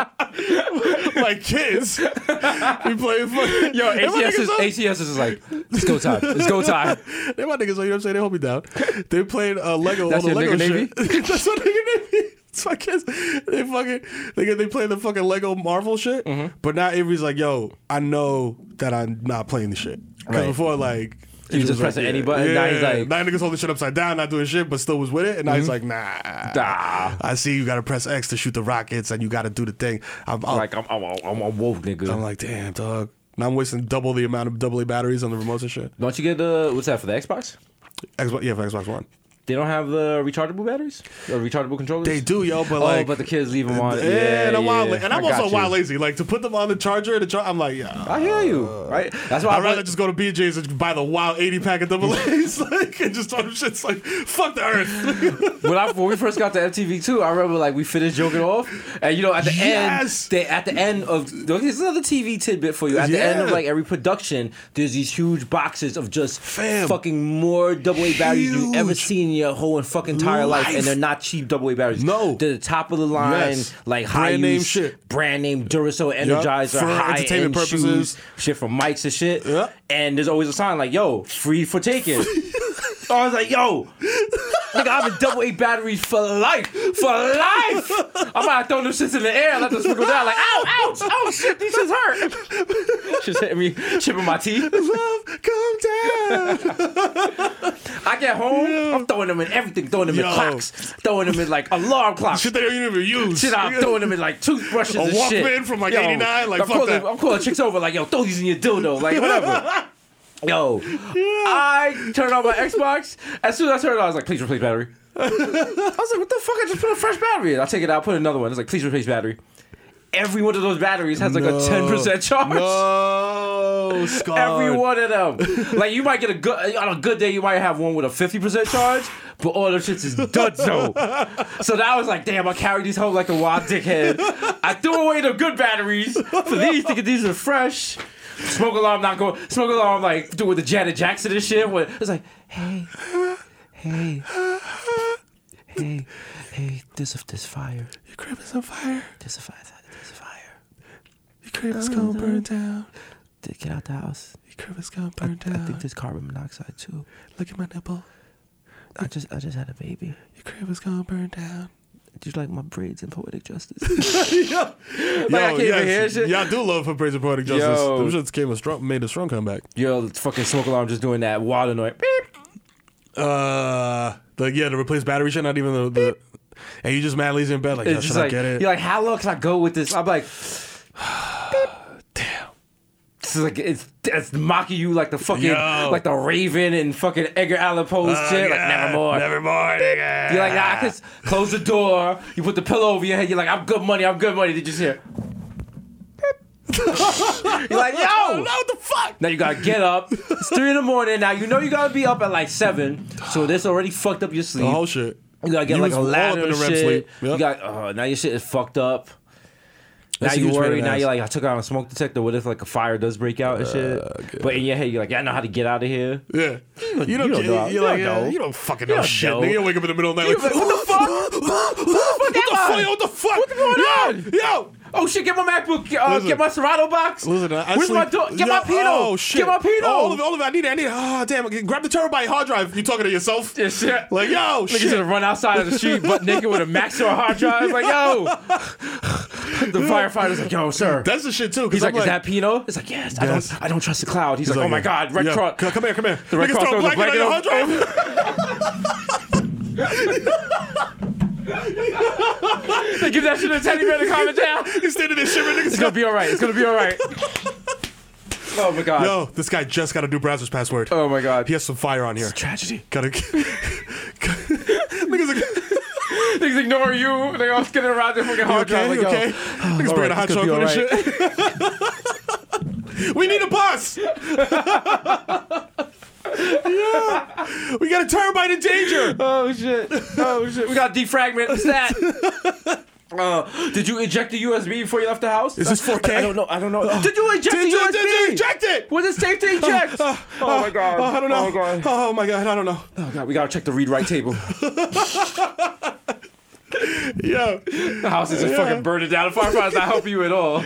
B: like kids, we playing. Fuck.
E: Yo,
B: They my
E: ACS
B: niggas
E: is,
B: up-
E: ACS is like, it's go time. It's *laughs* go time.
B: They my niggas, you know what I'm saying? They hold me down. They played uh, Lego
E: That's
B: all the
E: your
B: Lego
E: nigga
B: shit. *laughs* That's what nigga navy. *laughs* It's my kids. They fucking they get- they play the fucking Lego Marvel shit.
E: Mm-hmm.
B: But now Avery's like, yo, I know that I'm not playing this shit. Because
E: Right.
B: before like
E: He was just pressing any button. Now he's like- Mm-hmm.
B: now niggas holding shit upside down, not doing shit, but still was with it. And now he's like, nah,
E: Nah.
B: I see you got to press X to shoot the rockets, and you got to do the thing. I'm, I'm
E: Like I'm, I'm, a- I'm a woke nigga.
B: I'm like, damn, dog. Now I'm wasting double the amount of double A batteries on the remotes and shit.
E: don't you get the what's that for the Xbox?
B: Xbox, yeah, for Xbox One.
E: They don't have the rechargeable batteries or rechargeable controllers.
B: They do, yo, but
E: oh,
B: like,
E: but the kids leave them on.
B: yeah,
E: Yeah,
B: and I'm
E: yeah.
B: wild, and I'm
E: I got
B: also
E: you.
B: wild lazy. Like to put them on the charger, the char- I'm like, yeah.
E: I hear you. Right. That's why I
B: Uh, I'd rather
E: want-
B: just go to BJ's and buy the wild 80 pack of double A's, *laughs* like, and just throw them shits like, fuck the earth.
E: *laughs* when, I, when we first got to MTV too, I remember like we finished joking off, and you know at the
B: Yes!
E: end, they at the end of there's another TV tidbit for you. At the end of
B: Yeah.
E: like every production, there's these huge boxes of just
B: Fam.
E: fucking more double A batteries you've ever
B: Huge.
E: seen in your whole and fucking entire life, and
B: Life.
E: they're not cheap double A batteries.
B: No.
E: they're the top of the line,
B: Yes.
E: like high
B: Brand name
E: use,
B: shit.
E: brand name Duracell Energizer,
B: For
E: high
B: entertainment
E: end shoes,
B: purposes.
E: shit for mics and shit.
B: Yep.
E: And there's always a sign like, "Yo, free
B: *laughs*
E: for taking." I was like, "Yo." Nigga, I've been double A batteries for life. For life. I'm about to throw them shits in the air and let this go down. Like, ow, ouch, oh shit, these shits hurt. She's hitting me, chipping my teeth.
B: Love,
E: *laughs*
B: come down.
E: I get home, I'm throwing them in everything, throwing them in
B: Yo.
E: clocks, throwing them in like alarm clocks.
B: Shit they don't even use.
E: Shit, I'm throwing them in like toothbrushes
B: A
E: and shit.
B: Walkman from, like,
E: Yo,
B: 89, like,
E: I'm
B: fuck
E: calling,
B: that.
E: I'm calling chicks over like, yo, throw these in your dildo, like whatever. Yo, I turned on my Xbox. As soon as I turned it on, I was like, please replace battery. I was like, what the fuck? I just put a fresh battery in. I take it out, put another one. It's like, please replace battery. Every one of those batteries has like a ten percent charge. *laughs*
B: No, Scar.
E: Every one of them. like you might get a good on a good day, you might have one with a fifty percent charge, but all those shits is done so. So that was like, damn, I carried these home like a wild dickhead. I threw away the good batteries for these, thinking these are fresh. Smoke alarm not going. Smoke alarm like doing the Janet Jackson and shit. When it's like, hey, hey, hey, hey, there's a there's fire,
B: Your crib is on fire.
E: there's a fire, there's a fire.
B: Your crib is gonna burn down.
E: Get out the house.
B: Your crib is gonna burn down.
E: there's carbon monoxide too.
B: Look at my nipple.
E: I just I just had a baby.
B: Your crib is gonna burn down.
E: Do you like my braids and poetic justice?
B: *laughs* yeah. Yo,
E: I can't even hear shit.
B: Y'all do love for praise and poetic justice.
E: Yo.
B: Them shits came a strong, made a strong comeback.
E: Yo, fucking smoke alarm just doing that wild annoying. Beep.
B: Uh, like yeah, to replace battery shit, not even the. the and you just mad lazy in bed, like, yo,
E: It's just
B: should
E: like *sighs*
B: I get it?
E: you're like, how long can I go with this? I'm like, It's like it's that's mocking you like the fucking
F: Yo.
E: like the Raven and fucking Edgar Allan Poe
B: Uh,
E: shit. Like nevermore.
F: Nevermore, nigga.
E: You're like, nah,
B: *laughs*
E: I can s- close the door. You put the pillow over your head. You're like, I'm good money. I'm good money. Did you just hear? *laughs* Beep. You're
B: *laughs*
E: like, yo,
B: what Oh, the fuck?
E: now you gotta get up. It's three in the morning. Now you know you gotta be up at like seven. So this already fucked up your sleep.
B: The whole shit.
E: You gotta get
B: You
E: like
B: was
E: a
B: all up
E: ladder
B: in
E: and
B: the REM
E: shit.
B: sleep. Yep.
E: You got uh, now your shit is fucked up.
B: That's a
E: now you
B: huge pain in
E: worry.
B: the
E: Now
B: ass. Uh,
E: you're like, I took out a smoke detector. What if like a fire does break out and shit? But in your head, you're like, yeah, I know how to get out of here.
B: Yeah. You don't,
E: you
B: you
E: don't know.
B: you're
E: You
B: like,
E: don't
B: yeah,
E: know.
B: you don't fucking
E: You
B: know
E: don't
B: shit.
E: know.
B: Nigga, you wake up in the middle of the night like,
E: You're like,
B: *laughs*
E: what the fuck?
B: What the
E: am
B: fuck?
E: I?
B: What the fuck?
E: What's going on?
B: Yo, yo.
E: Oh shit! Get my MacBook. Uh,
B: Listen.
E: get my Serato box.
B: Listen, I I
E: Where's
B: sleep.
E: my door? Get my
B: Yeah,
E: Pinot.
B: Oh shit!
E: Get my Pinot.
B: Oh, all of it, all of it. I need it. I need it. Ah, damn! Grab the terabyte hard drive. You talking to yourself?
E: Yeah, shit.
B: Like yo,
E: Niggas
B: shit.
E: gonna run outside of the street butt naked with a max or a hard drive.
B: *laughs*
E: Like, yo! the firefighter's like, yo, sir.
B: That's the shit too. 'cause
E: He's
B: I'm
E: like, is that
B: *laughs*
E: Pino? It's like, yes, I
B: Yes.
E: don't I don't trust the cloud. He's, like, oh my god, Red
B: yeah.
E: Cross.
B: Come come here, come here.
E: The Red
B: Niggas
E: Cross
B: throw a
E: throws a
B: blanket on your hard
E: blanket
B: drive.
E: *laughs* They give that shit a teddy bear to calm it down.
B: He's standing there shivering. Niggas
E: It's gonna be alright. It's gonna be alright. Oh my god.
B: Yo, this guy just got a new browser's password.
E: Oh my god.
B: He has some fire on here.
E: Tragedy. *laughs*
B: Gotta. Niggas like.
E: Niggas ignore you. They all skidding around their fucking
B: You
E: hard
B: okay?
E: drive. Like,
B: you
E: yo, *sighs*
B: okay? Niggas bringing a hot
E: alright, it's gonna
B: chocolate
E: be
B: and shit. *laughs* we need a bus. yeah. We got a terabyte in danger.
E: Oh shit. Oh shit. We got defragment. What's *laughs* that? Uh, did you eject the USB before you left the house?
B: Is this 4K? *laughs*
E: I don't know. I don't know. Uh, did you eject
B: Did
E: the
B: you,
E: USB?
B: did you eject it?
E: Was it safe *laughs* to eject?
B: Uh,
E: oh
B: uh,
E: my god.
B: uh, I don't know.
E: Oh my god.
B: Oh my god. I don't know.
E: Oh god. We gotta check the read write table.
B: Yo,
E: *laughs* The house is just fucking burning down. The firefighter's not helping you at all.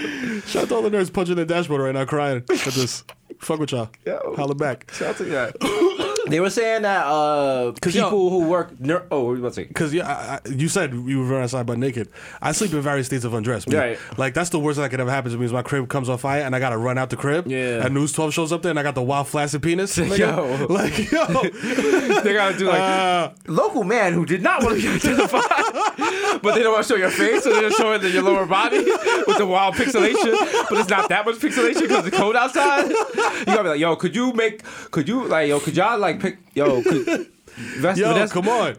B: shout out to all the nerds punching their dashboard right now, crying at this. Fuck with y'all. Holla back.
E: *coughs* They were saying that uh,
B: yo-
E: people who work. Ner- oh, let's see.
B: Cause yeah, I, I, you said you were very outside but naked. I sleep in various states of undress. Man.
E: Right.
B: Like that's the worst that could ever happen to me is my crib comes on fire and I gotta run out the crib.
E: Yeah.
B: And News 12 shows up there and I got the wild flaccid
E: *laughs*
B: penis. nigga.
E: Yo.
B: Like yo.
E: *laughs* They gotta do *laughs*
B: *laughs*
E: like
B: Uh,
E: local man who did not want to be identified, *laughs* but they don't want to show your face, so they're just showing the- your lower body *laughs* with the wild pixelation. But it's not that much pixelation because it's cold outside. You gotta be like, yo, could you make? Could you like, yo, could y'all like pick? Yo, *laughs* could, Vest-
B: yo,
E: Vanessa-
B: come
E: *laughs*
B: on.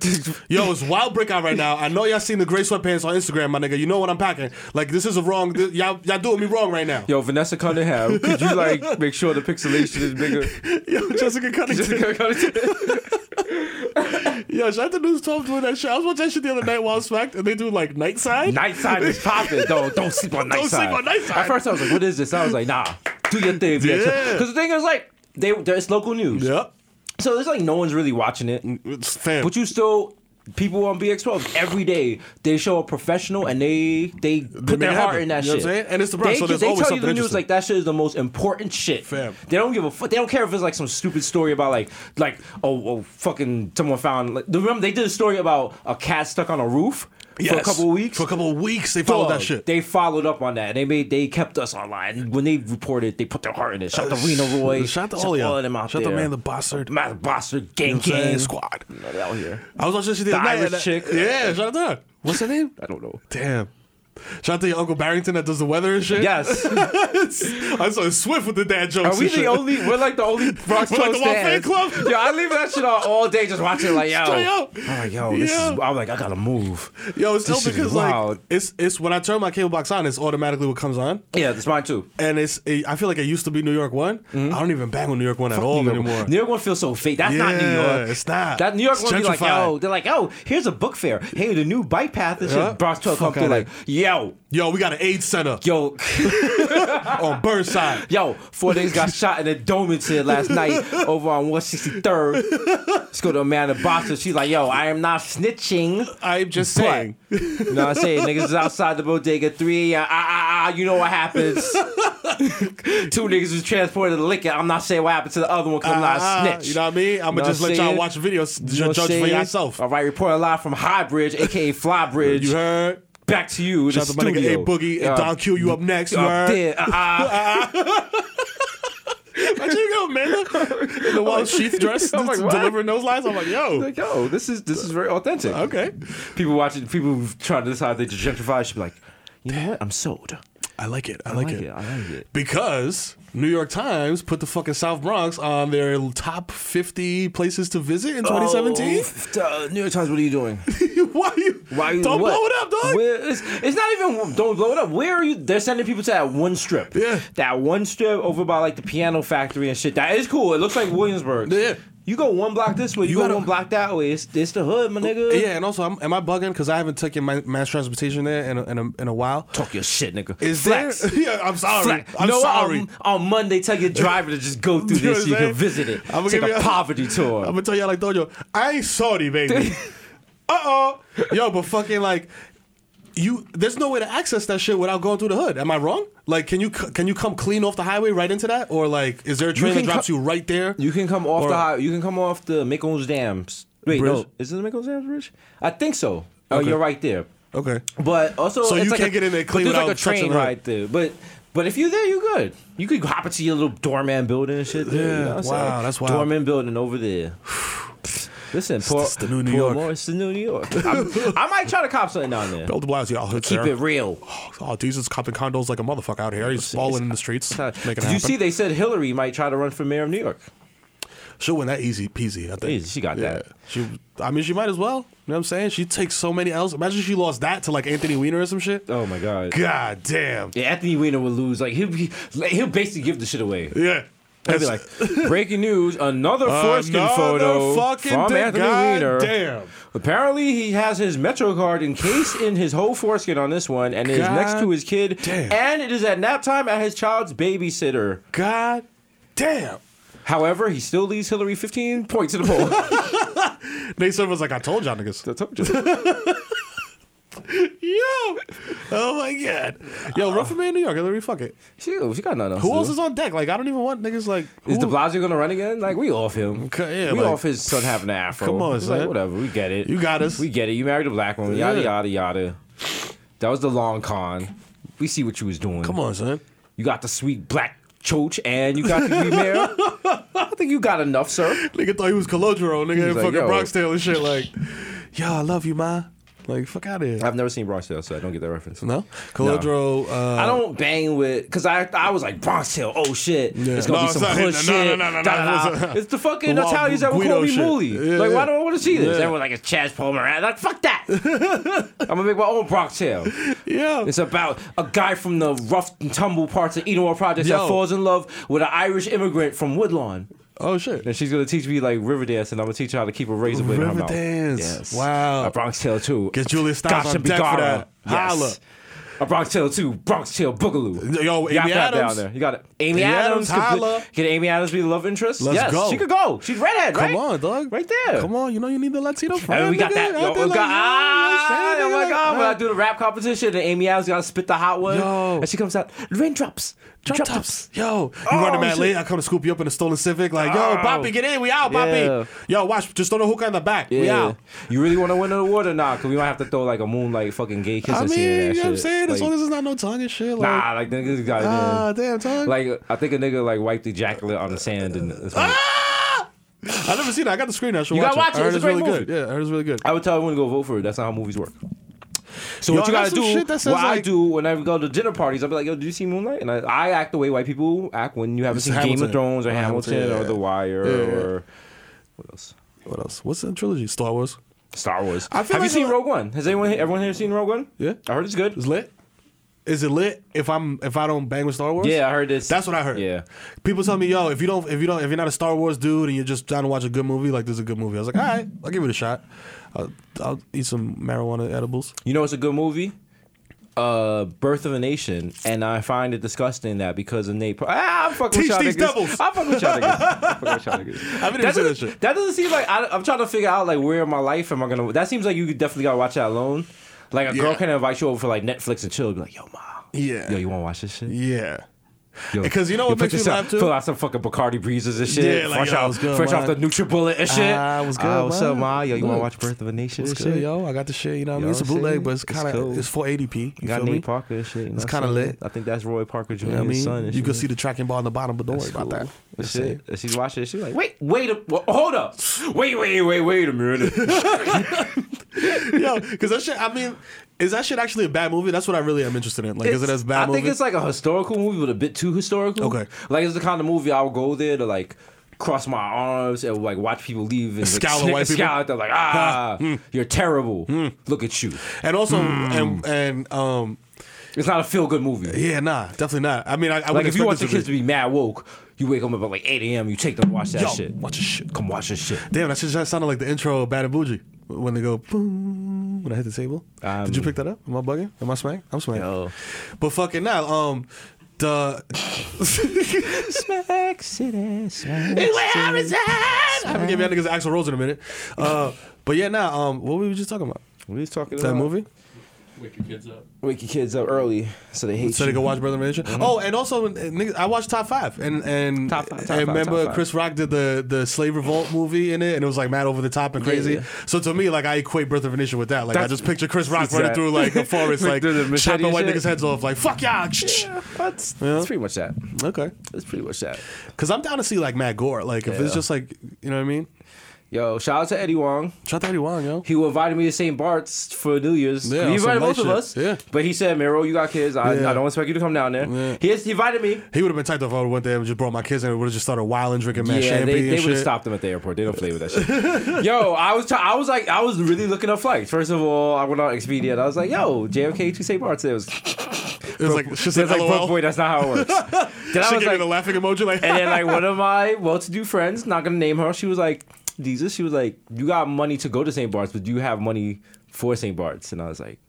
B: Yo, it's wild breakout right now. I know y'all seen the gray sweatpants on Instagram, my nigga. You know what I'm packing. Like this is a wrong. This, y'all y'all doing me wrong right now.
E: Yo, Vanessa Cunningham, could
B: *laughs*
E: you like make sure the pixelation is bigger?
B: Yo, Jessica Cunningham.
E: Jessica Cunningham. *laughs*
B: Yo, shout out to News 12 doing that shit. I was watching that shit the other night while I was smacked, and they do like night side.
E: Nightside is popping. Don't don't sleep on
B: Don't
E: Nightside.
B: sleep on Nightside.
E: At first, I was like, "What is this?" I was like, "Nah, do your thing."
B: Yeah.
E: Because the thing is, like, they it's local news,
B: Yep.
E: so it's like no one's really watching it.
B: It's fam.
E: But you still people on BX12 every day they show a professional and they they put
B: make
E: their
B: it
E: heart
B: happen.
E: in that
B: You know what
E: shit.
B: I'm saying? And it's the Bronx,
E: they,
B: so
E: gi-
B: there's
E: they
B: always
E: tell you
B: something
E: the news
B: interesting.
E: like that shit is the most important shit.
B: Fam.
E: They don't give a fuck. They don't care if it's like some stupid story about like like oh, oh fucking someone found like remember they did a story about a cat stuck on a roof for a
B: Yes.
E: couple of weeks.
B: For a couple of weeks, they followed that
E: Dog,
B: shit.
E: They followed up on that. They made they kept us online. When they reported, they put their heart in it. Shout out to Reno Roy.
B: Uh, Shout out to
E: Shout
B: all, y'all.
E: of them out
B: Shout out
E: there.
B: to Man the Bossard.
E: Man the Bastard Gang
B: You know what I'm saying?
E: Gang
B: Squad.
E: out here.
B: I was watching this shit the,
E: The
B: other night.
E: Irish
B: and I-
E: chick.
B: Yeah, shout out to her. What's her name?
E: I don't know.
B: Damn. Shout out to your Uncle Barrington that does the weather and shit. *laughs*
E: Yes.
B: I saw Swift with the dad jokes.
E: *laughs* Are we
B: and shit.
E: the only? We're like
B: *laughs*
E: the only Bronx
B: We're like
E: Coast
B: the Wild Fan
E: fans.
B: Club.
E: Yo, I leave that shit on all day, just watching. Like, yo,
B: Straight up.
E: I'm like, yo, this
B: Yeah.
E: is. I'm like, I gotta move.
B: Yo, it's
E: This
B: still
E: shit is
B: because
E: wild.
B: like it's it's when I turn my cable box on, it's automatically what comes on,
E: Yeah, that's mine too.
B: and it's it, I feel like it used to be New York One. I don't even bang on New York One at all
E: Mm-hmm. New York.
B: anymore.
E: New York one feels so fake. That's not New
B: Yeah,
E: York.
B: it's not.
E: That New York
B: It's
E: one be like,
B: gentrified.
E: yo, they're like, oh, here's a book fair. Hey, the new bike path. This
B: Yeah.
E: shit. Bronx 12 come
B: Fuck
E: through.
B: outta
E: Like, yo,
B: Yo, we got an AIDS center
E: yo, *laughs*
B: on Burnside.
E: yo. Four days got shot in a dome in here
B: *laughs*
E: last night over on 163rd. Let's go to Amanda Boston. She's like, yo, I am not snitching.
B: I'm just
E: But-
B: saying.
E: You know what I'm saying? Niggas is outside the bodega. Three, ah, ah, ah, you know what
B: *laughs*
E: happens. Two niggas was transported to liquor. I'm not saying what happened to the other one because
B: Ah,
E: I'm not a snitch.
B: You know what I mean? I'm
E: Know
B: gonna just
E: what
B: let
E: I'm
B: y'all
E: saying?
B: watch videos,
E: You know what
B: judge
E: I'm
B: for
E: saying?
B: yourself.
E: All right, reporting live from High Bridge, aka Fly Bridge.
B: You heard?
E: Back to you. in
B: Shout
E: the
B: out to my nigga
E: studio.
B: A Boogie and
E: Uh,
B: Don Q. You up next? You
E: up
B: heard?
E: there.
B: *laughs*
E: Ah, ah.
B: There you go,
E: *laughs*
B: man. In the wild sheath dress,
E: Oh, I'm like, what?
B: delivering those lines. I'm like, yo,
E: Like, yo, this is this is very authentic.
B: okay.
E: People watching, people trying to decide they gentrify should be like, you know what? I'm sold.
B: I like it. I like,
E: like
B: it.
E: it. I like it.
B: Because New York Times put the fucking South Bronx on their top 50 places to visit in 2017.
E: Oh, uh, New York Times, what are you doing?
B: *laughs* Why are you?
E: Why are you
B: don't
E: what?
B: blow it up, dog.
E: Where, it's, it's not even don't blow it up. Where are you? They're sending people to that one strip.
B: Yeah.
E: That one strip over by like the piano factory and shit. That is cool. It looks like Williamsburg.
B: Yeah.
E: You go one block this way, you,
B: You
E: go
B: gotta- Oh,
E: one block that way. It's, it's the hood, my nigga.
B: Yeah, and also, I'm, am I bugging? Because I haven't taken my mass transportation there in a, in a, in a while.
E: Talk your shit, nigga.
B: Is *laughs*
E: Flex.
B: there? Yeah, I'm sorry.
E: Flex. um,
B: I'm
E: You know what?
B: sorry.
E: On, on Monday, tell your driver to just go
B: *laughs*
E: through
B: You know
E: this.
B: what
E: so you
B: I'm saying?
E: can visit it.
B: I'ma
E: Take
B: give
E: a
B: y'all-
E: poverty tour.
B: I'm gonna tell y'all like Dojo, I ain't Saudi,
E: *laughs*
B: baby. uh oh, yo, but fucking like, you, there's no way to access that shit without going through the hood. Am I wrong? Like, can you c- can you come clean off the highway right into that, or like, is there a train that
E: can
B: drops
E: co-
B: you right there?
E: You can come off
B: Or-
E: the high, you can come off the Macon's Dams. Wait, no,
B: Bridge?
E: is it the Macon's Dams bridge? I think so. Oh,
B: Okay.
E: you're right there.
B: Okay.
E: But also,
B: So
E: it's
B: you
E: like
B: can't
E: a-
B: get in there
E: but
B: clean
E: there's like
B: without
E: a train
B: touching the hood.
E: right there. But but if you're there, you're good. You could hop into your little doorman building and shit. there, you
B: Yeah,
E: know what I'm
B: wow,
E: saying?
B: that's wild.
E: Doorman building over there. Listen, poor,
B: it's the new New
E: poor
B: York.
E: Morris, it's the new New York. *laughs* I'm- I might try to cop something down there.
B: Bell the blouse, y'all. Hood,
E: Keep
B: sir.
E: it real.
B: Oh, Jesus, copping condos like a motherfucker out here. He's balling in the streets.
E: *laughs* Did
B: Making it
E: you
B: happen.
E: see they said Hillary might try to run for mayor of New York?
B: She'll win that easy peasy. I think
E: Easy, she got that.
B: She, I mean, she might as well. You know what I'm saying? She takes so many L's. Imagine she lost that to like Anthony Weiner or some shit.
E: Oh my god.
B: God damn.
E: Yeah, Anthony Weiner would lose. Like he'll be, like, he'll basically give the shit away.
B: Yeah.
E: He'll be like, breaking news: another foreskin
B: Another
E: photo
B: fucking
E: from
B: thing.
E: Anthony
B: God
E: Weiner.
B: damn.
E: Apparently, he has his Metro card encased in his whole foreskin on this one, and it is
B: God
E: next to his kid.
B: damn.
E: And it is at nap time at his child's babysitter.
B: God damn.
E: However, he still leads Hillary 15 points in the
B: *laughs*
E: poll.
B: Nate Silver was like, I told y'all niggas.
E: I told
B: *laughs*
E: you.
B: Yo. Oh my God. Yo, run for me in New York. Hillary, fuck it.
E: She, she got nothing else.
B: Who
E: to
B: else
E: do.
B: is on deck? Like, I don't even want niggas like.
E: Is
B: who-
E: De Blasio gonna run again? Like we off him.
B: Okay, yeah,
E: we
B: like-
E: off his son having an afro.
B: Come on,
E: It's like,
B: son.
E: whatever. We get it.
B: You got us.
E: We get it. You married a black woman. Yada
B: Yeah.
E: yada yada. That was the long con. We see what you was doing.
B: Come on, son.
E: You got the sweet black chooch and you got the green mare.
B: *laughs*
E: I think you got enough, sir.
B: Nigga thought he was Calogero, nigga, in
E: like,
B: fucking
E: yo.
B: Bronxdale and shit. Like, yo, I love you, ma. Like, fuck out of here.
E: I've never seen Bronx Tale, so I don't get that reference.
B: No, Calodro. Uh,
E: I don't bang with because I I was like Bronx Hill. Oh shit, it's gonna
B: No,
E: be
B: it's
E: some
B: not
E: hood
B: hitting- no, no,
E: shit.
B: no, no, no,
E: da,
B: no,
E: da, da.
B: it's a-
E: It's the fucking
B: Wild
E: Italians that would
B: Guido
E: call me
B: shit.
E: Mooley.
B: Yeah,
E: like,
B: yeah.
E: why do I want to see this?
B: Yeah.
E: Everyone like it's Chaz Palmer. Like,
B: *laughs*
E: fuck that. I'm gonna make my own Bronx Tale.
B: yeah,
E: It's about a guy from the rough and tumble parts of Edenwall Projects that
B: Yo.
E: falls in love with an Irish immigrant from Woodlawn,
B: Oh shit.
E: and she's gonna teach me like river dance, and I'm gonna teach her how to keep a razor blade in her mouth.
B: Riverdance.
E: Yes.
B: Wow.
E: A Bronx Tale too.
B: Get Julia Stiles
E: Gotcha
B: on deck for
E: Bigara.
B: that. Holla.
E: Yes. A Bronx Tale too. Bronx Tale Boogaloo.
B: Yo,
E: you got
B: Amy
E: that
B: Adams.
E: down there. You got it. Amy,
B: Amy Adams,
E: Adams. could-
B: holla.
E: Can Amy Adams be the love interest?
B: Let's
E: yes,
B: go.
E: she could go. She's redhead, right?
B: Come on, dog.
E: Right there.
B: Come on, you know you need the Latino friend.
E: And we got
B: nigga.
E: that.
B: Out there
E: Yo, we
B: like,
E: got,
B: yo,
E: ah,
B: you know
E: oh
B: what I'm
E: my
B: saying,
E: God.
B: nigga?
E: When I
B: Like, uh.
E: do the rap competition, and Amy Adams got to spit the hot one.
B: Yo.
E: And she comes out, raindrops.
B: Drop
E: drop Oh,
B: tops. Yo, you running mad
E: shit.
B: late. I come to scoop you up in a stolen Civic. Like, yo,
E: Oh.
B: Poppy, get in. We out, Poppy.
E: Yeah.
B: Yo, watch. Just throw the hookah in the back.
E: Yeah.
B: We out.
E: You really want to win an award or not? Because we might have to throw like a moonlight fucking gay kiss
B: I
E: at the
B: mean,
E: end
B: you
E: of
B: know
E: that
B: what I'm
E: shit.
B: saying? As
E: Like,
B: long as it's not no tongue and shit. Like,
E: Nah, like niggas got it.
B: Ah,
E: in.
B: damn, tongue.
E: Like I think a nigga like wiped ejaculate on the sand and it's like-
B: Ah! I never seen it. I got the screen. I should
E: You
B: watch
E: gotta watch it.
B: I heard
E: It's a great
B: really
E: movie.
B: good. Yeah, I heard it's really good.
E: I would tell everyone to go vote for it. That's not how movies work. So
B: Yo,
E: what you
B: I got
E: gotta
B: some
E: do?
B: shit that
E: What
B: says,
E: I
B: like-
E: do when I go to dinner parties, I'll be like, "Yo, did you see Moonlight?" And I, I act the way white people act when you haven't
B: It's
E: seen Game
B: Hamilton.
E: of Thrones or
B: Oh,
E: Hamilton,
B: Hamilton,
E: or
B: yeah.
E: The Wire
B: Yeah, yeah.
E: or what else?
B: What else? What's the trilogy? Star Wars.
E: Star Wars.
B: I
E: Have
B: feel
E: you
B: like
E: seen
B: a-
E: Rogue One? Has anyone, everyone here seen Rogue One?
B: Yeah.
E: I heard it's good.
B: Is lit? Is it lit? If I'm if I don't bang with Star Wars?
E: Yeah, I heard this.
B: That's what I heard.
E: Yeah.
B: People tell me, yo, if you don't if you don't if you're not a Star Wars dude and you're just trying to watch a good movie, like this is a good movie. I was like, all right, I'll give it a shot. I'll, I'll eat some marijuana edibles.
E: You know, it's a good movie. Uh, Birth of a Nation, and I find it disgusting that because of Nate. Pro- ah, I'm fucking
B: Teach
E: with y'all
B: these
E: niggas.
B: devils.
E: I'm fucking with y'all
B: *laughs*
E: niggas. I'm fucking with y'all niggas.
B: I've been into
E: That doesn't,
B: that shit.
E: that doesn't seem like I, I'm trying to figure out like where in my life am I gonna. That seems like you definitely gotta watch that alone. Like a girl
B: Yeah.
E: can invite you over for like Netflix and chill. and Be like, yo, ma.
B: Yeah.
E: Yo, you wanna watch this shit?
B: Yeah.
E: Yo,
B: Because you know
E: yo,
B: what
E: put
B: makes me
E: yourself-
B: laugh, too?
E: Pull out some fucking Bacardi breezes and shit.
B: Yeah, like,
E: fresh
B: yo,
E: off,
B: what's good,
E: fresh
B: ma?
E: off the NutriBullet and shit.
B: Ah, what's good,
E: Ah, what's
B: ma?
E: up, ma? Yo, you wanna
B: Look.
E: watch Birth of a Nation?
B: It's
E: and
B: good,
E: shit?
B: yo. I got the shit. You know, what I
E: Yo,
B: mean, it's a
E: I'm saying?
B: bootleg, but it's
E: It's
B: kind of
E: cool.
B: it's 480p. You
E: You got
B: feel
E: Nate
B: me?
E: Parker and shit. you know
B: It's
E: what I'm
B: kinda
E: saying?
B: lit.
E: I think that's Roy Parker Jr.
B: You know what I mean,
E: son. and
B: you
E: shit.
B: can see the tracking bar on the bottom, but don't worry about that.
E: That's
B: You know *laughs* what I'm
E: it. And She's watching. it, She's like, wait, wait, a, wh- hold up,
B: *laughs*
E: wait, wait, wait, wait a minute.
B: Yo, because that shit. I mean, Is that shit actually a bad movie? That's what I really am interested in. Like, is it
E: It's-
B: as bad?
E: I
B: movie?
E: think it's like a historical movie, but a bit too historical.
B: Okay.
E: Like it's the kind of movie I'll go there to like cross my arms and like watch people leave and
B: Scowl at white
E: like, sn-
B: people? Hmm.
E: scowl at them like ah you're terrible. Look at you.
B: and also
E: Hmm.
B: and and um
E: It's not a feel good movie.
B: yeah, nah, definitely not. I mean, I, I
E: Like
B: wouldn't
E: if you
B: expect
E: want
B: this
E: the
B: to be-
E: kids to be mad woke, you wake them up at like 8 a.m. You take them to watch that
B: Yo,
E: shit.
B: watch this shit.
E: Come watch this shit.
B: Damn, that shit just sounded like the intro of Bad and Bougie when they go boom when I hit the table.
E: Um,
B: Did you pick that up? Am I bugging? Am I smack? I'm smack.
E: Yo.
B: But fucking now, um, the
E: Smack City. Smack.
B: I haven't given y'all niggas Axl Rose in a minute. Uh, but yeah, now, um, what were we just talking about?
E: What are you talking
B: That
E: about?
B: movie?
G: Wake your kids up.
E: Wake your kids up early so they hate
B: So
E: you.
B: they go watch Brother Nature. Oh, and also, uh, niggas, I watched Top Five, and and
E: Mm-hmm. Top Five, Top
B: I
E: Five,
B: remember
E: Top Five.
B: Chris Rock did the the Slave Revolt movie in it, and it was like mad over the top and crazy.
E: yeah.
B: So to me, like I equate Birth of a Nation with that. Like I
E: That's-
B: just picture Chris Rock running
E: Exact-
B: through like a forest, like
E: *laughs* Through the machete
B: chopping white
E: shit.
B: niggas' heads off, like fuck y'all.
E: Yeah, that's, that's pretty much that.
B: Okay,
E: That's pretty much that.
B: because I'm down to see like Matt Gore. Like if it's
E: Yeah.
B: just like you know what I mean.
E: Yo, shout out to Eddie Wong.
B: Shout out to Eddie Wong, yo.
E: He invited me to St. Bart's for New Year's.
B: Yeah,
E: he
B: on some
E: invited both
B: light shit.
E: of us.
B: Yeah.
E: But he said, Miro, you got kids. I,
B: Yeah.
E: I don't expect you to come down there.
B: Yeah.
E: He, just invited me.
B: He would have been typed off. I would have went there and just brought my kids and would have just started wilding, drinking mad
E: yeah,
B: champagne and
E: they, they would
B: shit.
E: have stopped him at the airport. They don't play with that shit. *laughs* yo, I was t- I was like I was really looking up flights. First of all, I went on Expedia and I was like, yo, JFK to St. Bart's.
B: *laughs*
E: It
B: It was
E: was,
B: like, it's just
E: it was like,
B: like,
E: "Broke
B: LOL.
E: boy, that's not how
B: *laughs*
E: it works. then I
B: She
E: was
B: gave me
E: like,
B: the laughing emoji, like,
E: and
B: *laughs*
E: then like one of my well-to-do friends, not gonna name her, she was like, Jesus, she was like, you got money to go to St. Bart's, but do you have money for St. Bart's? And I was like,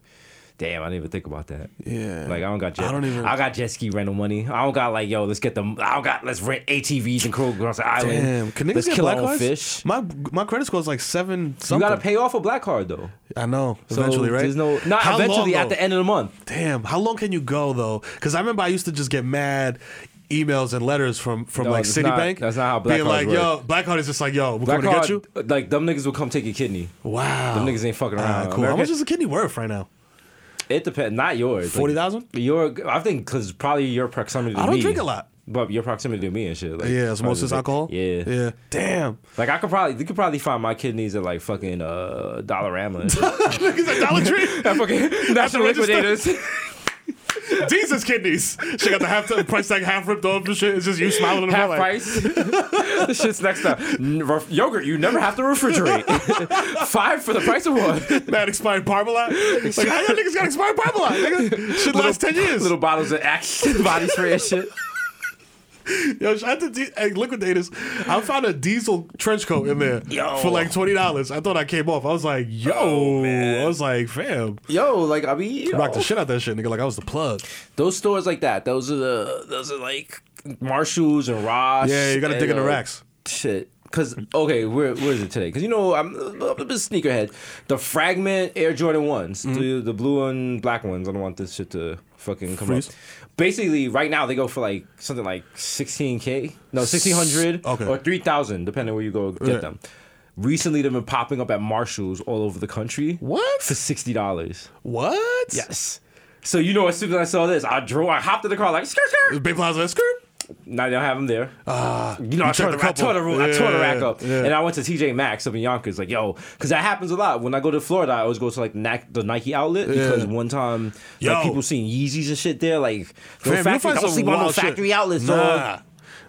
E: damn, I didn't even think about that.
B: Yeah.
E: like I don't got jet.
B: I
E: I
B: don't even-
E: got jet ski rental money. I don't got like yo, let's get the. I don't got let's rent ATVs and cruise across the island.
B: Damn, can niggas
E: let's
B: get
E: kill
B: black
E: our own
B: cards?
E: fish.
B: My my credit score is like seven
E: You
B: something.
E: gotta pay off a black card though.
B: I know.
E: So
B: eventually, right?
E: There's no not
B: How long,
E: eventually at
B: though?
E: the end of the month.
B: Damn, how long can you go though? Because I remember I used to just get mad emails and letters from from
E: No,
B: like
E: that's not-
B: Citibank.
E: that's not how black
B: being
E: cards
B: like, yo, black card is just like, yo, we're
E: Black
B: going
E: card,
B: to get you.
E: like them niggas will come take your kidney.
B: Wow,
E: Them niggas ain't fucking
B: Ah, cool.
E: around.
B: How
E: America-
B: much is a kidney worth right now?
E: It depends. Not yours. Like,
B: 40,000?
E: Your, I think, because probably your proximity. To
B: I don't
E: me,
B: drink a lot.
E: but your proximity to me and shit. Like,
B: Yeah,
E: probably,
B: osmosis
E: like,
B: alcohol.
E: Yeah,
B: yeah. Damn, *laughs*
E: Like I could probably, you could probably find my kidneys at like fucking uh,
B: *laughs*
E: Dollarama. And shit.
B: niggas at Dollar
E: *laughs*
B: Tree.
E: That fucking National
B: register. *laughs*
E: Liquidators.
B: Jesus kidneys. She got the half price tag half ripped off and shit. It's just you smiling in the
E: half
B: like,
E: price. *laughs* this shit's next up. N- ref- Yogurt you never have to refrigerate. *laughs* Five for the price
B: *laughs*
E: of one.
B: Mad expired Parmalat. Like, how y'all niggas got expired Parmalat?
E: *laughs*
B: Nigga, shit last ten years.
E: Little bottles of Action *laughs* body spray and shit.
B: Yo, shout out to D- hey, liquidators. I found a diesel trench coat in there for like twenty dollars. I thought I came off. I was like, yo,
E: Oh,
B: I was like, fam,
E: Yo, like I mean, you know,
B: rock the shit out that shit, nigga. Like I was the plug.
E: those stores like that. Those are the those are like Marshalls and Ross.
B: Yeah, you gotta
E: and,
B: dig in the
E: uh,
B: racks.
E: Shit. Cause okay, where where is it today? Cause you know I'm a bit sneakerhead. The Fragment Air Jordan ones,
B: Mm-hmm.
E: the the blue and black ones. I don't want this shit to fucking come
B: Freeze.
E: up. Basically, right now they go for like something like 16k, no 1600
B: okay.
E: or 3000, depending where you go get
B: Yeah.
E: them. Recently, they've been popping up at Marshalls all over the country.
B: What?
E: for sixty dollars?
B: What?
E: Yes. So you know, as soon as I saw this, I drove. I hopped in the car like skirt, skirt.
B: Bay Plaza skirt.
E: Now they don't have them there.
B: uh,
E: Ah, you know, I
B: you
E: tore,
B: checked
E: the,
B: a
E: I tore the
B: couple.
E: room, I tore the
B: Yeah,
E: rack up,
B: yeah.
E: and I went to TJ Maxx up in Yonkers. Like, yo, because that happens a lot. When I go to Florida, I always go to like Nac- the Nike outlet because one time,
B: Yo.
E: like, people seeing Yeezys and shit there. Like,
B: Fam,
E: no
B: you'll
E: factory,
B: find
E: don't
B: some
E: sleep on no
B: wild shit.
E: factory outlets.
B: Nah,
E: dog.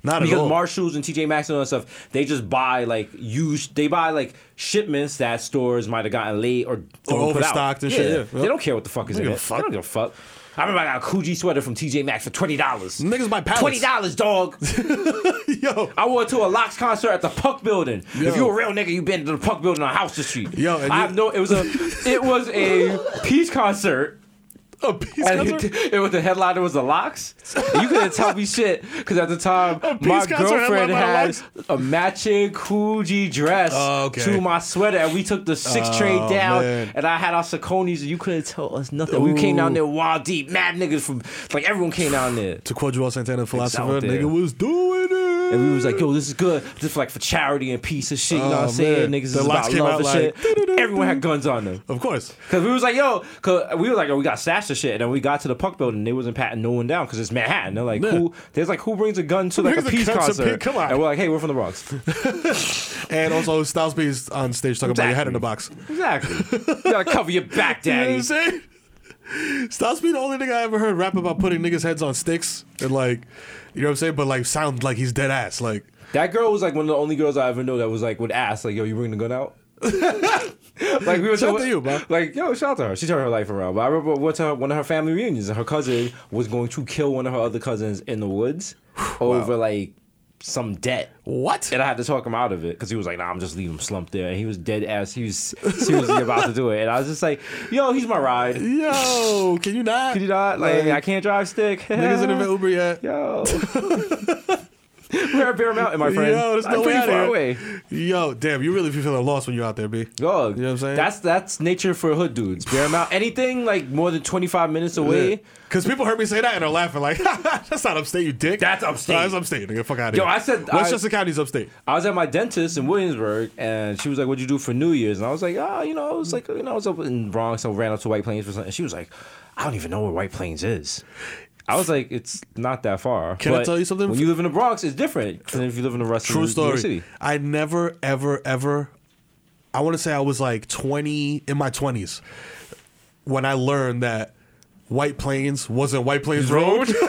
B: not at all.
E: Because Marshalls and TJ Maxx and all that stuff, they just buy like used. They buy like shipments that stores might have gotten late or, don't put out.
B: overstocked and shit, yeah.
E: They don't care what the fuck is in
B: give a
E: it. They don't give a fuck. I remember I got a Coogee sweater from TJ Maxx for twenty dollars.
B: Niggas buy pallets.
E: Twenty dollars, dog.
B: *laughs* yo,
E: I went to a Locks concert at the Puck Building.
B: Yo.
E: If you a real nigga, you been to the Puck Building on House Street.
B: Yo, and
E: I
B: you-
E: have no. It was a. It
B: *laughs*
E: was a peace concert.
B: a peace
E: And
B: concert.
E: *laughs* it, it was the headliner was the locks. You couldn't tell me shit because at the time
B: peace
E: my
B: concert headlined
E: girlfriend
B: by
E: had
B: Lox?
E: a matching Coogee dress
B: Oh, okay.
E: to my sweater, and we took the six
B: Oh,
E: train down,
B: man.
E: and I had our Saconis, and you couldn't tell us nothing. We came down there wild deep, mad niggas from like everyone came down there.
B: To quote Joel Santana, philosopher,
E: out there.
B: nigga was doing it.
E: And we was like, yo, this is good. This is like for charity and peace and shit. You know
B: Oh,
E: what I'm saying?
B: man.
E: Niggas is
B: The Lox
E: about
B: came out
E: love and
B: like,
E: shit. Everyone had guns on them.
B: of course.
E: Cause we was like, yo, cause we were like, oh, we got stashed and shit, and then we got to the puck building, and they wasn't patting no one down because it's Manhattan. They're like,
B: Yeah.
E: who? There's like, who brings a gun to like a
B: brings a
E: peace
B: gun to
E: concert?
B: pe- come on.
E: And we're like, hey, we're from
B: *laughs*
E: the Bronx.
B: And also, Styles P is on stage talking about your head in the box.
E: exactly. You gotta cover your back,
B: You know what
E: daddy.
B: I'm saying? Styles P, the only nigga I ever heard rap about putting niggas' heads on sticks and like, you know what I'm saying? But like, sound like he's dead ass. Like,
E: That girl was like one of the only girls I ever know that was like would ask like, "Yo, you bringing the gun out?" *laughs* like we were
B: Shout out
E: talking-
B: to you, bro.
E: Like yo, shout out to her. She turned her life around. But I remember went to her, one of her family reunions, and her cousin was going to kill one of her other cousins in the woods over like some debt.
B: what?
E: And I had to talk him out of it because he was like, "Nah, I'm just leaving him slumped there." And he was dead ass. He was
B: *laughs*
E: seriously about to do it, and I was just like, "Yo, he's my ride."
B: Yo, can you not?
E: Can you not? Like, I can't drive stick.
B: Niggas in the Uber yet?
E: *laughs* Yo. We're at Bear Mountain, my friend.
B: Yo, there's no
E: I'm
B: way
E: pretty
B: out
E: far
B: here.
E: away.
B: Yo, damn, you really be feeling lost when you're out there, B.
E: Dog,
B: You know what I'm saying?
E: That's that's nature for hood dudes. Bear Mountain, anything like more than 25 minutes away.
B: Because people heard me say that and are laughing like, *laughs* that's not upstate, you dick.
A: That's upstate.
B: Nah, that's upstate, nigga. Fuck out of
E: Yo,
B: here.
E: I said- I-
B: Westchester County's upstate.
E: I was at my dentist in Williamsburg, and she was like, "What'd you do for New Year's?" And I was like, "Ah, you know, I was like, you know, I was up in Bronx, so ran up to White Plains for something." she was like, "I don't even know where White Plains is." I was like, "It's not that far."
B: Can I
E: But
B: tell you something?
E: When you live in the Bronx, it's different than if you live in the rest
B: True
E: of New York
B: story.
E: City.
B: I never, ever, ever. I want to say I was like 20 in my 20s when I learned that White Plains wasn't White Plains Road.
E: *laughs*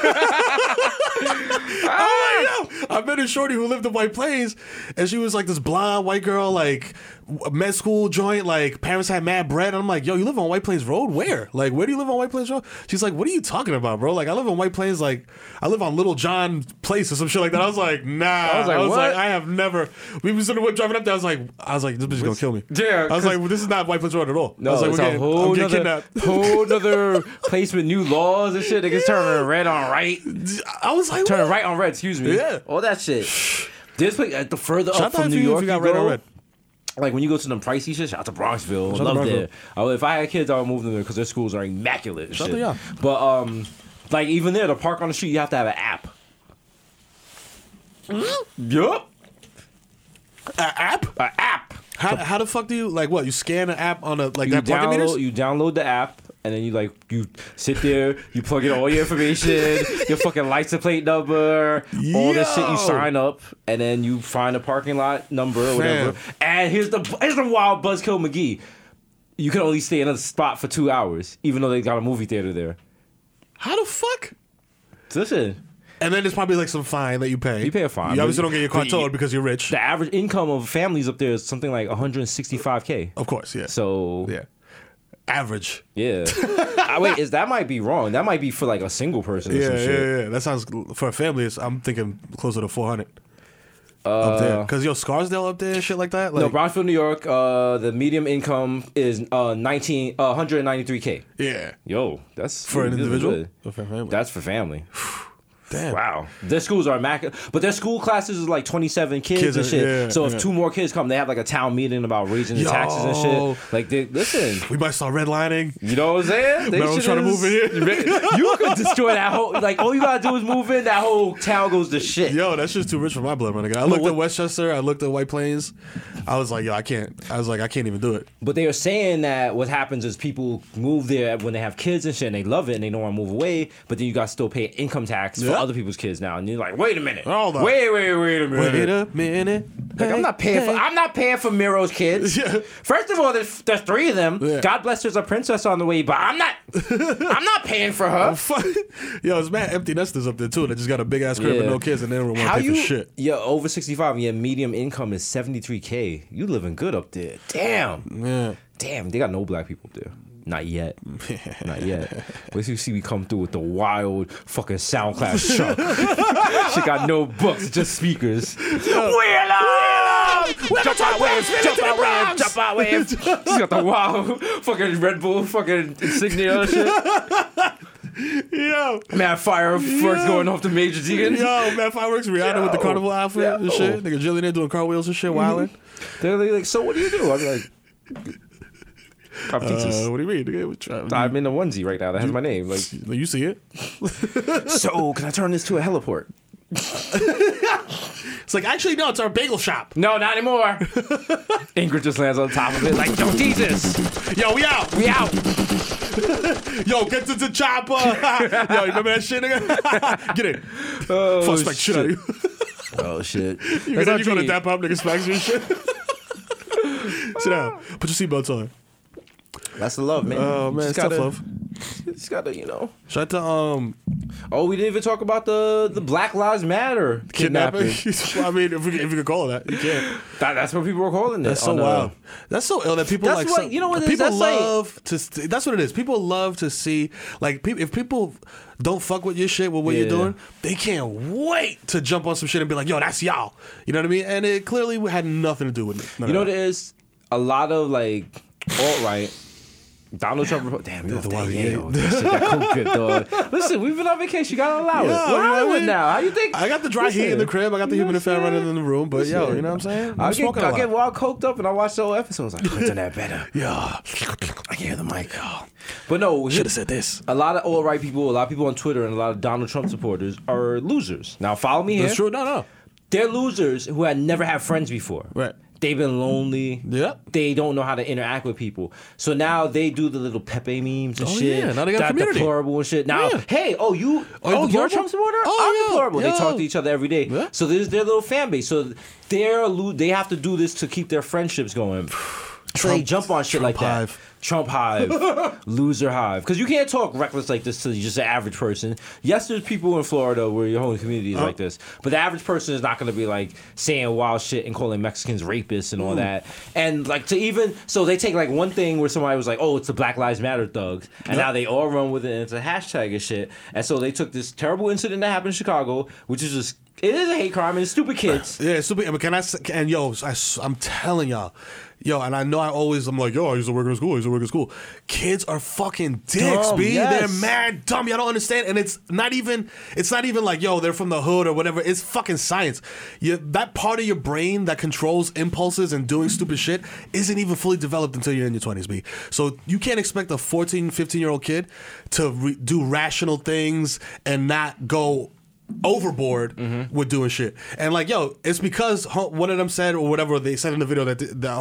E: Ah!
B: Oh, yeah. I met a shorty who lived in White Plains, and she was like this blonde white girl, like w- med school joint, like parents had mad bread. And I'm like, yo, you live on White Plains Road? Where? Like, where do you live on White Plains Road? She's like, what are you talking about, bro? Like, I live on White Plains, like, I live on Little John Place or some shit like that. I was like, nah. I
E: was like, what?
B: I have never. We was in the whip driving up there. I was like, I was like, this bitch is gonna kill me.
E: Yeah,
B: I was like, well, this is not White Plains Road at all. I
E: No,
B: was like,
E: it's
B: we're
E: a
B: getting- I'm
E: whole
B: getting
E: nother,
B: kidnapped. *laughs*
E: whole nother place with new laws and shit. Niggas turning red on right,
B: I was
E: *laughs*
B: like,
E: turning right on red. Excuse me.
B: Yeah.
E: all that shit. This place, at the further
B: Shout
E: up
B: out
E: from
B: to
E: New
B: you if
E: York,
B: you got red on
E: go,
B: red.
E: Like when you go to them pricey shit, shout out to Bronxville.
B: to
E: Love
B: Bronxville.
E: there. I would- if I had kids, I would move them there because their schools are immaculate. and
B: Shout out
E: shit.
B: to y'all.
E: But um, like even there, to park on the street, you have to have an app.
B: Mm-hmm.
E: Yup,
B: An app?
E: an app.
B: How, how the fuck do you like what? You scan an app on a like
E: you
B: that parking meters?
E: download you download the app and then you like you sit there, you plug in all
B: *laughs*
E: your information, your fucking license plate number, all this shit.
B: Yo!
E: You sign up and then you find a parking lot number or whatever.
B: Fam.
E: And here's the here's the wild Buzzkill McGee. You can only stay in a spot for two hours, even though they got a movie theater there.
B: How the fuck?
E: So listen,
B: And then there's probably like some fine that you pay.
E: You pay a fine,
B: You
E: but-
B: obviously don't get your car
E: but you-
B: towed because you're rich.
E: the average income of families up there is something like 165k.
B: Of course, yeah.
E: So
B: Oh. yeah, average. *laughs*
E: yeah, Ah, wait, is that might be wrong? That might be for like a single person or
B: Yeah,
E: some
B: yeah,
E: shit.
B: yeah, That sounds for a family. It's, I'm thinking closer to 400. up there, because yo Scarsdale up there, and shit like that. Like,
E: Uh, No, Brownsville, New York. Uh, the medium income is uh 19 uh, 193k.
B: yeah,
E: Yo, that's
B: for an
E: this is
B: individual,
E: good.
B: or for a family.
E: That's for family.
B: Damn.
E: Wow, their schools are immaculate, but their school classes is like 27 kids,
B: Kids
E: and
B: are-
E: shit.
B: yeah,
E: so if
B: yeah.
E: two more kids come, they have like a town meeting about raising the taxes and
B: Yo.
E: shit. Like, they, listen.
B: We might start redlining.
E: You know what I'm saying? They
B: Man, I'm
E: should
B: trying to
E: is-
B: move in
E: *laughs* You could destroy that whole. Like all you gotta do is move in. That whole town goes to shit.
B: Yo, that's just too rich for my blood, my nigga. I looked at Westchester, I looked at White Plains. I was like, yo, I can't. I was like, I can't even do it.
E: But they are saying that what happens is people move there when they have kids and shit, and they love it, and they don't want to move away. But then you got to still pay income tax for
B: Yeah.
E: other people's kids now, and you're like, wait a minute,
B: Hold on.
E: wait, wait, wait a minute.
B: Wait a minute.
E: Like, I'm not paying for I'm not paying for Miro's kids.
B: *laughs* Yeah.
E: First of all, there's, there's three of them.
B: Yeah.
E: God bless, there's a princess on the way, but
B: *laughs*
E: I'm not I'm not paying for her.
B: Yo, it's mad empty nesters up there too. That just got a big ass crib and
E: Yeah.
B: no kids, and they don't want to
E: How
B: pay
E: you?
B: for shit.
E: You're over 65 and your medium income is 73k. You living good up there. Damn.
B: Yeah.
E: Damn, they got no black people up there. Not *laughs* yet. Not yet. Wait till you see we come through with the wild fucking *laughs* SoundCloud chunk. she got no books, just speakers. Willow! Jump out waves! Jump out waves! Jump out waves! She's got the wild fucking Red Bull fucking insignia and shit.
B: Yo,
E: Mad fireworks
B: Yeah.
E: going off the major deacon.
B: yo, Matt Fireworks, Rihanna with the
E: Yo.
B: carnival outfit and
E: Yo.
B: shit. Nigga Jillian doing cartwheels and shit, wilding.
E: They're like, so what do you do? I'm like, I'm
B: Uh,
E: teachers.
B: what do you mean? Nigga, we try-
E: I'm in a onesie right now that has my name. Like,
B: you see it?
E: *laughs* so can I turn this to a heliport?
B: It's like actually no, it's our bagel shop.
E: No, not *laughs* anymore. Ingrid just lands on top of it like, yo, Jesus,
B: Yo, we out.
E: we out.
B: Yo, get to the chopper. *laughs* Yo, you remember that shit, nigga? *laughs* get it.
E: Oh,
B: Fuck smack shit out of you.
E: Oh, shit.
B: You
E: That's
B: gonna,
E: how
B: you gonna
E: G-
B: dap up, nigga smacks you and *laughs* shit. Sit down. Put your seatbelts on.
E: That's the love, man.
B: Oh
E: You
B: man,
E: just
B: it's tough
E: gotta-
B: love.
E: Just gotta, you know.
B: Shut the um
E: Oh, we didn't even talk about the the Black Lives Matter
B: kidnapping. *laughs*
E: kidnapping.
B: I mean, if we, if you could call it that, you Oh, can.
E: That- that's what people were calling it.
B: That's so
E: on, uh,
B: wild. That's so ill that people
E: That's
B: like
E: what-
B: some-
E: you know what it is?
B: people
E: That's like-
B: love to. St- that's what it is. People love to see like peop if people don't fuck with your shit with what you're
E: Yeah.
B: doing, they can't wait to jump on some shit and be like, "Yo, that's y'all." You know what I mean? And it clearly had nothing to do with it. None
E: You know
B: of
E: what it is? A lot of like alt right. Donald Trump. Repo- Damn, you're the
B: one-
E: one.
B: yeah.
E: Shit, that coke good, dog. Listen, we've been on vacation. You gotta
B: Yeah,
E: allow it.
B: you
E: We're
B: know what I
E: Hollywood
B: mean?
E: now. How you think?
B: I got the dry heat in the
E: Listen.
B: crib. I got the humidifier running in the room. But yo, you know what I'm saying?
E: I
B: I'm
E: get,
B: smoking a
E: I get
B: lot.
E: wild coked up and I watch the whole episode. I was like, I could have done that better.
B: Yeah,
E: I hear the mic. *laughs* But no,
B: should have said this.
E: a lot of all right people, a lot of people on Twitter, and a lot of Donald Trump supporters are losers. Now, follow me here.
B: That's true. No, no.
E: They're losers who had never had friends before.
B: Right.
E: They've been lonely.
B: Yeah.
E: They don't know how to interact with people. So now they do the little Pepe memes and
B: Oh,
E: shit.
B: yeah. Now they got a
E: that
B: community.
E: deplorable and shit. Now,
B: Yeah.
E: hey, oh you,
B: Oh, you're
E: oh, you're
B: deplorable?
E: a Trump supporter?
B: Oh,
E: I'm
B: yeah.
E: deplorable. They talk
B: Yeah.
E: to each other every day.
B: Yeah.
E: So there's their little fan base. So they're lo- they have to do this to keep their friendships going. So they
B: Trump-
E: jump on shit
B: Trump
E: like that.
B: hive.
E: Trump hive, loser hive. Because you can't talk reckless like this to just an average person. Yes, there's people in Florida where your whole community is like this, but the average person is not going to be like saying wild shit and calling Mexicans rapists and all that. And like to even so, they take like one thing where somebody was like, "Oh, it's the Black Lives Matter thugs," and now they all run with it. and It's a hashtag and shit. And so they took this terrible incident that happened in Chicago, which is just it is a hate crime and it's
B: *laughs*
E: stupid kids.
B: Yeah, it's stupid. But can I? s- And yo, I, am telling y'all, yo, and I know I always I'm like, yo, I used to work in school. I used to work in school. Kids are fucking dicks,
E: Dumb,
B: b.
E: yes.
B: They're mad dumb. Y'all don't understand. And it's not even. It's not even like yo, they're from the hood or whatever. It's fucking science. You, that part of your brain that controls impulses and doing stupid shit isn't even fully developed until you're in your 20s, b. So you can't expect a 14, 15 year old kid to re- do rational things and not go overboard with doing shit. And like, yo, it's because ho- one of them said or whatever they said in the video that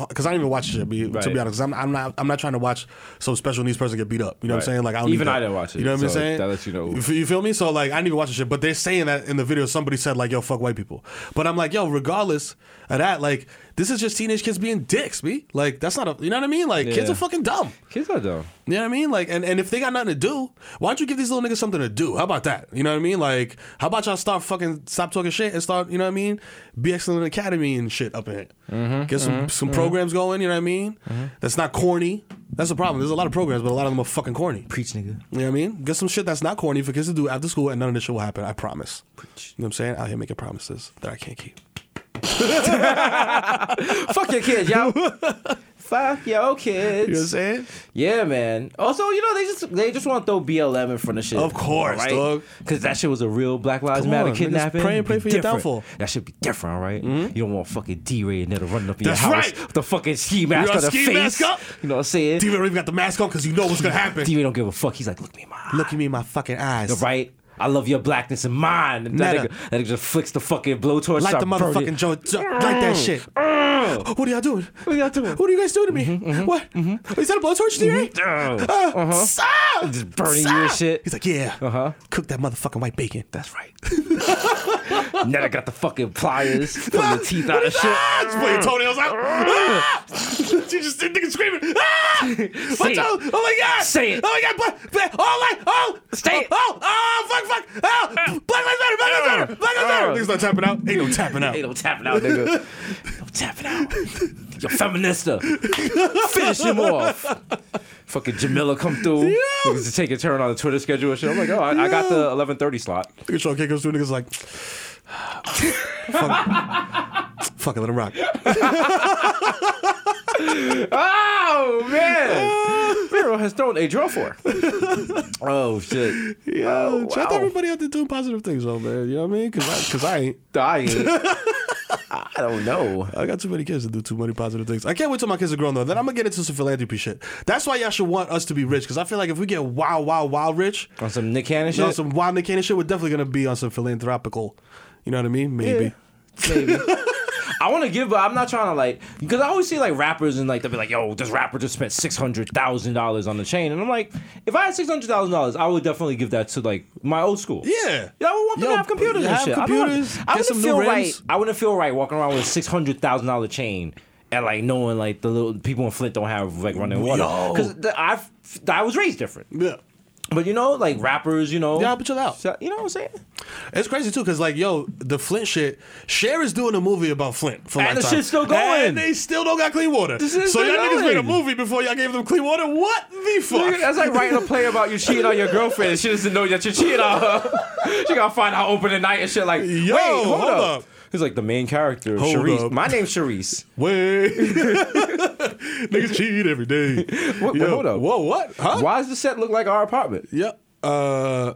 B: because I don't even watch shit. be- To
E: Right.
B: be honest, 'cause I'm, I'm not I'm not trying to watch some special needs person get beat up. You know what I'm
E: Right.
B: saying? Like, I don't
E: Even
B: need that.
E: I didn't watch it,
B: You know what I'm
E: so
B: saying?
E: that lets you know.
B: You f- you feel me? So like, I didn't even watch the shit, but they're saying that in the video. Somebody said like, yo, fuck white people. But I'm like, yo, regardless of that, like. This is just teenage kids being dicks, b. Like that's not a, you know what I mean. Like kids
E: Yeah.
B: are fucking dumb.
E: Kids are dumb.
B: You know what I mean? Like, and, and if they got nothing to do, why don't you give these little niggas something to do? How about that? You know what I mean? Like, how about y'all start fucking stop talking shit and start, you know what I mean? Be excellent academy and shit up in it.
E: Mm-hmm,
B: Get some some programs going. You know what I mean? That's not corny. That's the problem. There's a lot of programs, but a lot of them are fucking corny.
E: Preach, nigga.
B: You know what I mean? Get some shit that's not corny for kids to do after school, and none of this shit will happen. I promise. You know what I'm saying? Out here making promises that I can't keep.
E: Fuck your kids, yo. *laughs* Fuck your kids.
B: You know what I'm saying?
E: Yeah, man. Also, you know they just they just want to throw BLM in front of shit.
B: Of course, dog.
E: Because that shit was a real Black Lives
B: Come
E: Matter
B: on, niggas
E: kidnapping.
B: pray and pray
E: Be
B: for your
E: different.
B: downfall. Mm-hmm.
E: That should be different, all right? You don't want fucking D-Ray and them running up in
B: That's
E: your house
B: right.
E: with the fucking ski mask
B: got a
E: on the
B: ski
E: face.
B: mask up?
E: You know what I'm saying?
B: D-Ray even got the mask on because you know what's gonna happen.
E: D-Ray don't give a fuck. He's like, look me in my eye.
B: Look at me in my fucking eyes.
E: right? I love your blackness and mine. And that
B: Netta.
E: nigga, that nigga just flicks the fucking blowtorch.
B: Like
E: start
B: the
E: burning-
B: motherfucking Joe. Jo- like that shit. What are y'all doing? What
E: are Uh. y'all doing? Mm-hmm,
B: What are you guys doing to me? What? Is that a blowtorch, Jerry?
E: Oh,
B: Just
E: burning you and shit.
B: He's like, yeah. Uh
E: Uh-huh.
B: Cook that motherfucking white bacon. That's
E: That's right.
B: *laughs*
E: Netta got the fucking pliers, from the teeth out of shit.
B: ah, just pull your toenails *laughs* out. Ah! she just did nigga screaming. Ah!
E: it.
B: My toe. Oh my god.
E: Say it.
B: Oh my god. Black, black, oh my. Oh.
E: Say
B: oh,
E: it.
B: Oh. Oh. Fuck. Fuck. Oh. Black lives matter. Black lives matter. Black lives matter.
E: Uh.
B: Niggas not tapping out. Ain't no tapping out.
E: Hey, don't tap it out, *laughs* nigga. don't tap it out. You're feminista. Finish him off. Fucking Jamila come through.
B: Yeah.
E: Niggas to take a turn on the Twitter schedule and shit. I'm like, oh, I, I got the 11:30 slot.
B: Nigga Sean King goes through, niggas like, fuck, fuck it, let him rock.
E: Oh *laughs* man, Miro has thrown a draw for. oh shit,
B: Yeah,
E: Oh,
B: shout out to
E: wow.
B: everybody out there doing positive things, though, man. You know what I mean? Because I, cause I ain't.
E: dying. *laughs* I don't know.
B: I got too many kids to do too many positive things. I can't wait till my kids are grown though. Then I'm gonna get into some philanthropy shit. That's why y'all should want us to be rich. Cause I feel like if we get wow, wow, wow rich,
E: On some Nick Cannon
B: you know,
E: shit.
B: some wild Nick Cannon shit, we're definitely gonna be on some philanthropical. You know what I mean? Maybe.
E: maybe. *laughs* I want to give, but I'm not trying to like because I always see like rappers and like they'll be like, "Yo, this rapper just spent six hundred thousand dollars on the chain," and I'm like, if I had six hundred thousand dollars, I would definitely give that to like my old school.
B: Yeah.
E: yeah, I would want them
B: Yo,
E: to have computers and
B: have
E: shit. I don't
B: computers,
E: want-
B: get
E: I,
B: some
E: wouldn't
B: new
E: feel
B: rims.
E: right. I wouldn't feel right walking around with a six hundred thousand dollar chain. And like knowing like the little people in Flint don't have like running water
B: Yo.
E: because I I was raised different.
B: Yeah.
E: But you know, like rappers, you know,
B: Yeah, but chill out.
E: So- you know what I'm saying?
B: It's crazy too, cause like yo, the Flint shit. Cher is doing a movie about Flint for
E: And
B: lifetime.
E: the shit's still going.
B: And they still don't got clean water.
E: This is
B: so
E: still
B: y'all niggas made a
E: going.
B: movie before y'all gave them clean water. What the fuck?
E: Nigga, That's like writing a play about you cheating on your girlfriend. and She doesn't know that you're cheating on her. *laughs* she gotta find out open tonight and shit. Like,
B: Yo,
E: wait, hold,
B: hold
E: up.
B: up.
E: He's like the main character,
B: Hold
E: Charisse.
B: up.
E: My name's Charisse.
B: *laughs* Wait,
E: *laughs*
B: niggas cheat every day.
E: What,
B: Yo,
E: hold up.
B: Whoa, what? *laughs* Huh?
E: Why does the set look like our apartment?
B: Yeah. Uh,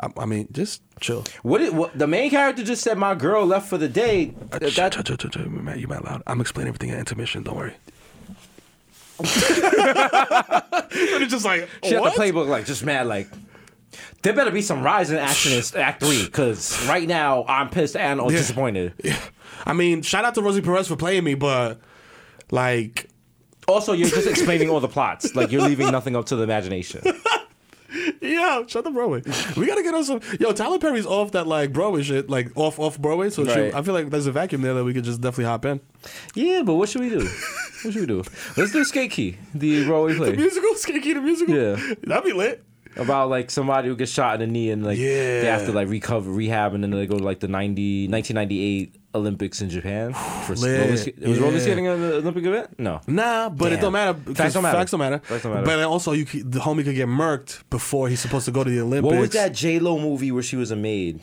B: I, I mean, just chill.
E: What, it, what the main character just said? My girl left for the day. That- that-
B: Chill, chill, chill, chill. Matt, you might loud. I'm explaining everything at intermission. Don't worry. and *laughs* it's just like
E: she
B: what?
E: had the playbook like just mad like. There better be some rise in action in
B: *sighs*
E: Act Three, because right now I'm pissed and or
B: Yeah.
E: disappointed.
B: *laughs* Yeah. I mean, shout out to Rosie Perez for playing me, but like,
E: Also, you're just explaining all the plots, like you're leaving nothing up to the imagination.
B: yeah, shut the
E: *laughs*
B: Broadway. We gotta get on some. Yo, Tyler Perry's off that like Broadway shit, like off off Broadway. So she-
E: Right.
B: I feel like there's a vacuum there that we could just definitely hop in.
E: Yeah, but what should we do? What should we do? Let's do Skate Key, the role we play
B: Musical, Skanky the musical.
E: Yeah.
B: that'd be lit.
E: about like somebody who gets shot in the knee and like they have to like recover, rehab, and then they go to like the 90, 1998 Olympics in Japan for
B: Lit.
E: roller sk- It was roller
B: Yeah.
E: skating an Olympic event? No.
B: Nah, but it
E: Damn.
B: don't matter.
E: Facts
B: because
E: don't matter.
B: Facts don't matter.
E: Facts don't matter.
B: But then also, you could, the homie could get murked before he's supposed to go to the Olympics.
E: What was that J Lo movie where she was a maid?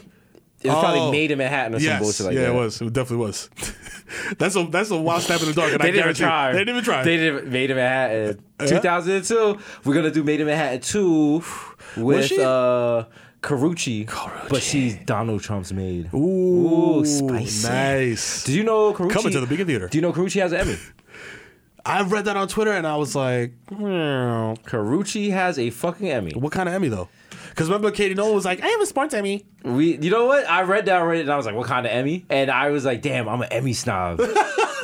E: It was
B: Oh.
E: probably Made in Manhattan or some
B: Yes.
E: bullshit like
B: yeah,
E: that.
B: it was. It definitely was. *laughs* that's a that's a wild stab in the dark. And
E: They
B: I
E: didn't even
B: guarantee-
E: try.
B: They didn't even try.
E: They didn't Made in Manhattan. 2002. We're gonna do Made in Manhattan 2 with
B: she-
E: uh Carucci, but she's Donald Trump's maid.
B: Ooh,
E: spicy.
B: Nice.
E: Do you know Carucci?
B: Coming to the bigger theater.
E: Do you know Carucci has an
B: *laughs*
E: Emmy?
B: I read that on Twitter and I was like, hmm,
E: Carucci has a fucking Emmy.
B: what kind of Emmy though? Because remember Katie Nolan was like, I have a sports Emmy.
E: We, you know what? I read that already, and I was like, "What kind of Emmy?" And I was like, "Damn, I'm an Emmy snob."
B: *laughs*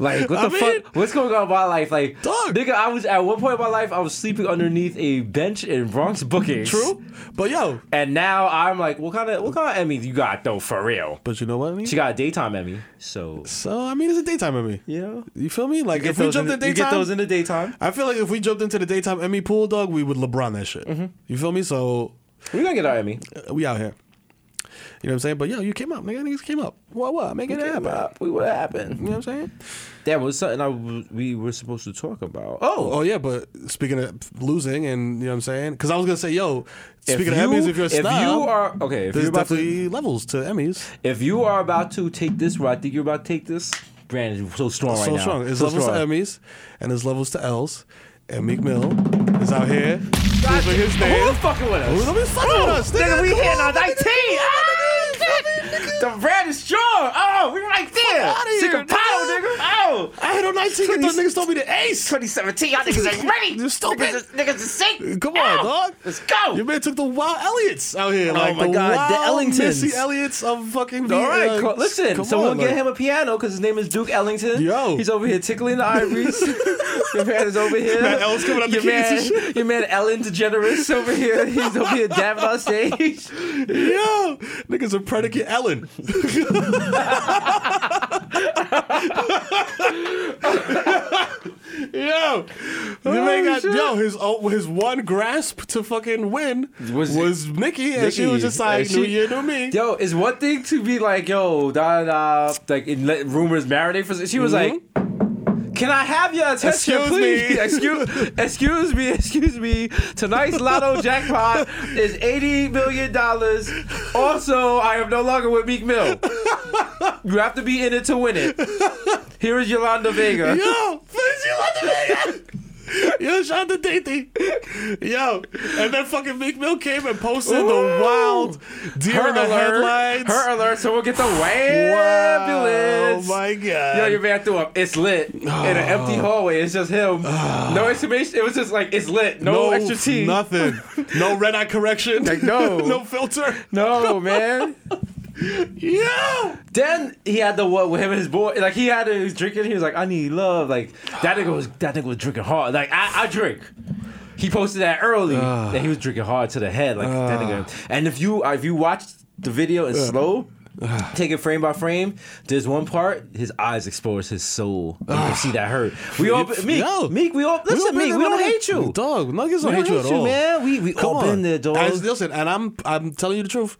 E: like, what the
B: mean-
E: fuck? What's going on in my life? Like,
B: Dog.
E: nigga, I was at one point in my life, I was sleeping underneath a bench in Bronx Bookings.
B: True, but yo,
E: And now I'm like, what kind of what kind of Emmy you got though? For real,
B: but you know what I mean.
E: she got a daytime Emmy, so
B: so I mean, it's a daytime Emmy.
E: you know.
B: You feel me? Like
E: Get
B: if we
E: those
B: jumped
E: in
B: in
E: the-
B: daytime,
E: you get those in the daytime.
B: I feel like if we jumped into the daytime Emmy pool, dog, we would LeBron that shit.
E: Mm-hmm.
B: You feel me? So
E: We're gonna get our Emmy.
B: uh, we out here. You know what I'm saying? But yo, you came up, nigga. Niggas came up. What? What? Make it happen.
E: We what
B: You
E: happened?
B: know what I'm saying?
E: That was something I w- we were supposed to talk about. Oh,
B: Oh yeah, but speaking of losing, and you know what I'm saying? Because I was gonna say, yo,
E: if
B: speaking
E: you-
B: of Emmys, if you're a snob,
E: you are okay, if
B: there's
E: you're about to,
B: definitely levels to Emmys.
E: if you are about to take this, where I think you're about to take this, Brandon, you're so strong right
B: so
E: now.
B: strong. There's
E: so
B: levels to Emmys, and there's levels to L's. And Meek Mill is out here
E: God,
B: for his name.
E: Who the fucking with us?
B: Who the fuck with us, nigga?
E: Nigga, we
B: Come
E: here
B: on,
E: now,
B: nigga.
E: 19. Ah, shit. The brand is strong. Oh, we're right there.
B: outta here,
E: Sick of
B: nigga.
E: Paddle, nigga. Oh.
B: I had on 19. Get those niggas told me the ace.
E: 2017, y'all niggas ain't ready.
B: *laughs* You stupid.
E: Niggas, is- niggas is sick.
B: Come on,
E: Ow.
B: dog.
E: Let's go. Oh
B: Your man took the wild Elliots out here. like
E: my
B: the
E: God, the
B: wild
E: Ellingtons.
B: Missy Elliots of fucking.
E: All right,
B: uh,
E: co- listen.
B: come
E: Someone
B: on,
E: get
B: like-
E: him a piano because his name is Duke Ellington.
B: Yo.
E: he's over here
B: *laughs*
E: tickling the ivories. your man is over here.
B: Man, Ellen's coming up the
E: your
B: keys and
E: man, your man Ellen DeGeneres over here. He's over here dabbing on stage.
B: *laughs* Yo, niggas a predicate Ellen. *laughs* yo, the man got,
E: Oh, shit.
B: yo, his oh, his one grasp to fucking win was,
E: Was-
B: Nikki, and she was just like,
E: And
B: "New
E: she-
B: year, new
E: *laughs*
B: me."
E: Yo, it's one thing to be like, yo, da da, da, like and let rumors marinate for. She was like, "Can I have your attention,
B: Excuse *laughs*
E: please?
B: me.
E: excuse, excuse me, excuse me.
B: *laughs*
E: Tonight's lotto jackpot is eighty million dollars. Also, I am no longer with Meek Mill. You have to be in it to win it. Here is Yolanda Vega.
B: Yo, please, you love the nigga. Yo, shout out to DT. Yo, and then fucking Meek Mill came and posted the
E: Ooh.
B: wild deer
E: Her
B: in the
E: alert.
B: headlines.
E: Her alert. Someone get the
B: wow,
E: ambulance.
B: my god.
E: Yo, your man threw up. It's lit in an empty hallway. It's just him. no exclamation. It was just like it's lit. No, extra tea.
B: Nothing. No red eye correction.
E: Like,
B: *laughs*
E: no.
B: no filter.
E: No man.
B: Yeah.
E: then he had the what with him and his boy. Like he had it. He was drinking. He was like, I need love. Like that nigga was that nigga was drinking hard. Like I, I drink. He posted that early, and he was drinking hard to the head. Like that nigga. And if you if you watch the video in slow. Take it frame by frame. There's one part. His eyes explores his soul. You can see that hurt. We all, Meek,
H: Yo.
E: Meek. We all listen,
H: been
E: Meek.
H: in
E: We don't
H: another-
E: hate you,
H: dog. Nuggets
E: We
H: don't hate you at all,
E: man. We we
H: Come
E: all
H: on.
E: been there, dog.
B: As- listen, and I'm I'm telling you the truth.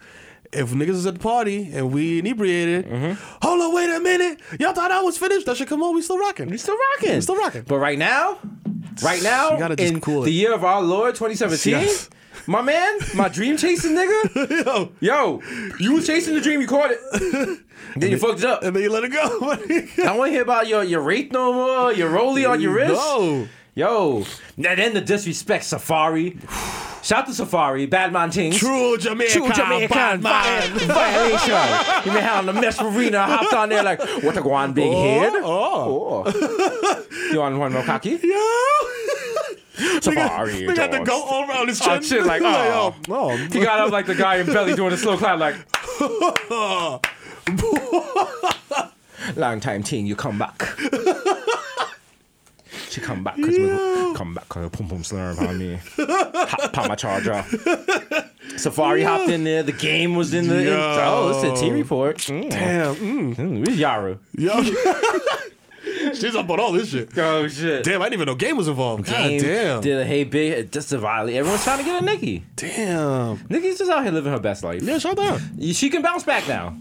B: If niggas is at the party and we inebriated,
E: Mm-hmm.
B: hold on, wait a minute. Y'all thought I was finished. That should come on. We still rocking.
E: We still rocking.
B: We still rocking.
E: But right now, right now,
B: You gotta just
E: in
B: cool it.
E: the year of our Lord 2017,
B: Yes.
E: my man, my dream chasing nigga,
B: *laughs* Yo,
E: yo, you was chasing the dream, you caught it, then you fucked it
B: *laughs*
E: up.
B: and then you let it go. *laughs*
E: I want to hear about your your rate no more, your rollie on your wrist.
B: No.
E: Yo, now then the disrespect Safari. Shout to Safari, Bad Mountain.
B: True Jamaican,
E: True
B: bad
E: Jamaican vi-
B: man.
E: *laughs* violation. you mean how the mess arena hopped on there like, what the guan big head?
B: *laughs*
E: Oh. you want one more cocky?
B: Yo,
E: *laughs* Safari.
B: we got the
E: dog.
B: goat all around his chin.
E: Oh, shit,
B: *laughs*
E: like, oh.
B: yo, oh,
E: *laughs* He got up like the guy in Belly doing a slow clap, like. *laughs* Long time teen, you come back. She come back, cause we come back, cause pum pum slurm on me. Hop on my charger. Safari hopped in there. The game was in the. in- oh, it's a T report. Mm.
B: damn. Mm.
E: Mm, where's Yara?
B: Yo,
E: *laughs*
B: she's up on all this shit.
E: Oh shit.
B: Damn, I didn't even know game was involved.
E: Game
B: God damn.
E: Did a hey big just a violate. Everyone's trying to get a Nikki.
B: Damn.
E: Nikki's just out here living her best life.
B: Yeah, shut down.
E: She can bounce back now.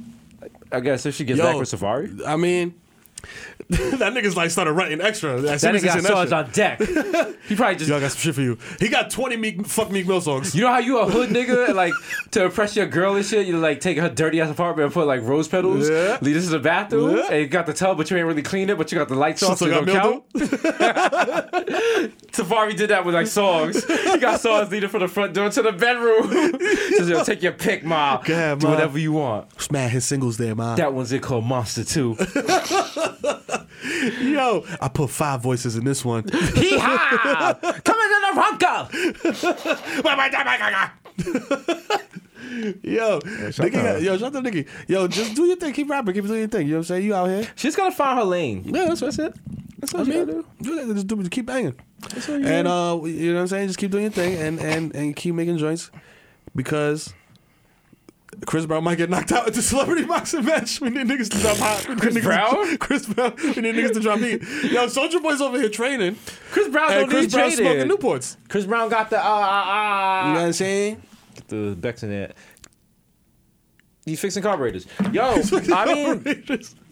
E: I guess if she gets
B: Yo,
E: back with Safari.
B: I mean, *laughs* that nigga's like started writing extra. As soon
E: That
B: as
E: nigga
B: he
E: got
B: said that
E: swords
B: shit.
E: on deck.
B: *laughs*
E: He probably just.
B: Yo, I got some shit for you. He got 20 Meek, fuck Meek Mill songs.
E: You know how you a hood nigga like to impress your girl and shit. You like take her dirty ass apartment and put like rose petals.
B: Yeah.
E: Lead us to the bathroom.
B: Yeah.
E: And you got the tub, but you ain't really cleaned it. But you got the lights off, so
B: Still
E: it
B: got
E: don't count. *laughs* Safari did that with like songs. He got songs leading from the front door to the bedroom. *laughs* Says, yo, take your pick, ma.
B: ahead,
E: Do
B: Ma."
E: whatever you
B: *laughs*
E: want.
B: Smash his singles there, man.
E: That one's it called Monster Two. *laughs*
B: Yo, I put five voices in this *laughs* one.
E: Hee ha!
B: *laughs*
E: Coming in the
B: Yo, Nicky, got, yo, shout out to Nicky. Yo, just do your thing. Keep rapping. Keep doing your thing. You know what I'm saying? You out here.
E: She's gonna find her lane.
B: Yeah, that's what I said. That's what I
E: you
B: mean.
E: gotta
B: do that. Just do, keep banging. and uh, you know what I'm saying? Just keep doing your thing and and and keep making joints because Chris Brown might get knocked out at the celebrity boxing match. We need niggas to drop hot. We need niggas to-
E: Brown?
B: *laughs* Chris Brown. We need niggas to drop heat. Yo, Soldier Boy's over here training,
E: Chris Brown
B: and
E: don't
B: Chris
E: need
B: Brown
E: jaded.
B: smoking Newports.
E: Chris Brown got the uh uh
B: You know
E: uh
B: what I'm saying?
E: the Bex in that. He's fixing carburetors. Yo, I mean,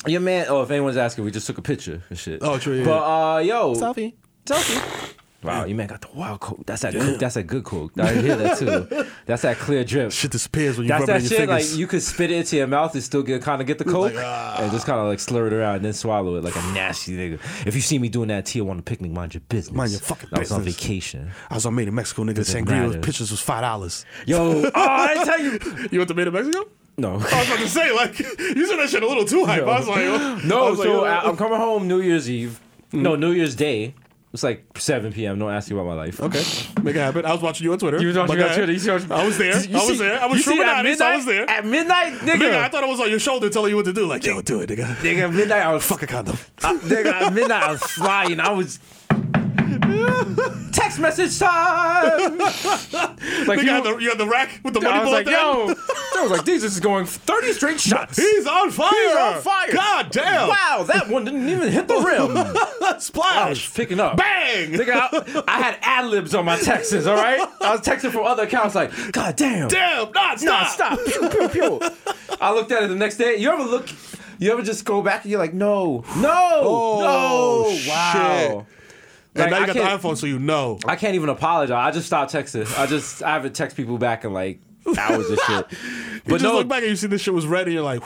E: your man. Oh, if anyone's asking, we just took a picture and shit.
B: Oh, true, yeah.
E: But uh, yo,
B: Selfie.
E: Selfie. Wow, your man got the wild coke. That's that. Good, that's that good coke. I hear that too. That's that clear drip.
B: Shit disappears when you
E: That's
B: rub it
E: that
B: in your
E: shit.
B: fingers.
E: Like you could spit it into your mouth and still get kind of get the coke, and just kind of like slur it around and then swallow it like a nasty nigga. If you see me doing that, Tia want to pick me. Mind your business.
B: Mind your fucking
E: I was on
B: business.
E: vacation.
B: I was on Made in Mexico, nigga.
E: Doesn't
B: Sangria
E: matter.
B: was- pictures was five dollars.
E: Yo, oh, I tell you,
B: *laughs* You went to Made in Mexico?
E: no.
B: I was about to say, like, *laughs* you said that shit a little too hype. I was like, oh. I
E: No,
B: was like,
E: so uh,
B: oh.
E: I, I'm coming home New Year's Eve. No, New Year's Day. It's like 7 p.m. Don't ask me about my life.
B: Okay, *laughs* make it happen. I was watching you on Twitter.
E: *laughs* You was watching
B: My
E: me on
B: guy.
E: Twitter. You see what-
B: I was there.
E: You
B: I was
E: see-
B: there. I was
E: you see, at
B: Shrewdanatis.
E: midnight,
B: I was there.
E: At *laughs* midnight, nigga.
B: Nigga, I thought I was on your shoulder telling you what to do. Like, yo, do it, nigga.
E: nigga, midnight, I was fucking.
B: Fuck a
E: *laughs*
B: condom.
E: I, nigga, at midnight, I was flying. I was. Text message *laughs* time. like
B: Nigga,
E: you,
B: you, had
E: *laughs*
B: the, you had the rack with the money
E: I
B: ball
E: was like,
B: at the end.
E: yo, I was like, Jesus is going 30 straight *laughs* shots.
B: He's on fire.
E: He's on fire.
B: God damn. *laughs*
E: Wow, that one didn't even hit the *laughs* rim. I was
B: Splash.
E: picking up.
B: Bang.
E: Oh, Nigga, I, I had ad libs on my texts, all right? I was texting from other accounts, like, God damn.
B: Damn. Nah, stop.
E: Nah, stop. Pew, pew, pew.
B: *laughs*
E: I looked at it the next day. You ever look, you ever just go back and you're like, no, no,
B: Oh,
E: no. Wow.
B: And
E: Like,
B: now
E: I
B: you got
E: can't-
B: the iPhone, so you know.
E: I can't even apologize. I just stopped texting. I just, I haven't text people back in like hours of shit.
B: *laughs* You
E: But
B: just
E: no,
B: look back and you see this shit was red, and you're like,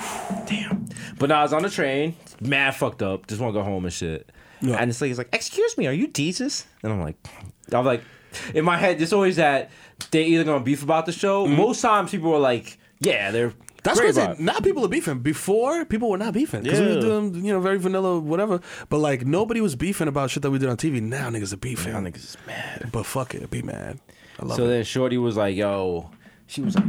E: But now I was on the train, mad fucked up, just want to go home and shit. And this lady's like, "Excuse me, are you Jesus?" And I'm like, I'm like, in my head, it's always that they either gonna beef about the show. Most times, people are like, "Yeah, they're
B: That's
E: great
B: crazy.
E: about it."
B: Now people are beefing. Before people were not beefing because we
E: Yeah.
B: were doing you know very vanilla whatever. But like nobody was beefing about shit that we did on TV. Now niggas are beefing. Now niggas is mad. But fuck it, be mad. I love
E: So
B: it.
E: then Shorty was like, yo, she was like,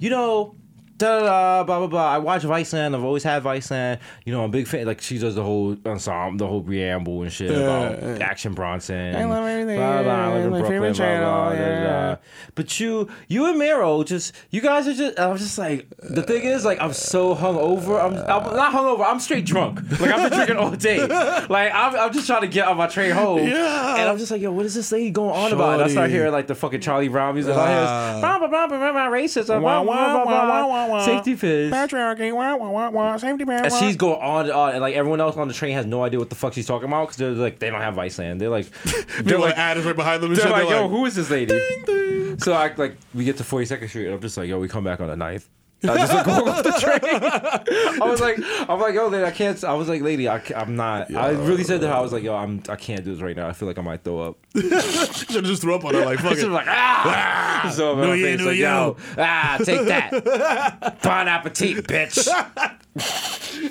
E: you know, da da da, blah blah blah. I watch Viceland. I've always had Viceland. You know, I'm a big fan. Like she does the whole ensemble, the whole preamble and shit about Action Bronson. I love everything. Blah blah. I live in Brooklyn. Blah blah. blah, da, da, da. But you, you and Miro, just you guys are just. I'm just like the thing is like I'm so hungover. I'm, I'm not hungover. I'm straight drunk. Like I've been drinking
B: *laughs*
E: all day. Like I'm, I'm just trying to get on my train home.
B: Yeah.
E: And I'm just like, yo, what is this lady going on about? And I start
B: Shorty.
E: hearing like the fucking Charlie Brown music. I hear this, blah blah blah blah blah, blah racism. Blah,
B: Uh, Wah,
E: blah, blah,
B: wah,
E: blah,
B: wah, wah,
E: blah.
B: wah.
E: Safety fish.
B: Patriarchy, wah, wah, wah, wah, safety man.
E: And she's going on and on, and like everyone else on the train has no idea what the fuck she's talking about because they're like they don't have Iceland. They're like,
B: *laughs* They're
E: they're
B: like,
E: like,
B: ad is right behind them and
E: they're
B: shit.
E: like,
B: They're
E: yo,
B: like,
E: who is this lady? So I like we get to 42nd Street, and I'm just like, yo, we come back on
B: *laughs*
E: the 9th. I just like walk off the train. I was like, I'm like, yo, lady, I can't. I was like, lady, I, ca- I'm not. I really said to her, I was like, yo, I'm, I can't do this right now. I feel like I might throw up.
B: *laughs* should just threw up on her.
E: *laughs*
B: Like, fuck
E: She was
B: it.
E: like,
B: *laughs*
E: ah, so
B: No,
E: no,
B: yeah,
E: yeah,
B: no,
E: like, yo, ah, take that. *laughs* bon appetit, bitch.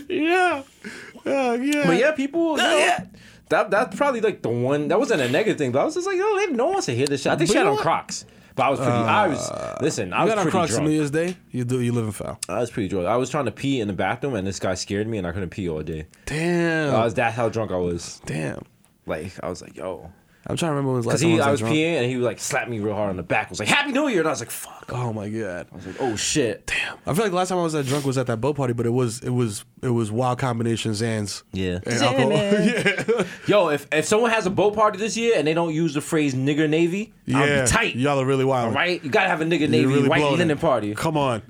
B: Yeah. Uh, yeah.
E: But yeah, people. You know,
B: yeah.
E: That that's probably like the one that wasn't a negative thing, but I was just like, yo, no one wants to hear this shit. I think she
B: But
E: had
B: you
E: on
B: know what? Uh,
E: Crocs, but I was pretty. I was listen. I
B: You
E: was
B: got on
E: pretty
B: Crocs on
E: drunk.
B: New Year's Day. You do. You live in foul.
E: I was pretty drunk. I was trying to pee in the bathroom, and this guy scared me, and I couldn't pee all day.
B: Damn.
E: I was that how drunk I was.
B: Damn.
E: Like I was like, yo,
B: I'm trying to remember when was the last
E: because
B: time
E: he,
B: I
E: I was
B: was that drunk.
E: peeing, and he was like slapped me real hard on the back. Was like, Happy New Year, and I was like, fuck. I
B: Oh my god.
E: was like, oh shit. Damn.
B: I feel like the last time I was that drunk was at that boat party, but it was it was it was wild combination Zans.
E: Yeah.
B: And alcohol. *laughs* yeah.
E: Yo, if, if someone has a boat party this year and they don't use the phrase nigger navy, I'll
B: Yeah.
E: be tight.
B: Y'all are really wild.
E: All right, you gotta have a nigger
B: You're
E: navy
B: really
E: white
B: blown it.
E: linen party.
B: Come on.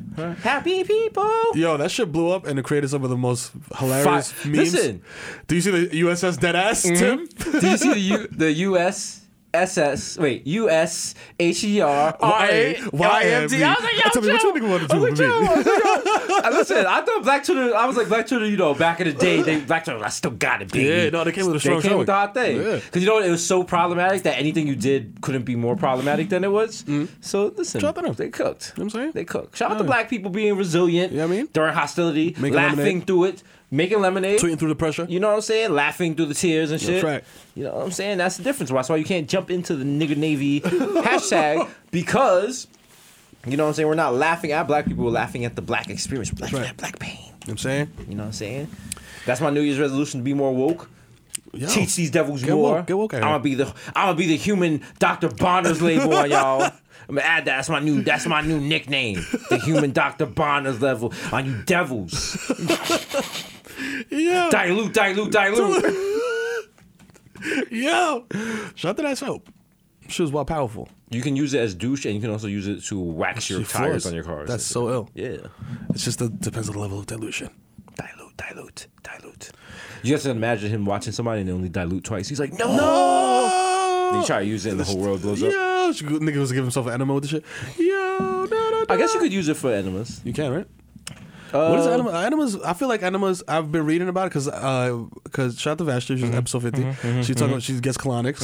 E: Happy people. *laughs*
B: Yo, that shit blew up and it created some of the most hilarious
E: Fi-
B: memes.
E: Listen. Mm-hmm.
B: Do you see the USS Deadass, Tim?
E: Did you see the U- the US SS wait US H E R R A Y M D? I was like, yo,
B: Tell me, what
E: Joe.
B: you nigga wanna do
E: I
B: with
E: was like,
B: me?
E: Joe, I
B: *laughs*
E: was like, yo. Uh, Listen, I thought Black Twitter. I was like Black Twitter. You know, back in the day, they Black Twitter. I still got it, baby.
B: Yeah, no, they came with a strong
E: They came
B: showing.
E: with the hot thing.
B: Yeah.
E: Because you know what? It was so problematic that anything you did couldn't be more problematic than it was.
B: Mm-hmm.
E: So listen,
B: Shout out to them.
E: they cooked.
B: You know what I'm saying?
E: *laughs* they cooked. Shout out to black people being resilient.
B: You know what I mean?
E: during hostility,
B: Making
E: laughing
B: lemonade.
E: through it, making lemonade,
B: Tweeting through the pressure.
E: you know what I'm saying? Laughing through the tears and shit.
B: right.
E: You know what I'm saying? That's the difference. That's why you can't jump into the nigger navy *laughs* hashtag because you know what I'm saying? We're not laughing at black people, we're laughing at the black experience. We're laughing
B: Right.
E: at black pain.
B: You know what I'm saying?
E: You know what I'm saying? That's my New Year's resolution to be more woke.
B: Yo.
E: Teach these devils
B: Get
E: more.
B: woke, get woke out
E: I'm
B: here.
E: gonna be the I'm gonna be the human Dr. Bonner's label
B: *laughs*
E: on y'all. I'm gonna add that. That's my new that's my new nickname. The human Dr. Bonner's level on you devils.
B: Yo.
E: Dilute, dilute, dilute.
B: *laughs* Yo. Shout out to that soap. She was wild powerful.
E: You can use it as douche, and you can also use it to wax your
B: She
E: tires
B: floors.
E: on your cars.
B: That's so ill.
E: yeah.
B: It's just the, depends on the level of dilution.
E: Dilute, dilute, dilute. You have to imagine him watching somebody and they only dilute twice. He's like, no.
B: No.
E: Then you try to use it, and the whole world blows
B: Oh, Yo,
E: up.
B: she, nigga was giving himself an enema with the shit. Yo, no, no,
E: I
B: no.
E: guess you could use it for enemas.
B: You can, right? what is
E: Uh,
B: enema? Enemas. I feel like enemas. I've been reading about it because because shout out to Vashti,
E: Mm-hmm.
B: she's in episode 50 she's talking. She gets colonics.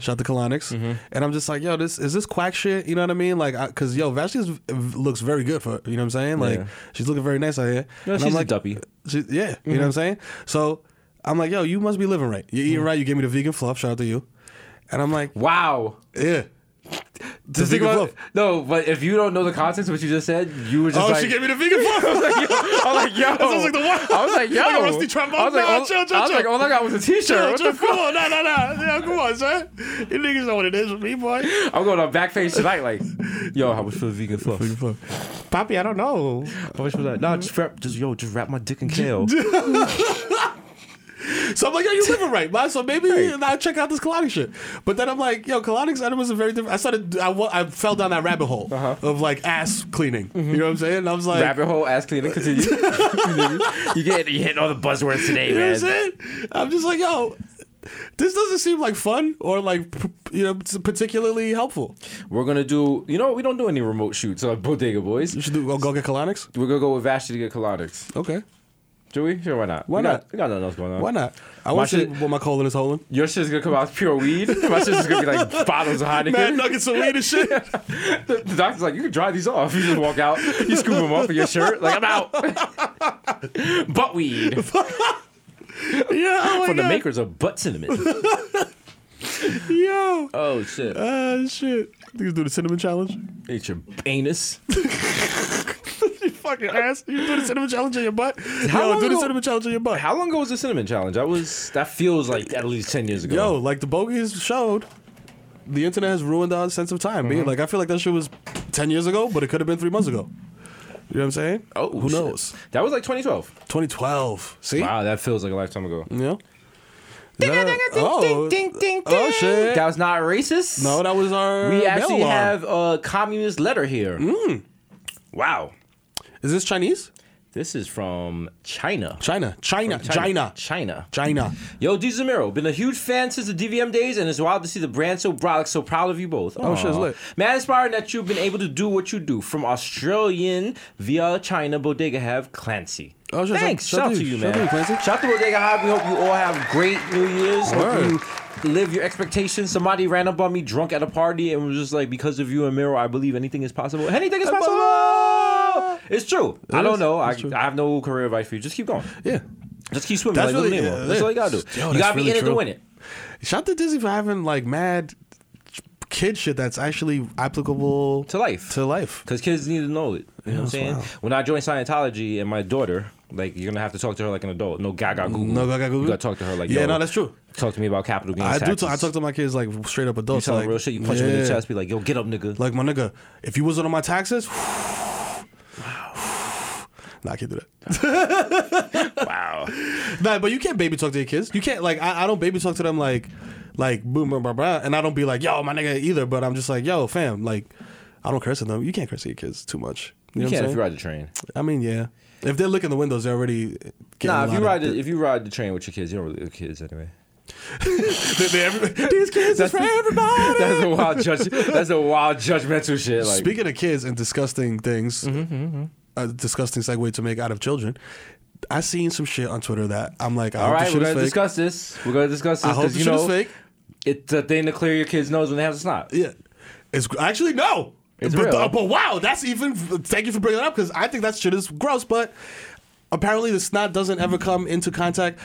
B: Shout out to colonics.
E: Mm-hmm.
B: And I'm just like, yo, this is this quack shit. You know what I mean? Like, because yo, Vashti is- looks very good for. You know what I'm saying? Like,
E: Yeah.
B: she's looking very nice out here.
E: No,
B: And I'm
E: she's a Mm-hmm.
B: like,
E: duppy.
B: she- yeah, you know what I'm saying? So I'm like, yo, you must be living right. You're
E: Mm-hmm.
B: eating right. You gave me the vegan fluff. Shout out to you. And I'm like,
E: Wow.
B: yeah. The
E: Just think
B: vegan
E: about-
B: fluff.
E: no, but if you don't know the context of what you just said, you were just
B: Oh,
E: like,
B: she gave me the vegan fluff.
E: I was like, *laughs* yo. I
B: sounds like the one-
E: I was like,
B: *laughs*
E: yo.
B: like a rusty trombone.
E: I was like,
B: Nah,
E: all,
B: chill, chill,
E: I was
B: chill.
E: like, all I got was a t-shirt. What the
B: come on, nah, nah, nah. Yeah, come on, son. You niggas know what it is with me, boy.
E: f- I'm going on back page tonight, like, yo, how much for the
B: *laughs*
E: vegan fluff?
B: Poppy, I don't know.
E: How much was that? Nah, just wrap, just yo, just wrap my dick
B: *laughs*
E: in kale.
B: So I'm like, yo, you living right, man. So maybe I check out this colonic shit. But then I'm like, yo, colonics enemas are very different. I started, I, wa- I fell down that rabbit hole of like ass cleaning. You know what I'm saying? And I was like,
E: Uh-huh. Mm-hmm. Rabbit hole, ass cleaning,
B: *laughs*
E: continue. you get you hitting all the buzzwords today,
B: you know what I'm saying?
E: man.
B: I'm just like, yo. This doesn't seem like fun or like p- you know particularly helpful.
E: We're gonna do. You know, what? we don't do any remote shoots on Bodega Boys.
B: You should do, go, go get colonics.
E: We're gonna go with Vashti to get colonics.
B: Okay,
E: Do we? Sure, why not?
B: Why
E: we got-
B: not?
E: we got nothing else going on.
B: why not? I
E: My
B: want to
E: shit-
B: what my colon is holding.
E: Your shit's gonna come out as pure weed. My shit's just gonna be
B: *laughs*
E: like bottles of
B: Mad
E: Heineken.
B: nuggets of weed and
E: *laughs*
B: shit.
E: the, the doctor's like, you can dry these off. You just walk out. You scoop them off of your shirt. Like
B: *laughs*
E: I'm out. butt weed
B: yeah, oh my
E: from the
B: God.
E: makers of butt cinnamon.
B: Yo.
E: Oh shit!
B: Ah, shit. Niggas do the cinnamon challenge.
E: Eat your anus.
B: *laughs* You fucking ass. You do the cinnamon challenge on your butt.
E: How
B: Yo,
E: long
B: do the
E: ago-
B: cinnamon challenge on your butt.
E: How long ago was the cinnamon challenge? That was that feels like at least ten years ago.
B: Yo, like the bogeys showed, the internet has ruined our sense of time. B. Like I feel like that shit was ten years ago, but it could have been three months ago. You know what I'm saying?
E: Oh,
B: who
E: shit.
B: knows?
E: That was like 2012.
B: 2012. See?
E: Wow, that feels like a lifetime ago.
B: You know? Is that a- *laughs* oh, oh shit!
E: That was not racist.
B: no, that Mm. was our.
E: we
B: bell
E: actually
B: alarm.
E: have a communist letter here. Wow,
B: Is this Chinese?
E: this is from China.
B: China, China, China,
E: China.
B: China.
E: Yo, D Zamiro, been a huge fan since the DVM days, and it's wild to see the brand so broad. So proud of you both. Oh,
B: shit, it's lit.
E: Man, inspiring that you've been able to do what you do from Australian via China Bodega Have Clancy.
B: Oh, shit, shout-
E: Thanks.
B: shout
E: Shout,
B: to
E: to
B: you,
E: you,
B: shout
E: man.
B: to you, Clancy.
E: Shout to Bodega Have. We hope you all have great New Year's.
B: Word.
E: Hope you live your expectations. Somebody ran up on me drunk at a party and was just like, because of you and Miro, I believe anything is possible. Anything is possible. It's true. I
B: is.
E: don't know. I,
B: It's true.
E: I have no career advice for you. Just keep going.
B: Yeah.
E: Just keep swimming.
B: That's
E: like Little
B: really-
E: Nemo.
B: yeah,
E: that's all you gotta do.
B: that's- yo,
E: you
B: that's
E: gotta be
B: really
E: in it
B: true.
E: to win it.
B: Shout to Disney for having like mad kid shit that's actually applicable
E: To life.
B: To life.
E: Because kids need to know it. You know what I'm
B: that's
E: saying?
B: wild.
E: When I joined Scientology and my daughter, like you're gonna have to talk to her like an adult. No gaga Google.
B: No gaga Google.
E: You gotta talk to her like
B: Yeah,
E: yo,
B: no, that's true.
E: Talk to me about capital gains.
B: I do.
E: taxes.
B: T- I talk to my kids like straight up
E: you
B: adults.
E: tell
B: like,
E: them real shit. You punch them in
B: yeah.
E: the chest. Be like, yo, get up, nigga.
B: Like my nigga, if you wasn't on my taxes, *sighs* nah, I can't
E: *laughs*
B: do that.
E: wow.
B: nah, but you can't baby talk to your kids. You can't like I, I don't baby talk to them like like boom blah, blah blah, and I don't be like yo my nigga either. But I'm just like yo fam, like I don't curse at them. You can't curse at your kids too much. You,
E: You
B: know
E: can't
B: what
E: if
B: I'm
E: you
B: saying?
E: ride the train.
B: I mean, yeah. If they're looking the windows, they're already. getting
E: Nah,
B: a
E: if
B: lot
E: you
B: of
E: ride
B: dick.
E: the, if you ride the train with your kids, you don't really have kids anyway. *laughs*
B: They- they every- These kids is for everybody.
E: That's a wild judge. That's a wild judgmental shit. *laughs* Like,
B: Speaking of kids and disgusting things, a disgusting segue to make out of children. I seen some shit on Twitter that I'm like, I
E: all
B: hope
E: right,
B: this shit
E: we're gonna
B: is fake.
E: discuss this. We're gonna discuss this
B: I hope
E: because
B: this
E: you
B: shit is
E: know
B: fake.
E: it's a thing to clear your kids' nose when they have to snot.
B: Yeah, it's actually no.
E: It's
B: but,
E: real.
B: but wow, that's even. Thank you for bringing it up because I think that shit is gross. But apparently, the snot doesn't ever come into contact.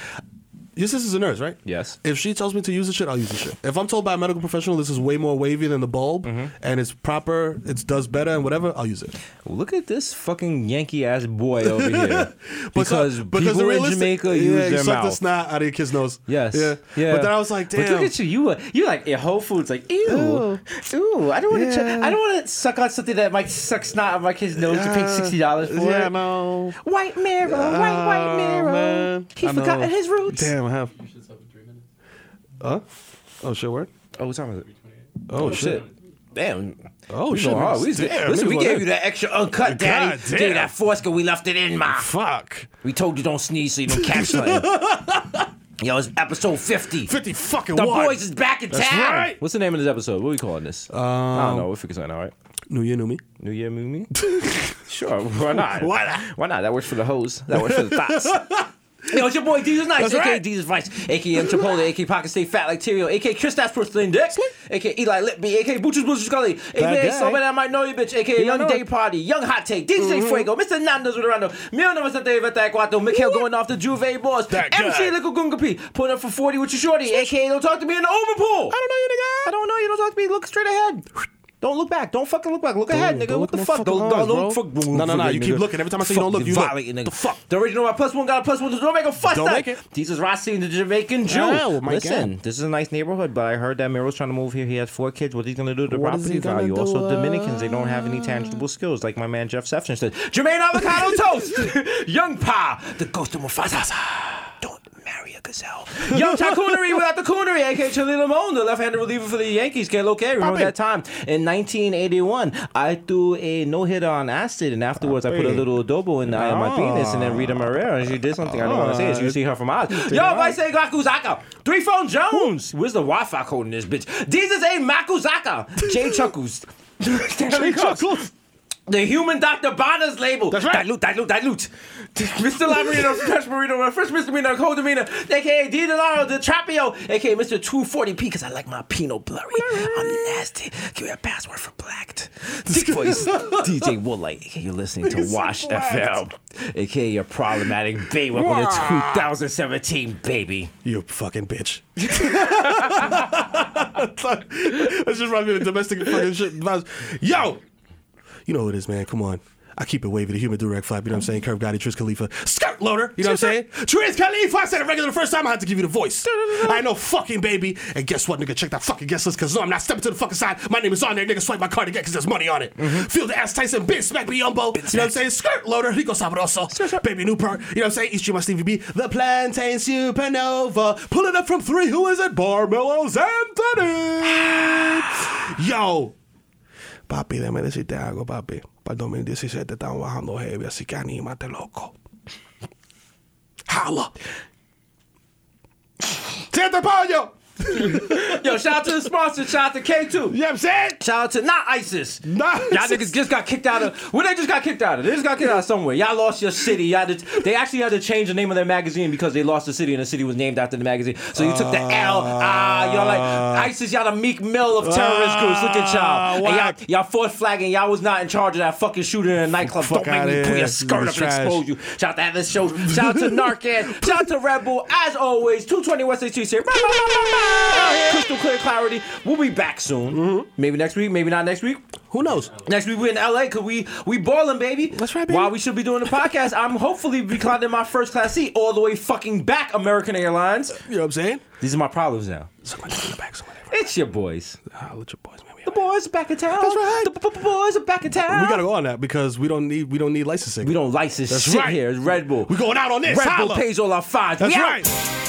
B: Your sister's a nurse, right?
E: Yes.
B: If she tells me to use the shit, I'll use the shit. If I'm told by a medical professional this is way more wavy than the bulb and it's proper, it does better and whatever, I'll use it.
E: Look at this fucking Yankee ass boy over
B: *laughs*
E: here.
B: But so-
E: because people in
B: realistic-
E: Jamaica
B: yeah,
E: use
B: you
E: their
B: suck the
E: mouth.
B: snot out of your kid's nose.
E: Yes.
B: Yeah. But then I was like, damn.
E: But look at you. *laughs* You were, you like at Whole Foods, like ew, ew. I don't want to.
B: Yeah.
E: I don't want to suck on something that might suck snot out of my kid's nose to pay sixty dollars for.
B: Yeah,
E: it.
B: no.
E: White Mirror, white
B: Oh,
E: white Mirror.
B: man.
E: He
B: I
E: forgot
B: know.
E: his roots.
B: Damn, I have.
G: You should stop in three minutes.
B: Huh? Oh, shit, word?
E: Oh, what time is it?
G: 28.
E: Oh, shit. Damn.
B: Oh,
E: we
B: shit,
E: going hard.
B: man.
E: We, was-
B: Damn,
E: listen,
B: we
E: we
B: was
E: gave
B: like-
E: you that extra uncut, Daddy.
B: God damn.
E: Gave that force 'cause we left it in, ma.
B: Fuck.
E: We told you don't sneeze so you
B: *laughs*
E: don't catch nothing. Yo, it's episode 50.
B: 50 fucking
E: The
B: one.
E: boys is back in
B: That's
E: town.
B: right. Um,
E: What's the name of this episode? What are we calling this? I don't know. We'll figure something out, all right?
B: New year, new me.
E: New Year *laughs* Movie? sure, *laughs* why not?
B: Why not?
E: Why not? That works for the hoes. That works for the thoughts. *laughs* Yo, it's your boy Jesus Nice, E
B: That's
E: aka
B: right.
E: Jesus Vice, aka M Chipotle, aka Pocket State Fat Like Tyrio, aka E Chris That's Push Thin Dick, aka Eli Lipby, aka Butchers Butchers Gully, aka
B: guy.
E: Someone I Might Know You Bitch, aka
B: might
E: Young
B: know Mm-hmm.
E: Day
B: it.
E: Party, Young Hot Take, DJ Fuego, Mr. Nando's Rodando, Mil Namaste Vete Cuatro, Mikhail going off the Juve Boss,
B: That guy.
E: MC Little Gunga P, putting up for 40 with your shorty, aka Don't Talk to Me in the
B: I don't
E: Overpool.
B: know you, nigga.
E: I don't know. You don't talk to me. Look straight ahead. Don't look back. Don't fucking look back. Look ahead, nigga.
B: don't look
E: What the
B: no
E: fuck?
B: fucking
E: Don't, don't,
B: eyes,
E: don't,
B: bro.
E: fuck- don't
B: No, no,
E: look
B: no,
E: at
B: you
E: nigga.
B: keep looking. Every time I say you don't
E: Fuck,
B: look, you look.
E: violating, nigga.
B: The fuck?
E: The original my plus one got a plus one. Just Don't make a fuss.
B: Don't
E: that.
B: make it.
E: Jesus Rossi and the Jamaican Jew.
B: Oh, my
E: Listen,
B: God.
E: this is a nice neighborhood, but I heard that Meryl's trying to move here. He has four kids. What are you gonna do to the
B: What is he
E: property
B: gonna
E: value?
B: do,
E: also,
B: uh,
E: Dominicans they don't have any tangible skills, like my man Jeff Sefton said. Jermaine Avocado *laughs* Toast, Young Pa, the Ghost of Mufasa. Don't marry a gazelle. *laughs* Young Takunery without the coonery, aka Charlie Lamone, the left-handed reliever for the Yankees. Get okay. Remember
B: Papi.
E: that time in 1981, I threw a no-hitter on acid, and afterwards I put a
B: Papi.
E: little adobo in the eye of my penis, and then Rita Morera, and she did something I don't want to say. So you see her from Oz. Yo, Vice A Gakuzaka, Three Phone Jones. Where's the Wi-Fi code in this bitch? Jesus A *laughs* Makuzaka, J Chuckles. Stanley Cups. The human Dr. Bonner's label. That's
B: right.
E: Dilute, dilute, dilute. *laughs* Mr. Lamarino, Fresh Marino, Fresh Mr. Marino, Cold Demeanor, aka D. Delano, the Trapio, aka Mr. 240p, because I like my Pinot Blurry. I'm nasty. Give me a password for blacked. Dick voice, DJ Woolite, aka you're listening to Wash FM, aka your problematic babe. Welcome to 2017, baby.
B: You fucking
E: *laughs*
B: bitch. That's just running me of domestic fucking shit. vibes. Yo, you know who it is, man. Come on. I keep it wavy, the human direct flap. You know what I'm saying? Curve Gotti, Trish Khalifa, skirt loader. You know what I'm saying? Trish Khalifa. I said it regular the first time. I had to give you the voice. I ain't no fucking baby. And guess what, nigga? Check that fucking guest list, cause no, I'm not stepping to the fucking side. My name is on there, nigga. Swipe my card again, cause there's money on it. Feel the ass Tyson, bitch, Mm-hmm. smack me umbo. You know what I'm saying? Skirt loader. He goes also. Baby Newport. You know what I'm saying? East Street, my Stevie B. The plantain supernova. Pulling up from three. Who is it? Barmelo's *sighs* Anthony. Yo. Papi, déjame decirte algo, papi. Para el 2017 estamos bajando heavy, así que anímate, loco. Holla. Siete pollo.
E: Yo, shout out to the sponsor. Shout out to K2.
B: You know what I'm saying?
E: Shout out to not ISIS.
B: Not
E: Y'all
B: ISIS.
E: niggas just got kicked out of. Well, they just got kicked out of. They just got kicked out of somewhere. Y'all lost your city. Y'all did, they actually had to change the name of their magazine because they lost the city and the city was named after the magazine. So you took the L. Ah, y'all like ISIS. Y'all the meek mill of terrorist groups. Look at y'all. And
B: whack.
E: y'all. Y'all fought flagging. Y'all was not in charge of that fucking shooter in a nightclub.
B: Fuck
E: Don't make
B: outta
E: me pull
B: here.
E: your skirt up
B: This trash.
E: and expose you. Shout out to Atlas Show. Shout out
B: *laughs*
E: to Narcan. Shout out to Red Bull. As always, 220 West 6th Street. Say, "Rah, rah, rah, rah, rah." Crystal clear clarity. We'll be back soon.
B: Mm-hmm.
E: Maybe next week. Maybe not next week.
B: Who knows?
E: Next week we're in LA because we we balling, baby. That's
B: right, baby.
E: While we should be doing the podcast, I'm hopefully be climbing my first class seat all the way fucking back American Airlines.
B: You know what I'm saying?
E: These are my problems now.
B: Somebody in the back, somebody.
E: It's your boys.
B: Holla at your boys, man. We
E: The boys are back in town.
B: That's right.
E: The b- b- boys are back in town.
B: gotta go on that because we don't need we don't need licensing.
E: We don't license
B: That's
E: shit
B: right.
E: here. It's Red Bull.
B: We going out on this.
E: Red Bull
B: Holla.
E: pays all our fines.
B: That's
E: we out.
B: right.